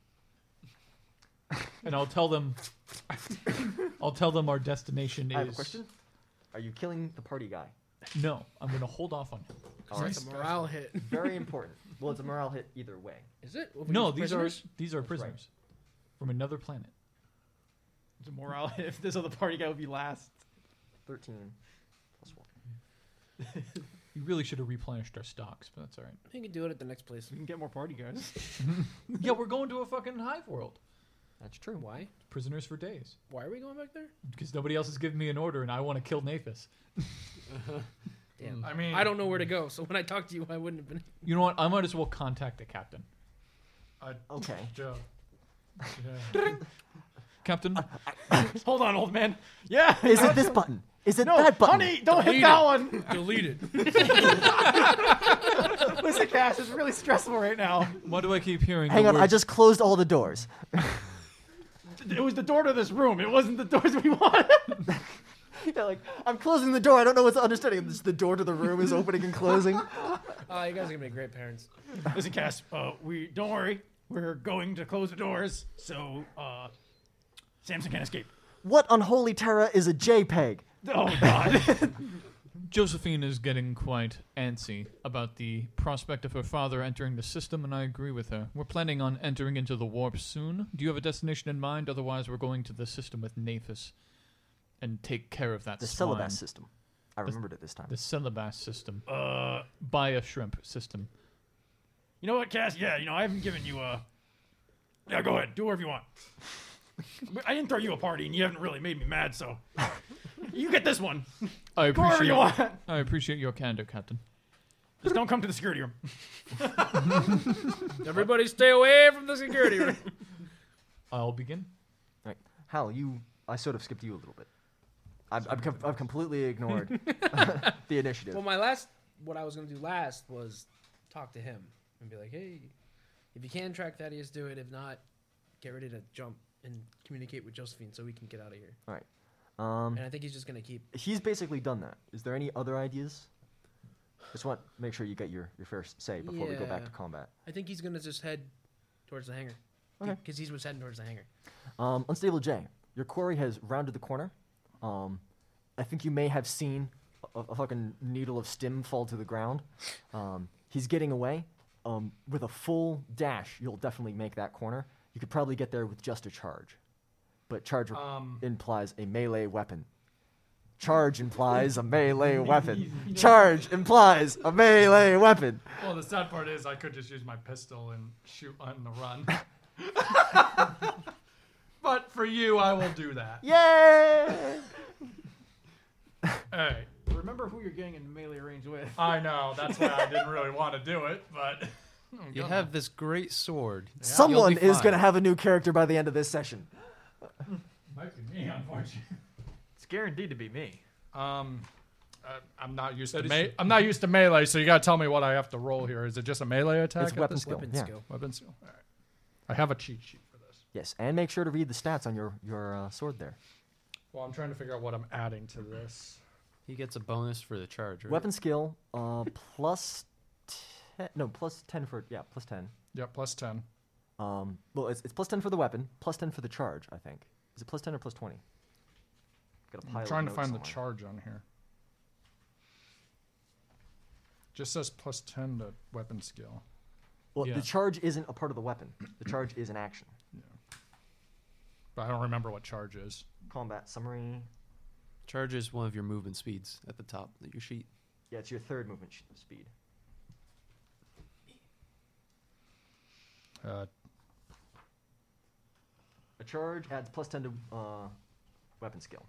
and I'll tell them. I'll tell them our destination
I
is.
have a question. Are you killing the party guy?
No, I'm gonna hold off on him.
All right.
It's a morale hit. *laughs*
Very important. Well, it's a morale hit either way.
Is it?
No, these
Prisoners?
are these are
That's right.
prisoners from another planet.
The morale, if this other party guy would be last.
13 plus 1.
We really should have replenished our stocks, but that's all right.
You can do it at the next place.
We can get more party guys.
yeah, we're going to a fucking hive world.
That's true.
Why?
Prisoners for days
Why are we going back there?
because nobody else has given me an order, and I want to kill Nathus.
*laughs* Damn.
I mean,
I don't know where to go, so when I talked to you, I wouldn't have been.
You know what? I might as well contact the captain.
*laughs* Okay.
*laughs*
Joe.
*laughs*
Captain,
Hold on, old man. Yeah.
Is it this button? Is it
No,
that button?
honey, don't hit
Delete
that
it.
one.
Deleted.
*laughs* Listen, Cass, it's really stressful right now.
why do I keep hearing?
Hang
the
on, I
word-
just closed all the doors.
It was the door to this room. It wasn't the doors we wanted.
*laughs* They're like, I'm *laughs* closing the door. I don't know what's understanding. This, the door to the room is opening and
*laughs*
*laughs*
closing.
Oh, you guys are gonna be great parents.
Listen, Cass, uh, we don't worry. We're going to close the doors, so uh, Samson can't escape.
what unholy terror is a JPEG?
Oh God!
Josephine is getting quite antsy about the prospect of her father entering the system, and I agree with her. We're planning on entering into the warp soon. Do you have a destination in mind? Otherwise, we're going to the system with Naphis and take care of that
The
swine.
syllabus system. I remembered it this time.
The syllabus system.
uh,
Buy a shrimp system.
you know what, Cass? Yeah, you know I haven't given you a. Yeah, go ahead. Do whatever you want. But I didn't throw you a party, and you haven't really made me mad,
*laughs*
so you get this one.
I
Go wherever
appreciate,
you want.
I appreciate your candor, Captain.
Just don't come to the security room.
Everybody, stay away from the
*laughs*
security room.
I'll begin.
Right. Hal, you. I sort of skipped you a little bit. I've, I've, com- I've completely
*laughs*
ignored *laughs* the initiative.
well, my last, what I was gonna do last was talk to him and be like, hey, if you can track Thaddeus, do it. If not, get ready to jump and communicate with Josephine so we can get out of here.
All right. Um,
And I think he's just gonna keep.
he's basically done that. Is there any other ideas? Just want to make sure you get your, your first say before we go back
Yeah.
to combat.
I think he's gonna just head towards the hangar.
Okay.
Because he was heading towards
*laughs*
the hangar.
Um, Unstable J, your quarry has rounded the corner. Um, I think you may have seen a, a fucking needle of stem fall to the ground. Um, he's getting away. Um, with a full dash, you'll definitely make that corner. You could probably get there with just a charge. But charge re-
Um,
implies a melee weapon. Charge implies a melee weapon. Charge implies a melee weapon.
well, the sad part is I could just use my pistol and shoot on the
*laughs*
run. *laughs* but for you, I will do that.
Yay!
All right.
Remember who you're getting in melee range with.
I
*laughs*
know that's why I didn't really want to do it,
*laughs*
but
oh,
You have this great sword.
Someone is going to have a new character by the end of this session.
might be me, unfortunately.
It's guaranteed to be me.
Um, uh, I'm not used to
is
me- I'm not used to melee, so you gotta tell me what I have to roll here. Is it just a melee attack?
It's
at
weapon
this-
skill.
Weapon
yeah.
skill.
Weapon skill. All right. I have a cheat sheet for this.
Yes, and make sure to read the stats on your your uh, sword there.
Well, I'm trying to figure out what I'm adding to this.
He gets a bonus for the charge. Right?
Weapon skill, uh, *laughs* plus ten. No, plus ten for yeah, plus ten.
Yep, plus ten.
Um, well, it's, it's plus ten for the weapon, plus ten for the charge. I think is it plus ten or plus twenty? Got a pile
I'm
of
trying to
notes
find the
somewhere.
charge on here. Just says plus 10 to weapon skill.
Well,
Yeah.
the charge isn't a part of the weapon. The charge is an action.
But I don't remember what charge is.
Combat summary.
Charge is one of your movement speeds at the top of your sheet.
Yeah, it's your third movement sh- speed.
Uh,
A charge adds plus 10 to uh, weapon skill.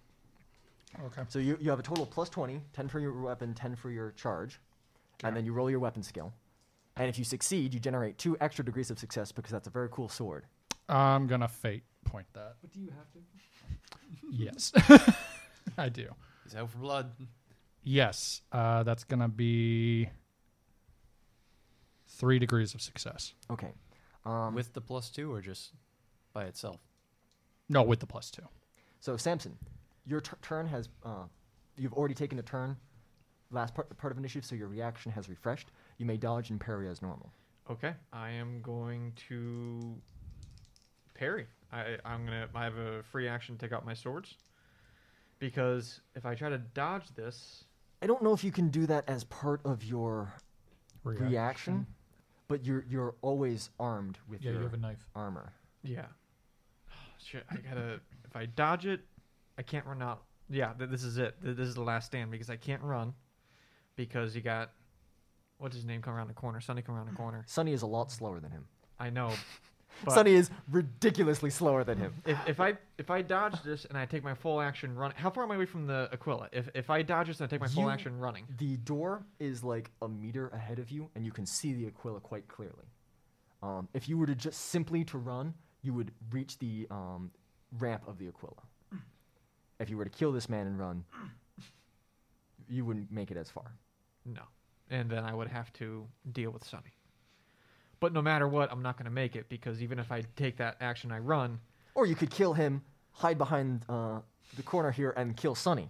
okay.
So you, you have a total of plus 20, 10 for your weapon, 10 for your charge, and then you roll your weapon skill. And if you succeed, you generate two extra degrees of success because that's a very cool sword.
I'm going to fate point that.
But do you *laughs* have to?
*laughs* Yes. I do.
He's out for blood.
Yes. Uh, that's going to be three degrees of success.
Okay. Um,
With the plus two or just by itself?
No, with the plus two.
so Samson, your tur turn has uh, you've already taken a turn, last part part of initiative, so your reaction has refreshed. You may dodge and parry as normal.
Okay, I am going to parry. I, I'm gonna. I have a free action. to Take out my swords because if I try to dodge this,
I don't know if you can do that as part of your
Reaction.
reaction, but you're you're always armed with
Yeah,
your
you have a knife.
armor.
yeah. *sighs* Shit, I gotta. if I dodge it, I can't run out. Yeah, th- this is it. Th- This is the last stand because I can't run because you got what's his name come around the corner. Sonny come around the corner.
Sonny is a lot slower than him.
I
*laughs*
know. but-
Sonny is ridiculously slower than him.
If, if I if I dodge this and I take my full action run, how far am I away from the Aquila? If, if I dodge this and I take my full
You-
action running,
The door is like a meter ahead of you, and you can see the Aquila quite clearly. Um, if you were to just simply to run, you would reach the um, ramp of the Aquila. If you were to kill this man and run, you wouldn't make it as far.
no, and then I would have to deal with Sunny. But no matter what, I'm not going to make it because even if I take that action, I run.
Or you could kill him, hide behind uh, the corner here, and kill Sonny.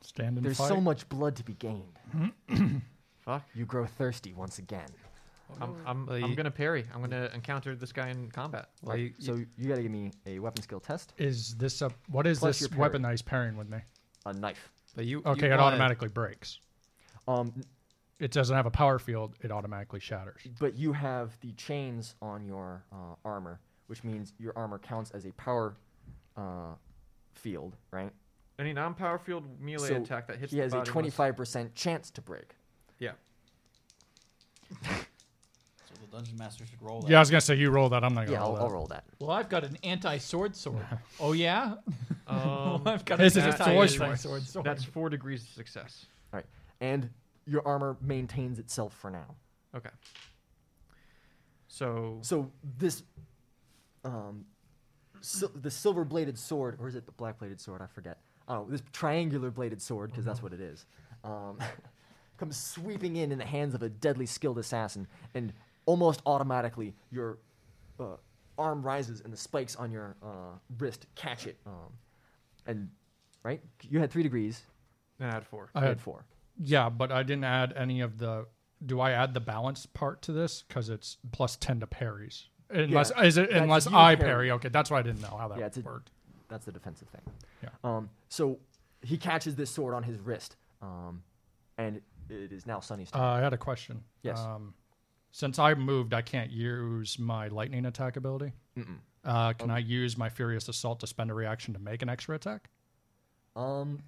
Stand and
There's
fight.
so much blood to be gained.
Fuck.
You grow thirsty once again.
I'm I'm,
Well,
I'm
you-
going to parry. I'm going to encounter this guy in combat.
Well, you,
So you gotta give me a weapon skill test,
Is this a. What is
Plus
this
your parry.
weapon that he's pairing with me?
a knife.
but you
Okay,
you
it
wanna-
automatically breaks.
Um,
It doesn't have a power field, it automatically shatters.
but you have the chains on your uh, armor, which means your armor counts as a power uh, field, right?
Any non-power field melee
So
attack that hits
He
the
has a
body must-
twenty-five percent chance to break.
Yeah.
So the dungeon master should roll.
Yeah, I was going to say, you roll that. I'm not going to
Yeah,
roll
I'll,
that.
I'll roll that.
Well, I've got an anti-sword
*laughs*
sword. oh yeah,
Um,
*laughs* I've got
This
an
is a
anti-
choice.
anti-sword sword.
that's four degrees of success.
All right, and your armor maintains itself for now.
Okay. So
So this, um, sil- the silver-bladed sword, or is it the black-bladed sword? I forget. Oh, this triangular-bladed sword, because that's what it is, um, *laughs* comes sweeping in in the hands of a deadly skilled assassin, and almost automatically your uh, arm rises and the spikes on your uh, wrist catch it. Um, and right, you had three degrees.
then add four.
I
I
had
had four.
Yeah, but I didn't add any of the. Do I add the balance part to this? Because it's plus ten to parries. Unless
Yeah,
is it
that's
unless
you
I
parry.
parry? Okay, that's why I didn't know how that
Yeah, it's a-
worked.
That's the defensive thing.
Yeah.
Um, so he catches this sword on his wrist, um, and it is now Sunny's turn.
Uh, I had a question.
Yes.
Um, since I moved, I can't use my lightning attack ability. Uh, can I use my furious assault to spend a reaction to make an extra attack?
Um,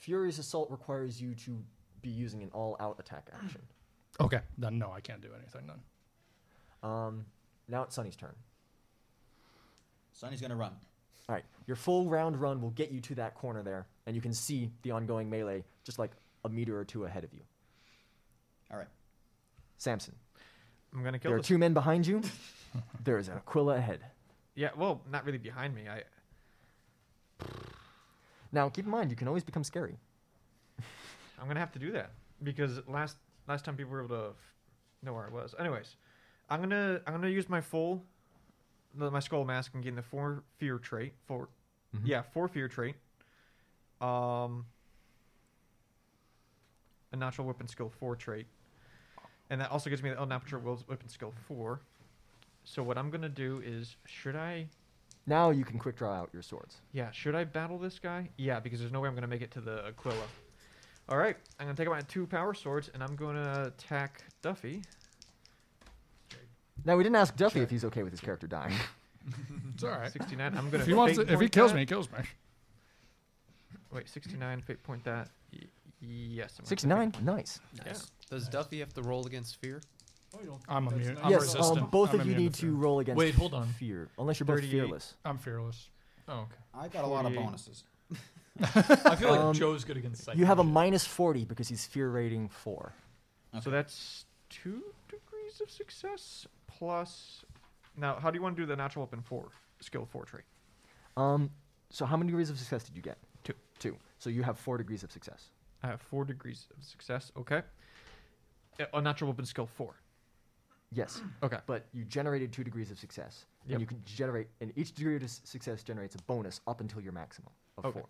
Furious Assault requires you to be using an all-out attack action.
Okay, then no, I can't do anything then.
Um, now it's Sunny's turn.
Sonny's gonna run.
All right, your full round run will get you to that corner there, and you can see the ongoing melee just like a meter or two ahead of you.
All right.
Samson,
I'm gonna kill
there are
this.
two men behind
*laughs*
you. there is an Aquila ahead.
Yeah, well, not really behind me. I
Now, keep in mind, you can always become scary.
I'm gonna have to do that because last last time people were able to f- know where I was. Anyways, I'm gonna I'm gonna use my full the- my skull mask and gain the four fear trait. 4 yeah, four fear trait. Um, a natural weapon skill four trait, and that also gives me the unnatural weapon skill four. So what I'm gonna do is, should I?
Now you can quick draw out your swords.
Yeah, should I battle this guy? Yeah, because there's no way I'm going to make it to the Aquila. All right, I'm going to take out my two power swords and I'm going to attack Duffy.
Now we didn't ask Duffy if he's okay with his character
*laughs*
dying. *laughs*
It's all right.
69.
*laughs*
I'm going to
If he wants, to, if he kills me, he kills me.
Wait, 69, fate point that. Y- yes. I'm gonna fate
Sixty-nine,
*laughs*
nice.
Nice. Does Duffy have to roll against fear?
I'm immune. I'm
yes,
resistant.
um, both
I'm
of you
immune
need to
fear.
roll against
Wait, hold on.
fear, unless you're both
38.
fearless.
I'm fearless.
Oh, okay.
I got a lot of
48.
bonuses.
I feel like
Um,
Joe's good against psychic.
You have a minus forty because he's fear rating four.
point. So that's two degrees of success plus. Now, how do you want to do the natural weapon four skill four trait?
Um, so how many degrees of success did you get?
Two.
Two. So you have four degrees of success.
I have four degrees of success. Okay. Uh, A natural weapon skill four.
Yes,
*clears throat* Okay.
but you generated two degrees of success,
Yep.
and you can generate, and each degree of s- success generates a bonus up until your maximum of
Okay.
four.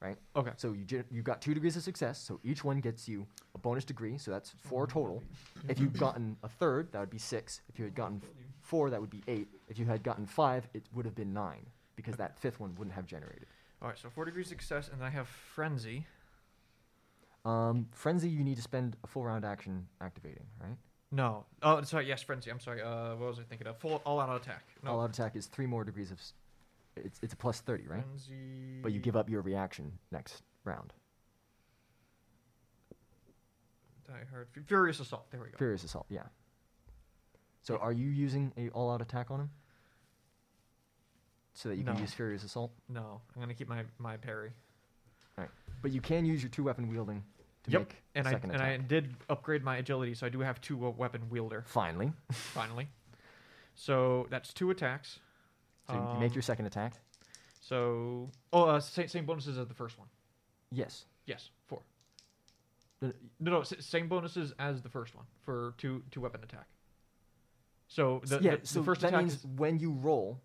Right.
Okay.
So you gen- you got two degrees of success, so each one gets you a bonus degree, so that's four total. If you'd gotten a third, that would be six. If you had gotten four, that would be eight. If you had gotten five, it would have been nine because that fifth one wouldn't have generated.
All right, so four degrees of success, and then I have frenzy.
Um, frenzy, you need to spend a full round action activating, right?
No. Oh, sorry. Yes, frenzy. I'm sorry. Uh, what was I thinking of? Full all-out attack. No.
All out attack is three more degrees of. S- it's it's a plus thirty, right?
Frenzy.
But you give up your reaction next round.
I heard fu- furious assault. There we go.
Furious assault, yeah. So are you using a all out attack on him? So that you
No.
can use furious assault?
No, I'm gonna keep my my parry.
But you can use your two weapon wielding to
Yep,
make
And I
second
and I
attack.
did upgrade my agility, so I do have two uh, weapon wielder
Finally.
*laughs* finally. So that's two attacks.
So you make
Um,
your second attack?
So oh, uh, same same bonuses as the first one.
Yes.
Yes, four.
No,
No, no, s- same bonuses as the first one for two two weapon attack. So the,
yeah,
the- the
so
first
that
attack
means
is,
when you roll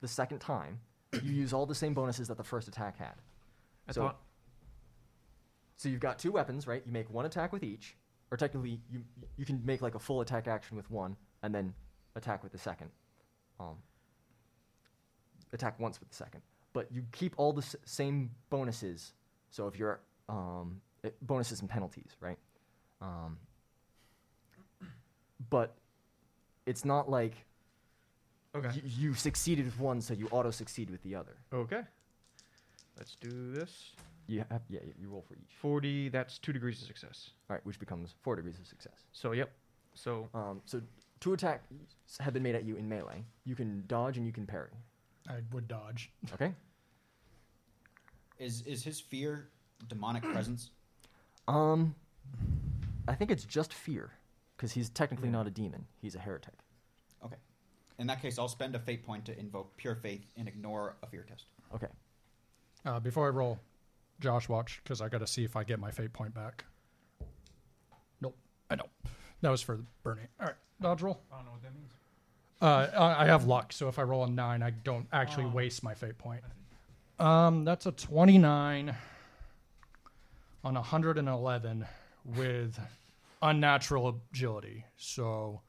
the second time, you use all the same bonuses that the first attack had.
I
so-
thought-
So you've got two weapons, right? You make one attack with each, or technically you you can make like a full attack action with one, and then attack with the second. Um, attack once with the second, but you keep all the s- same bonuses. So if you're um, eh, bonuses and penalties, right? Um, but it's not like
okay.
y- you succeeded with one, so you auto succeed with the other.
Okay. Let's do this.
You have, yeah, you- you roll for each.
40, that's two degrees of success.
All right, which becomes four degrees of success.
So, yep. So,
Um, so two attacks have been made at you in melee. You can dodge and you can parry.
I would dodge.
Okay.
Is is his fear
*clears throat*
demonic presence?
Um, I think it's just fear, because he's technically not a demon. He's a heretic.
Okay. In that case, I'll spend a fate point to invoke pure faith and ignore a fear test.
Okay.
Uh, before I roll, Josh, watch because I got to see if I get my fate point back. Nope, I don't. That was for Bernie. All right, dodge roll.
I don't know what that means.
Uh, I I have luck, so if I roll a nine, I don't actually waste my fate point. Um, that's a twenty-nine on hundred and eleven with unnatural agility. So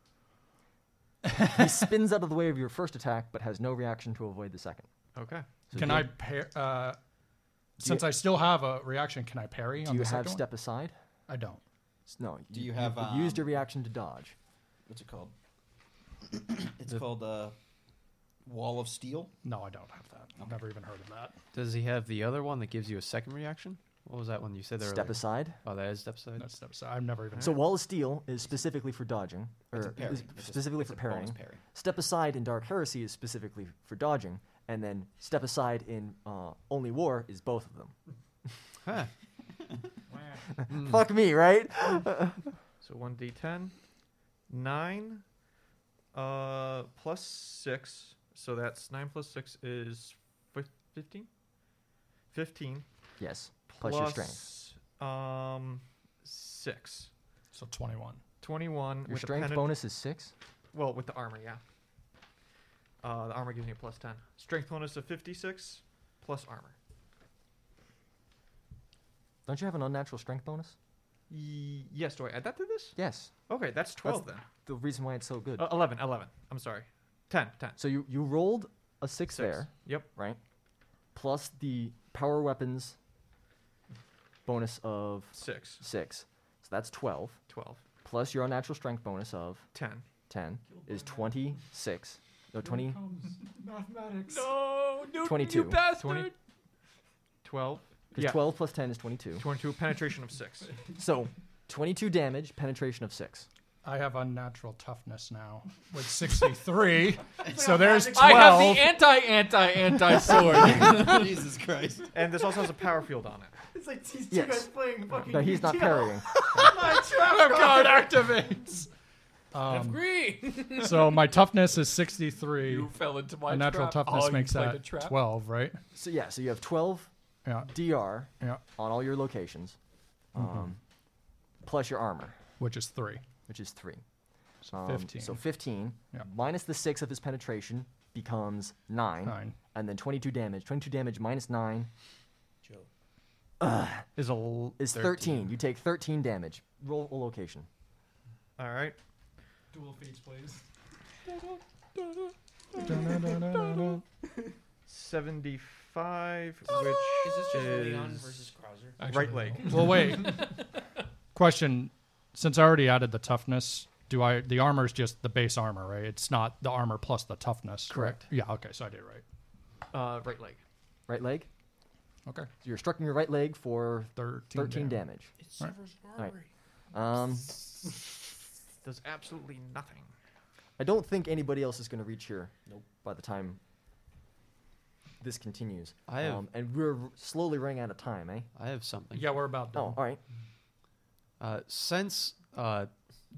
he spins out of the way of your first attack, but has no reaction to avoid the second.
okay.
So
can
do-
I pair? Uh, since I still have a reaction, can I parry?
Do
on
you
the
have
second one?
step aside?
I don't.
S- No.
Do you have, um,
you've used your reaction to dodge?
What's it called? *clears throat* it's called uh, Wall of Steel.
No, I don't have that. I've never even heard of that.
Does he have the other one that gives you a second reaction? What was that one you said there?
Step aside.
Oh, that is step aside.
That's step aside. I've never even.
So wall of steel is specifically for dodging, or
It's a parry.
is
It's a-
specifically
it's
for
a bonus
parrying.
parry.
Step aside in Dark Heresy is specifically for dodging, and then step aside in uh, Only War is both of them. *laughs* Fuck me,
*laughs*
right?
So, 1d10, 9, uh, plus 6. So, that's 9 plus 6 is fif- 15? 15.
Yes. Plus your strength.
plus, Um, 6.
So twenty-one.
21.
Your
with the
strength
penalt-
bonus is six.
Well, with the armor, yeah. Uh, the armor gives me a plus 10. Strength bonus of 56 plus armor.
Don't you have an unnatural strength bonus?
Ye- yes, do I add that to this?
Yes.
Okay, that's Uh, 12
The reason why it's so good.
then. Uh, 11, 11. I'm sorry. 10, 10.
so you, you rolled a six, there,
Yep.
right? Plus the power weapons bonus of
Six.
six. So that's 12.
Twelve.
Plus your unnatural strength bonus of
Ten.
10 is 26. No, 20,
Mathematics.
No, Newton,
22.
you bastard.
20. Twelve.
because 12 plus 10 is 22.
Twenty-two. Penetration of six.
*laughs* So 22 damage, penetration of six.
I have unnatural toughness now with
*laughs*
63. so there's 12.
I have the anti anti
*laughs*
anti sword.
Jesus Christ.
And this also has a power field on it.
It's like these two
Yes.
guys playing fucking.
No, he's not
Yu-Gi-Oh! *laughs*
parrying.
Oh
Oh
Trap card activates.
Um,
Green.
so my toughness is 63.
You fell into my
unnatural
trap.
toughness
Oh, you
makes
played a
that
trap.
12, right?
So yeah, so you have 12
Yeah,
DR
yeah, Mm-hmm.
on all your locations, um, plus your armor,
which is 3.
which is three.
So
Um,
15.
So 15
Yeah.
minus the six of his penetration becomes nine,
9.
and then 22 damage. 22 damage minus nine
Is a. All
is 13. You take 13 damage. Roll a location.
right.
Dual fates plays.
*laughs*
Seventy-five.
Is
Which
this just
Is-
Leon versus Krauser?
right leg. *laughs*
*laughs* Well, wait. Question: Since I already added the toughness, do I? The armor is just the base armor, right? It's not the armor plus the toughness.
Correct.
Yeah. Okay. So I did it right.
Uh, right leg.
Right leg.
Okay.
So you're struck in your right leg for
Thirteen.
13
damage.
damage.
It
Right.
severs
right.
armory.
Um,
Does absolutely nothing.
I don't think anybody else is going to reach here. Nope. By the time this continues, Um,
I have-
and we're slowly running out of time, eh?
I have something.
Yeah, we're about done.
Oh, all right.
Uh, since uh,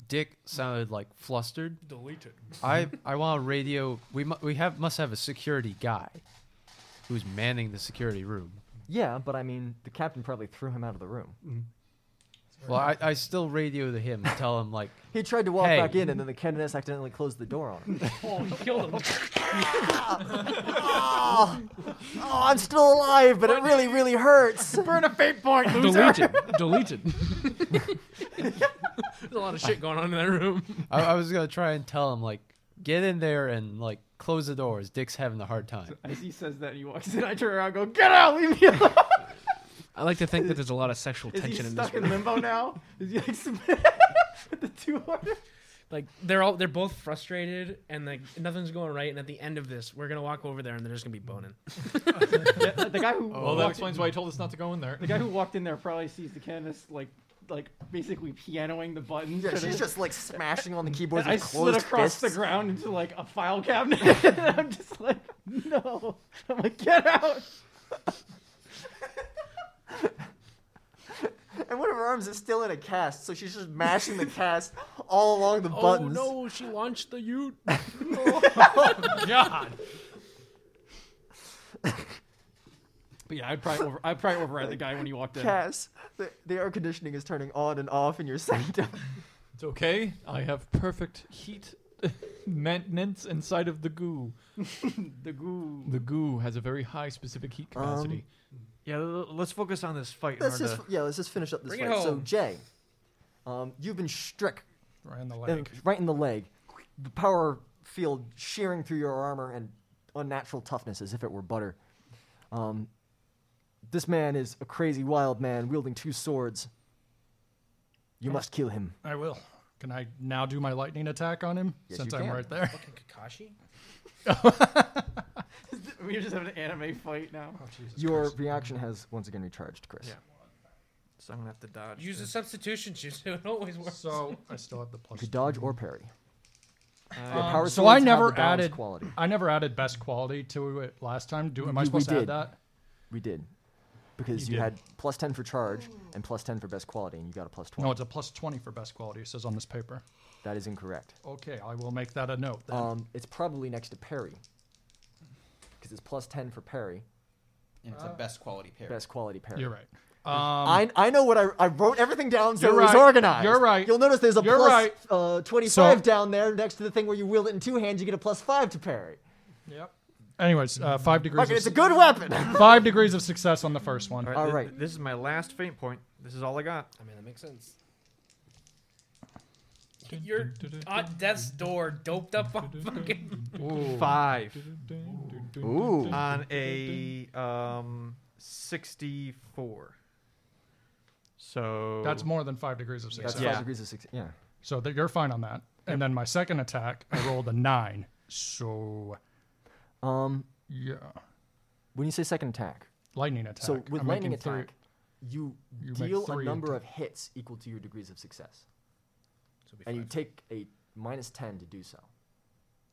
Dick sounded like flustered,
Deleted.
*laughs*
I I want to radio. We mu- we have must have a security guy who's manning the security room.
Yeah, but I mean, the captain probably threw him out of the room.
Mm-hmm. Well, I, I still radio to him to *laughs* tell him like
He tried to walk
Hey.
back in, and then the canoness accidentally closed the door
*laughs*
on him.
Oh, he killed him.
*laughs* oh, I'm still alive, but it really, really hurts.
*laughs* Burn a fate point, *laughs*
Deleted.
*laughs*
Deleted. There's a lot of shit going on in that room.
*laughs* I, I was gonna try and tell him like get in there and like close the doors. Dick's having a hard time.
As he says that, he walks in. I turn around, and go, get out, leave me alone.
I like to think that there's a lot of sexual
*laughs*
Is he
tension in this
stuck in
room.
limbo now?
*laughs*
Is he like *laughs* sm- with the two orders?
Like they're all they're both frustrated and like nothing's going right. And at the end of this, we're gonna walk over there and they're just gonna be boning.
*laughs* The, the guy who
Oh,
Well, Oh, that
walked,
explains why he told us not to go in there.
the guy who walked in there probably sees the canvas like like basically pianoing the buttons.
Yeah,
to
she's
the-
just like smashing
*laughs*
on the keyboards
and I
with
slid
closed
across the
fists.
ground into like a file cabinet. *laughs* and I'm just like, no. I'm like, get out.
*laughs* and one of her arms is still in a cast, so she's just mashing the cast all along the buttons.
*laughs* Oh no, she launched the
*laughs*
*laughs*
Ute.
God. But yeah, I'd probably over, I'd probably override the guy when he walked in.
Cass, the, the air conditioning is turning on and off in your *laughs* sanctum.
It's okay. I have perfect heat *laughs* maintenance inside of the goo.
*laughs* The goo. Um,
The goo has a very high specific heat capacity.
Yeah, let's focus on this fight.
Let's just yeah, let's just finish up this
Bring it
fight. So
home.
Jay, um, you've been struck
Right in the
uh,
leg.
right in the leg, the power field shearing through your armor and unnatural toughness as if it were butter. Um, this man is a crazy wild man wielding two swords. You must kill him.
I will. Can I now do my lightning attack on him
Yes,
since
you
I'm
can.
right there?
Fucking Kakashi.
*laughs* we just have an anime fight now.
Your reaction has once again recharged, Chris.
Yeah. So I'm gonna have to dodge.
Use a substitution shoot. It always works.
So I still have the
You
plus.
could dodge or parry. Your
Um,
power
so I
swords have
never
the balanced
added.
quality.
I never added best quality to it last time. Do am
We-
I
we
supposed to
did.
add that?
We did. Because you, had plus 10 for charge and plus 10 for best quality, and you got a plus 20.
No, it's a plus twenty for best quality. It says on this paper.
that is incorrect.
Okay, I will make that a note. Then.
Um, it's probably next to parry. Because it's plus 10 for parry,
And it's a best quality pair.
best quality parry.
Uh, You're right.
I,
Um,
I know what I, I wrote everything down so
You're
it was
right.
organized.
You're right.
You'll notice there's a
You're
plus,
right.
uh, 25
So-
down there next to the thing where you wield it in two hands, you get a plus 5 to parry.
Yep. Anyways, uh, five degrees.
Fuck it,
Of,
it's a good weapon!
*laughs* five degrees of success on the first one.
All
thi-
right.
this is my last faint point. This is all I got.
I mean, that makes sense. Get your uh, death's door doped up on fucking
Five.
Ooh.
on a um 64. So
That's more than five degrees of
That's
success.
Yeah.
five degrees of six. Yeah.
So that you're fine on that. And then my second attack, I rolled a nine. So
Um,
yeah,
when you say second attack,
lightning attack.
so with
I'm
lightning
making three-
attack, you,
you make
deal a
three
number of hits equal to your degrees of success, and you take a minus ten to do so.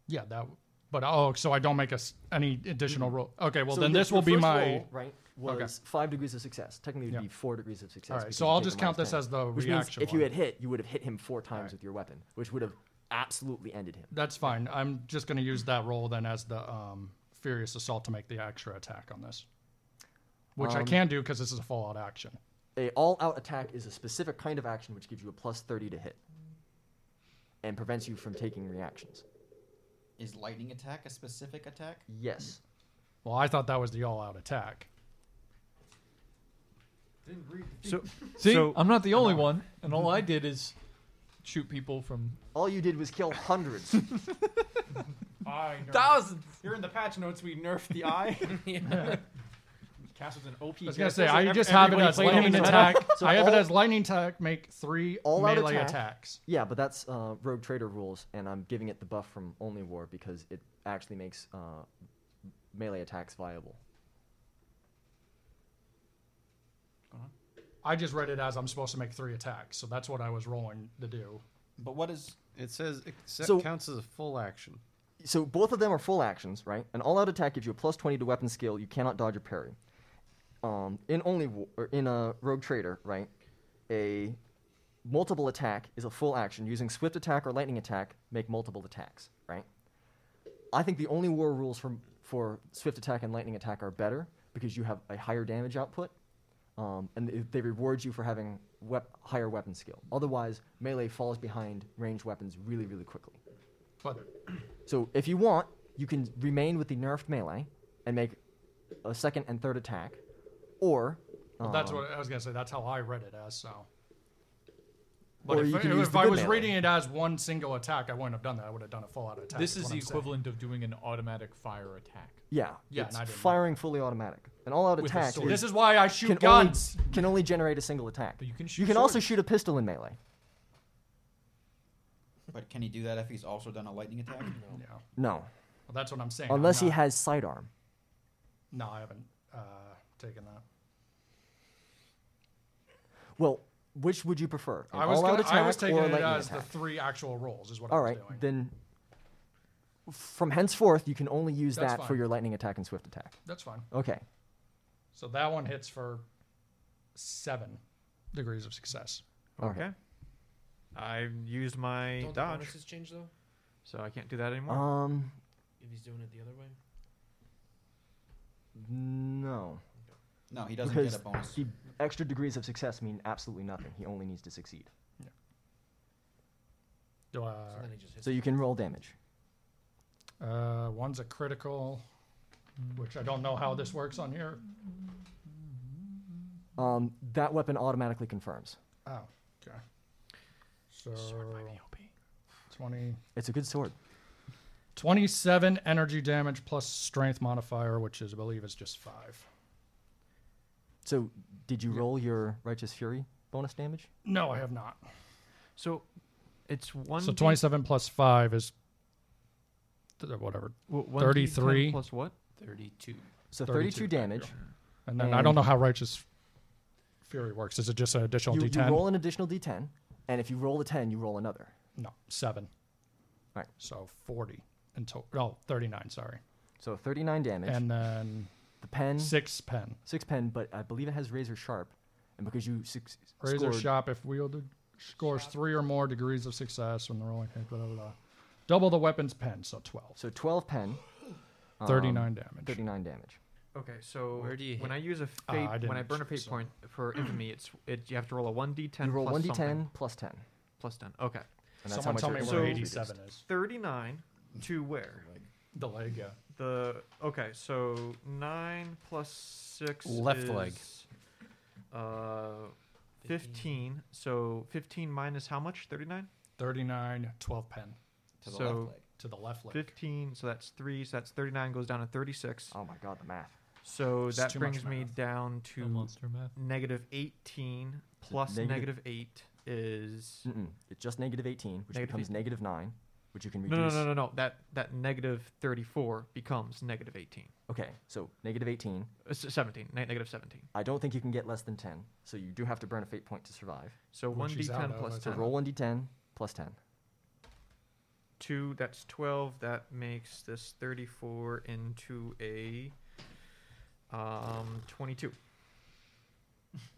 yeah, that. But oh, so I don't make us any additional roll. Okay, well
Mm-hmm. So
then
your-
this will
your
be
first
my.
roll, right. Was five degrees of success. Technically, it would be
Yeah.
four degrees of success.
all right,
because
so
you
I'll
take
just
the
count
minus
this
10.
as the
Which means
reaction.
if you
one.
had hit, you would have hit him four times with your weapon, which would have absolutely ended him.
That's fine. I'm just going to use that roll then as the um, furious assault to make the extra attack on this, which
Um,
I can do because this is a fallout action.
A all-out attack is a specific kind of action which gives you a plus 30 to hit and prevents you from taking reactions.
Is lightning attack a specific attack?
Yes.
Well, I thought that was the all-out attack.
*laughs* so
See,
So-
I'm not the
*laughs*
only one, and all I did is shoot people from
All you did was kill hundreds. All
thousands.
Here in the patch notes, we nerfed the eye. *laughs* Castle's an OP.
I was gonna say I just have it as lightning
*laughs*
attack. I have it as lightning attack. Make three
out
melee
attack.
attacks.
Yeah, but that's uh, Rogue Trader rules, and I'm giving it the buff from Only War because it actually makes uh, melee attacks viable.
I just read it as I'm supposed to make three attacks, so that's what I was rolling to do.
But what is
It says it
So-
counts as a full action.
so both of them are full actions, right? An all-out attack gives you a plus twenty to weapon skill. You cannot dodge or parry. Um, in only wa- or in a rogue trader, right? A multiple attack is a full action. Using swift attack or lightning attack, make multiple attacks, right? I think the only war rules for for swift attack and lightning attack are better because you have a higher damage output, um, and they- they reward you for having wep- higher weapon skill. Otherwise, melee falls behind ranged weapons really, really quickly.
But
So if you want, you can remain with the nerfed melee and make a second and third attack, or
but that's
um,
what I was gonna say. That's how I read it as. So, but
Or
if,
you can
if
use the
I
good
was
melee.
reading it as one single attack, I wouldn't have done that. I would have done a full out attack.
This is
what
the
I'm saying.
equivalent of doing an automatic fire attack.
yeah,
Yeah,
it's
and I didn't know.
firing fully automatic. An all-out
With a
attack
sword.
is,
This is why
can
I shoot
only
guns.
can only generate a single attack.
But you can shoot
You can also
swords.
shoot a pistol in melee.
But can he do that if he's also done a lightning
*clears throat*
attack?
Yeah, well,
No,
that's what I'm saying.
unless
I'm
he
not-
has sidearm.
No, I haven't uh, taken that.
Well, which would you prefer? An
I was
all-out
gonna, I was
attack
taking
or
it
lightning
as
attack?
the three actual rolls is what
All
I was
right,
doing.
then. From henceforth, you can only use
That's
that for
fine.
your lightning attack and swift attack.
that's fine.
Okay.
So that one hits for seven degrees of success.
okay. I've used my
Don't the
dodge,
bonuses change though?
so I can't do that anymore.
Um.
If he's doing it the other way,
No.
No, he doesn't
because
get a bonus.
the extra degrees of success mean absolutely nothing. He only needs to succeed.
Do I?
so then he just hits.
So you can roll damage.
Uh, one's a critical, which I don't know how this works on here.
Um, that weapon automatically confirms.
Oh, okay. So 20,
It's a good sword.
27 energy damage plus strength modifier, which is I believe is just five.
So did you roll your righteous fury bonus damage?
No, I have not.
So it's one.
So
D-
27 plus five is th- whatever,
wh- one D10
33.
plus what?
32.
So 32,
32,
damage.
and then I
Um,
don't know how righteous fury works. Is it just an additional
You, you
D10?
roll an additional d10, and if you roll a 10, you roll another.
No, seven.
Right.
So 40 in total. No, 39. Sorry.
So 39 damage.
And then
the pen, six.
six pen.
pen, but I believe it has razor sharp. And because you six,
Razor
scored,
shop if wielded scores three or more degrees of success when the rolling hit. Blah blah blah. Double the weapon's pen, so 12.
so 12 pen,
39 damage.
39 damage.
Okay, so
Where do you
when
hit?
I use a
Ah,
fate,
I
when I
didn't
burn a
ch-
fate
so-
point for infamy, it's it. You have to roll a one d10.
You roll
plus
1d10
something.
plus 10.
Plus ten. Okay,
And that's
Someone
how
tell me
much
where
So-
your
87 is.
thirty-nine to where
The leg, yeah.
the okay. So nine plus six.
Left
is,
leg.
Uh, fifteen. So fifteen minus how much? Thirty-nine.
39, 12 pen.
To the
so
left leg.
to the left leg.
15, so that's 3, so that's 39, goes down to 36.
Oh my god, the math.
So
It's
that
too much
brings me
math.
down to
monster math.
negative 18 plus
negative-
negative 8 is.
Mm-mm. It's just negative 18, which
Negative
becomes negative 9, which you can
No,
reduce.
no, no, no, no. That, that negative 34 becomes negative 18.
Okay, so negative 18.
Uh, s- 17, ne- negative 17.
I don't think you can get less than 10, so you do have to burn a fate point to survive.
So
Well, she's
1d10
out now,
plus
that's
So
10.
roll 1d10 plus 10.
2, that's 12. That makes this 34 into a um, 22.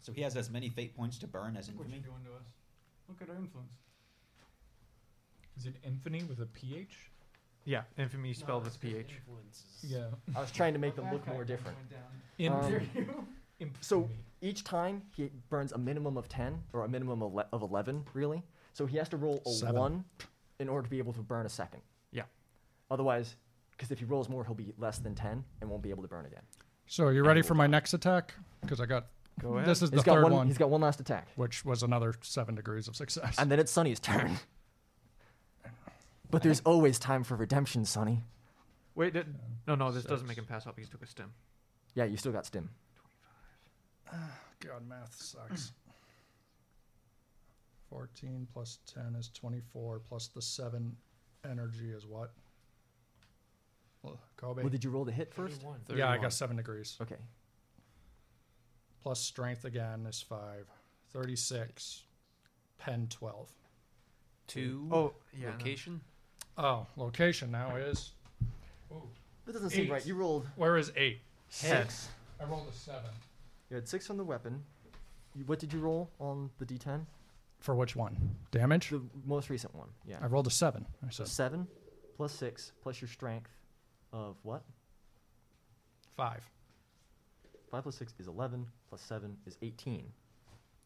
So he has as many fate points to burn as infamy.
doing to us? Look at our influence.
Is it infamy with a PH?
Yeah, infamy spelled with ph.
Yeah.
I was trying to make them look more different. Um, *laughs* so each time he burns a minimum of 10, or a minimum of ele- of 11, really. So he has to roll a
Seven.
1 in order to be able to burn a second.
Yeah.
Otherwise, because if he rolls more, he'll be less than 10 and won't be able to burn again.
So are you ready for my next attack? Because I got
Go ahead.
this is the
got
third
one,
one,
He's got one last attack.
which was another seven degrees of success.
And then it's Sonny's turn. But there's always time for redemption, Sonny.
Wait, that, no, no, this does doesn't make him pass out because he took a stim.
Yeah, you still got Stim.
*sighs* God, math sucks. 14 plus 10 is 24, plus the 7 energy is what? Well, Kobe?
Well, did you roll the hit first?
yeah, I got 7 degrees.
Okay.
Plus strength again is 5. 36, pen 12.
Two.
Oh, yeah. no.
Location.
Oh, location now is.
That doesn't seem
Eight.
right. You rolled
Where is 8?
six.
I rolled a 7.
You had six on the weapon. You, what did you roll on the D10?
For which one? Damage?
The most recent one. Yeah.
I rolled a 7. I
So
said
seven plus six plus your strength of what?
5.
Five plus six is eleven. Plus seven is eighteen.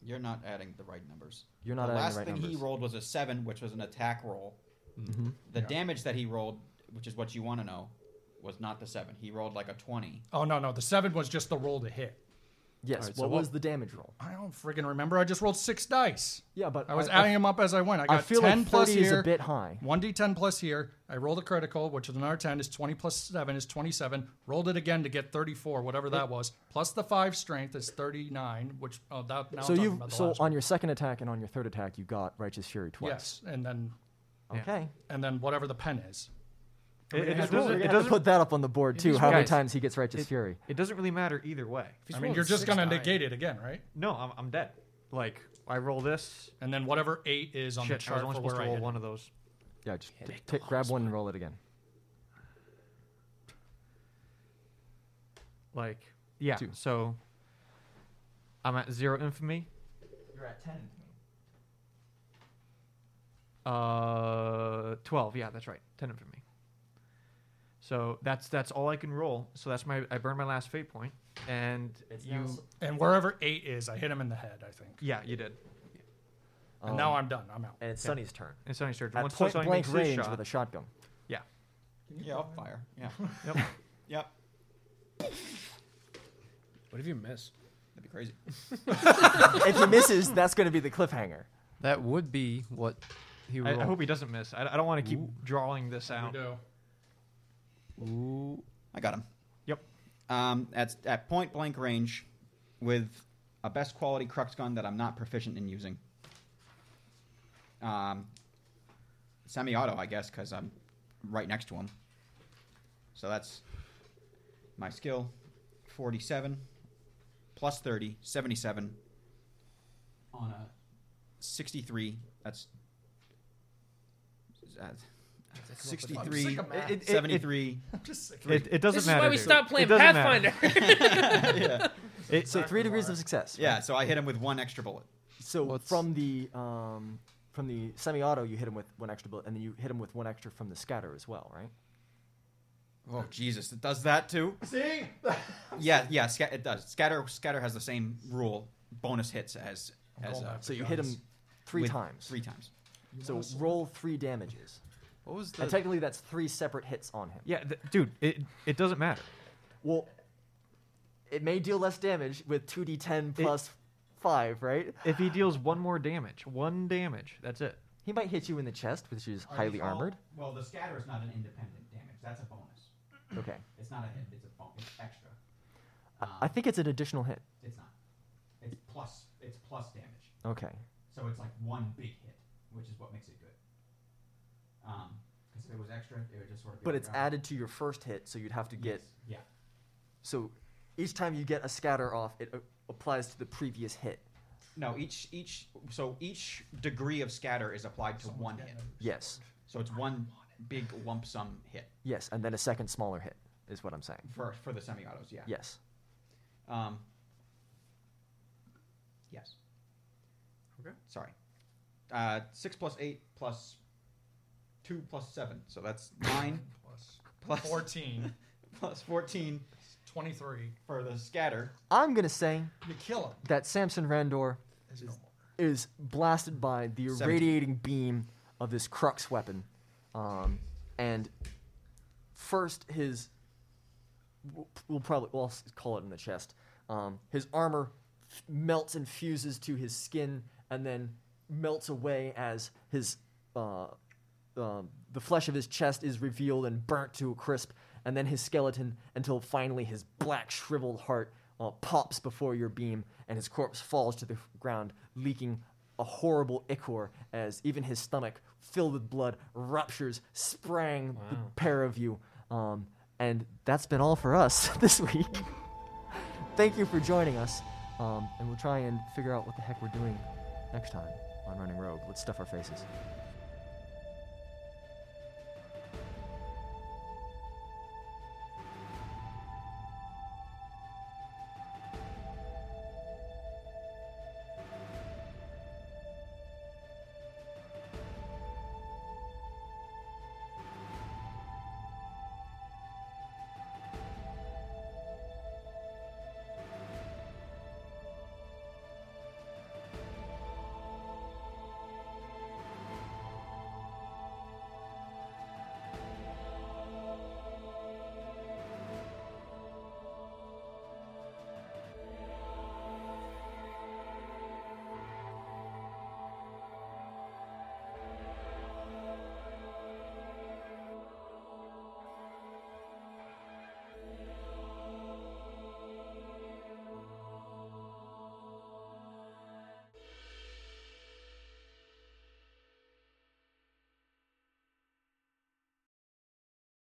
You're not adding the right numbers.
You're not
the
adding
last
the right
thing
numbers. Mm-hmm.
he rolled was a seven, which was an attack roll. The
Yeah.
damage that he rolled, which is what you want to know, was not the seven. He rolled like a twenty.
Oh, no, no. The 7 was just the roll to hit.
Yes.
Alright, so
what
what-
was the damage roll?
I don't friggin' remember. I just rolled 6 dice.
Yeah, but
I was
I,
adding them up as I went. I got
feel
10
like
plus
30 is
here,
a bit high.
1d10 plus here. I rolled a critical, which is another 10, is 20 plus 7 is 27. Rolled it again to get 34, whatever that was. Plus the 5 strength is 39, which, oh, that, now
so
I'm talking
you
about the
so
last
on your second attack and on your third attack you got righteous fury twice.
one. Yes, and then,
Yeah.
Okay.
and then whatever the pen is.
It, it,
We're
it
gonna
doesn't, it,
have to
doesn't,
put that up on the board too.
just
How many
guys,
times he gets righteous fury?
it doesn't really matter either way.
I mean, you're just going to negate it again, right?
No, I'm, I'm dead. Like, I roll this.
And then whatever 8 is on
Shit,
the
I was
chart
only
for
supposed
where
to
I
roll
hit.
one of those.
Yeah, just t- t- grab one and roll it again.
Like, yeah,
Two.
so I'm at zero infamy.
You're at ten.
Uh, 12, yeah, that's right. 10 infamy. So that's that's all I can roll. So that's my I burn my last fate point, and you
And wherever 8 is, I hit him in the head, I think.
yeah you did.
And now I'm done. I'm out.
and it's Sunny's turn.
And Sonny started
At
once
point
Sonny
blank
makes his
range
shot-
with a shotgun.
yeah
Yeah, I'll fire. Yeah.
Yep.
Yep.
What if you miss?
That'd be
*laughs*
crazy.
if he misses, that's going to be the cliffhanger.
That would be what he
I,
rolled.
I hope he doesn't miss. I, I don't want to keep drawing this out.
Ooh.
I got him.
Yep.
Um, at at point blank range, with a best quality crux gun that I'm not proficient in using. Um, semi-auto, I guess, because I'm right next to him. So that's my skill, 47 plus 30, 77 on a 63. That's. Uh, 63,
I'm sick of math.
It- it- it-
*laughs*
73.
Just sick.
It, it doesn't
This is
matter.
why we
dude.
stopped
It
playing
doesn't matter.
*laughs*
*laughs*
*laughs*
Pathfinder.
yeah.
It-
So three degrees of success.
yeah, so I hit him with one extra bullet.
So
What's-
from the um, from the semi-auto, you hit him with one extra bullet, and then you hit him with one extra from the scatter as well, right?
Oh Jesus! It does that too. See? *laughs* yeah, yeah. Sca- it does. Scatter, scatter has the same rule: bonus hits as as
going
uh,
back.
So you hit him three
with-
times.
Three times.
So roll three damages,
What was
and
the?
technically that's three separate hits on him.
Yeah, th- dude, it it doesn't matter.
Well, it may deal less damage with two d10 plus five, right?
If he deals one more damage, one damage, that's it.
He might hit you in the chest, which is
Are
highly
these all-
armored.
Well, the scatter is not an independent damage. That's a bonus.
Okay.
It's not a hit. It's a bonus. It's extra.
I- I think it's an additional hit.
It's not. It's plus. It's plus damage.
Okay.
So it's like one big hit, which is what makes it good. Um, because if it was extra, it would just sort of. Be
But
like,
it's
oh,
added to your first hit, so you'd have to get.
Yeah.
So each time you get a scatter off, it uh, applies to the previous hit.
No, each each so each degree of scatter is applied to one hit.
Yes.
So it's one big lump sum hit
Yes, and then a second smaller hit is what I'm saying.
for for the semi-autos. Yeah.
Yes.
Um. Yes. Okay. Sorry. Uh, six plus eight plus two plus seven, so that's nine
Plus
plus
14.
*laughs* plus fourteen
23.
for the scatter.
I'm gonna say
You kill him.
that Samson Randor is, is blasted by the
Seventeen.
irradiating beam of this crux weapon. Um, and first, his. We'll, we'll probably. We'll s- call it in the chest. Um, his armor f- melts and fuses to his skin and then melts away as his. Uh, um, the flesh of his chest is revealed and burnt to a crisp, and then his skeleton until finally his black shriveled heart uh, pops before your beam, and his corpse falls to the ground, leaking a horrible ichor as even his stomach, filled with blood, ruptures, sprang the pair of you. Um, and that's been all for us *laughs* this week. Thank you for joining us, um, and we'll try and figure out what the heck we're doing next time on Running Rogue. Let's stuff our faces.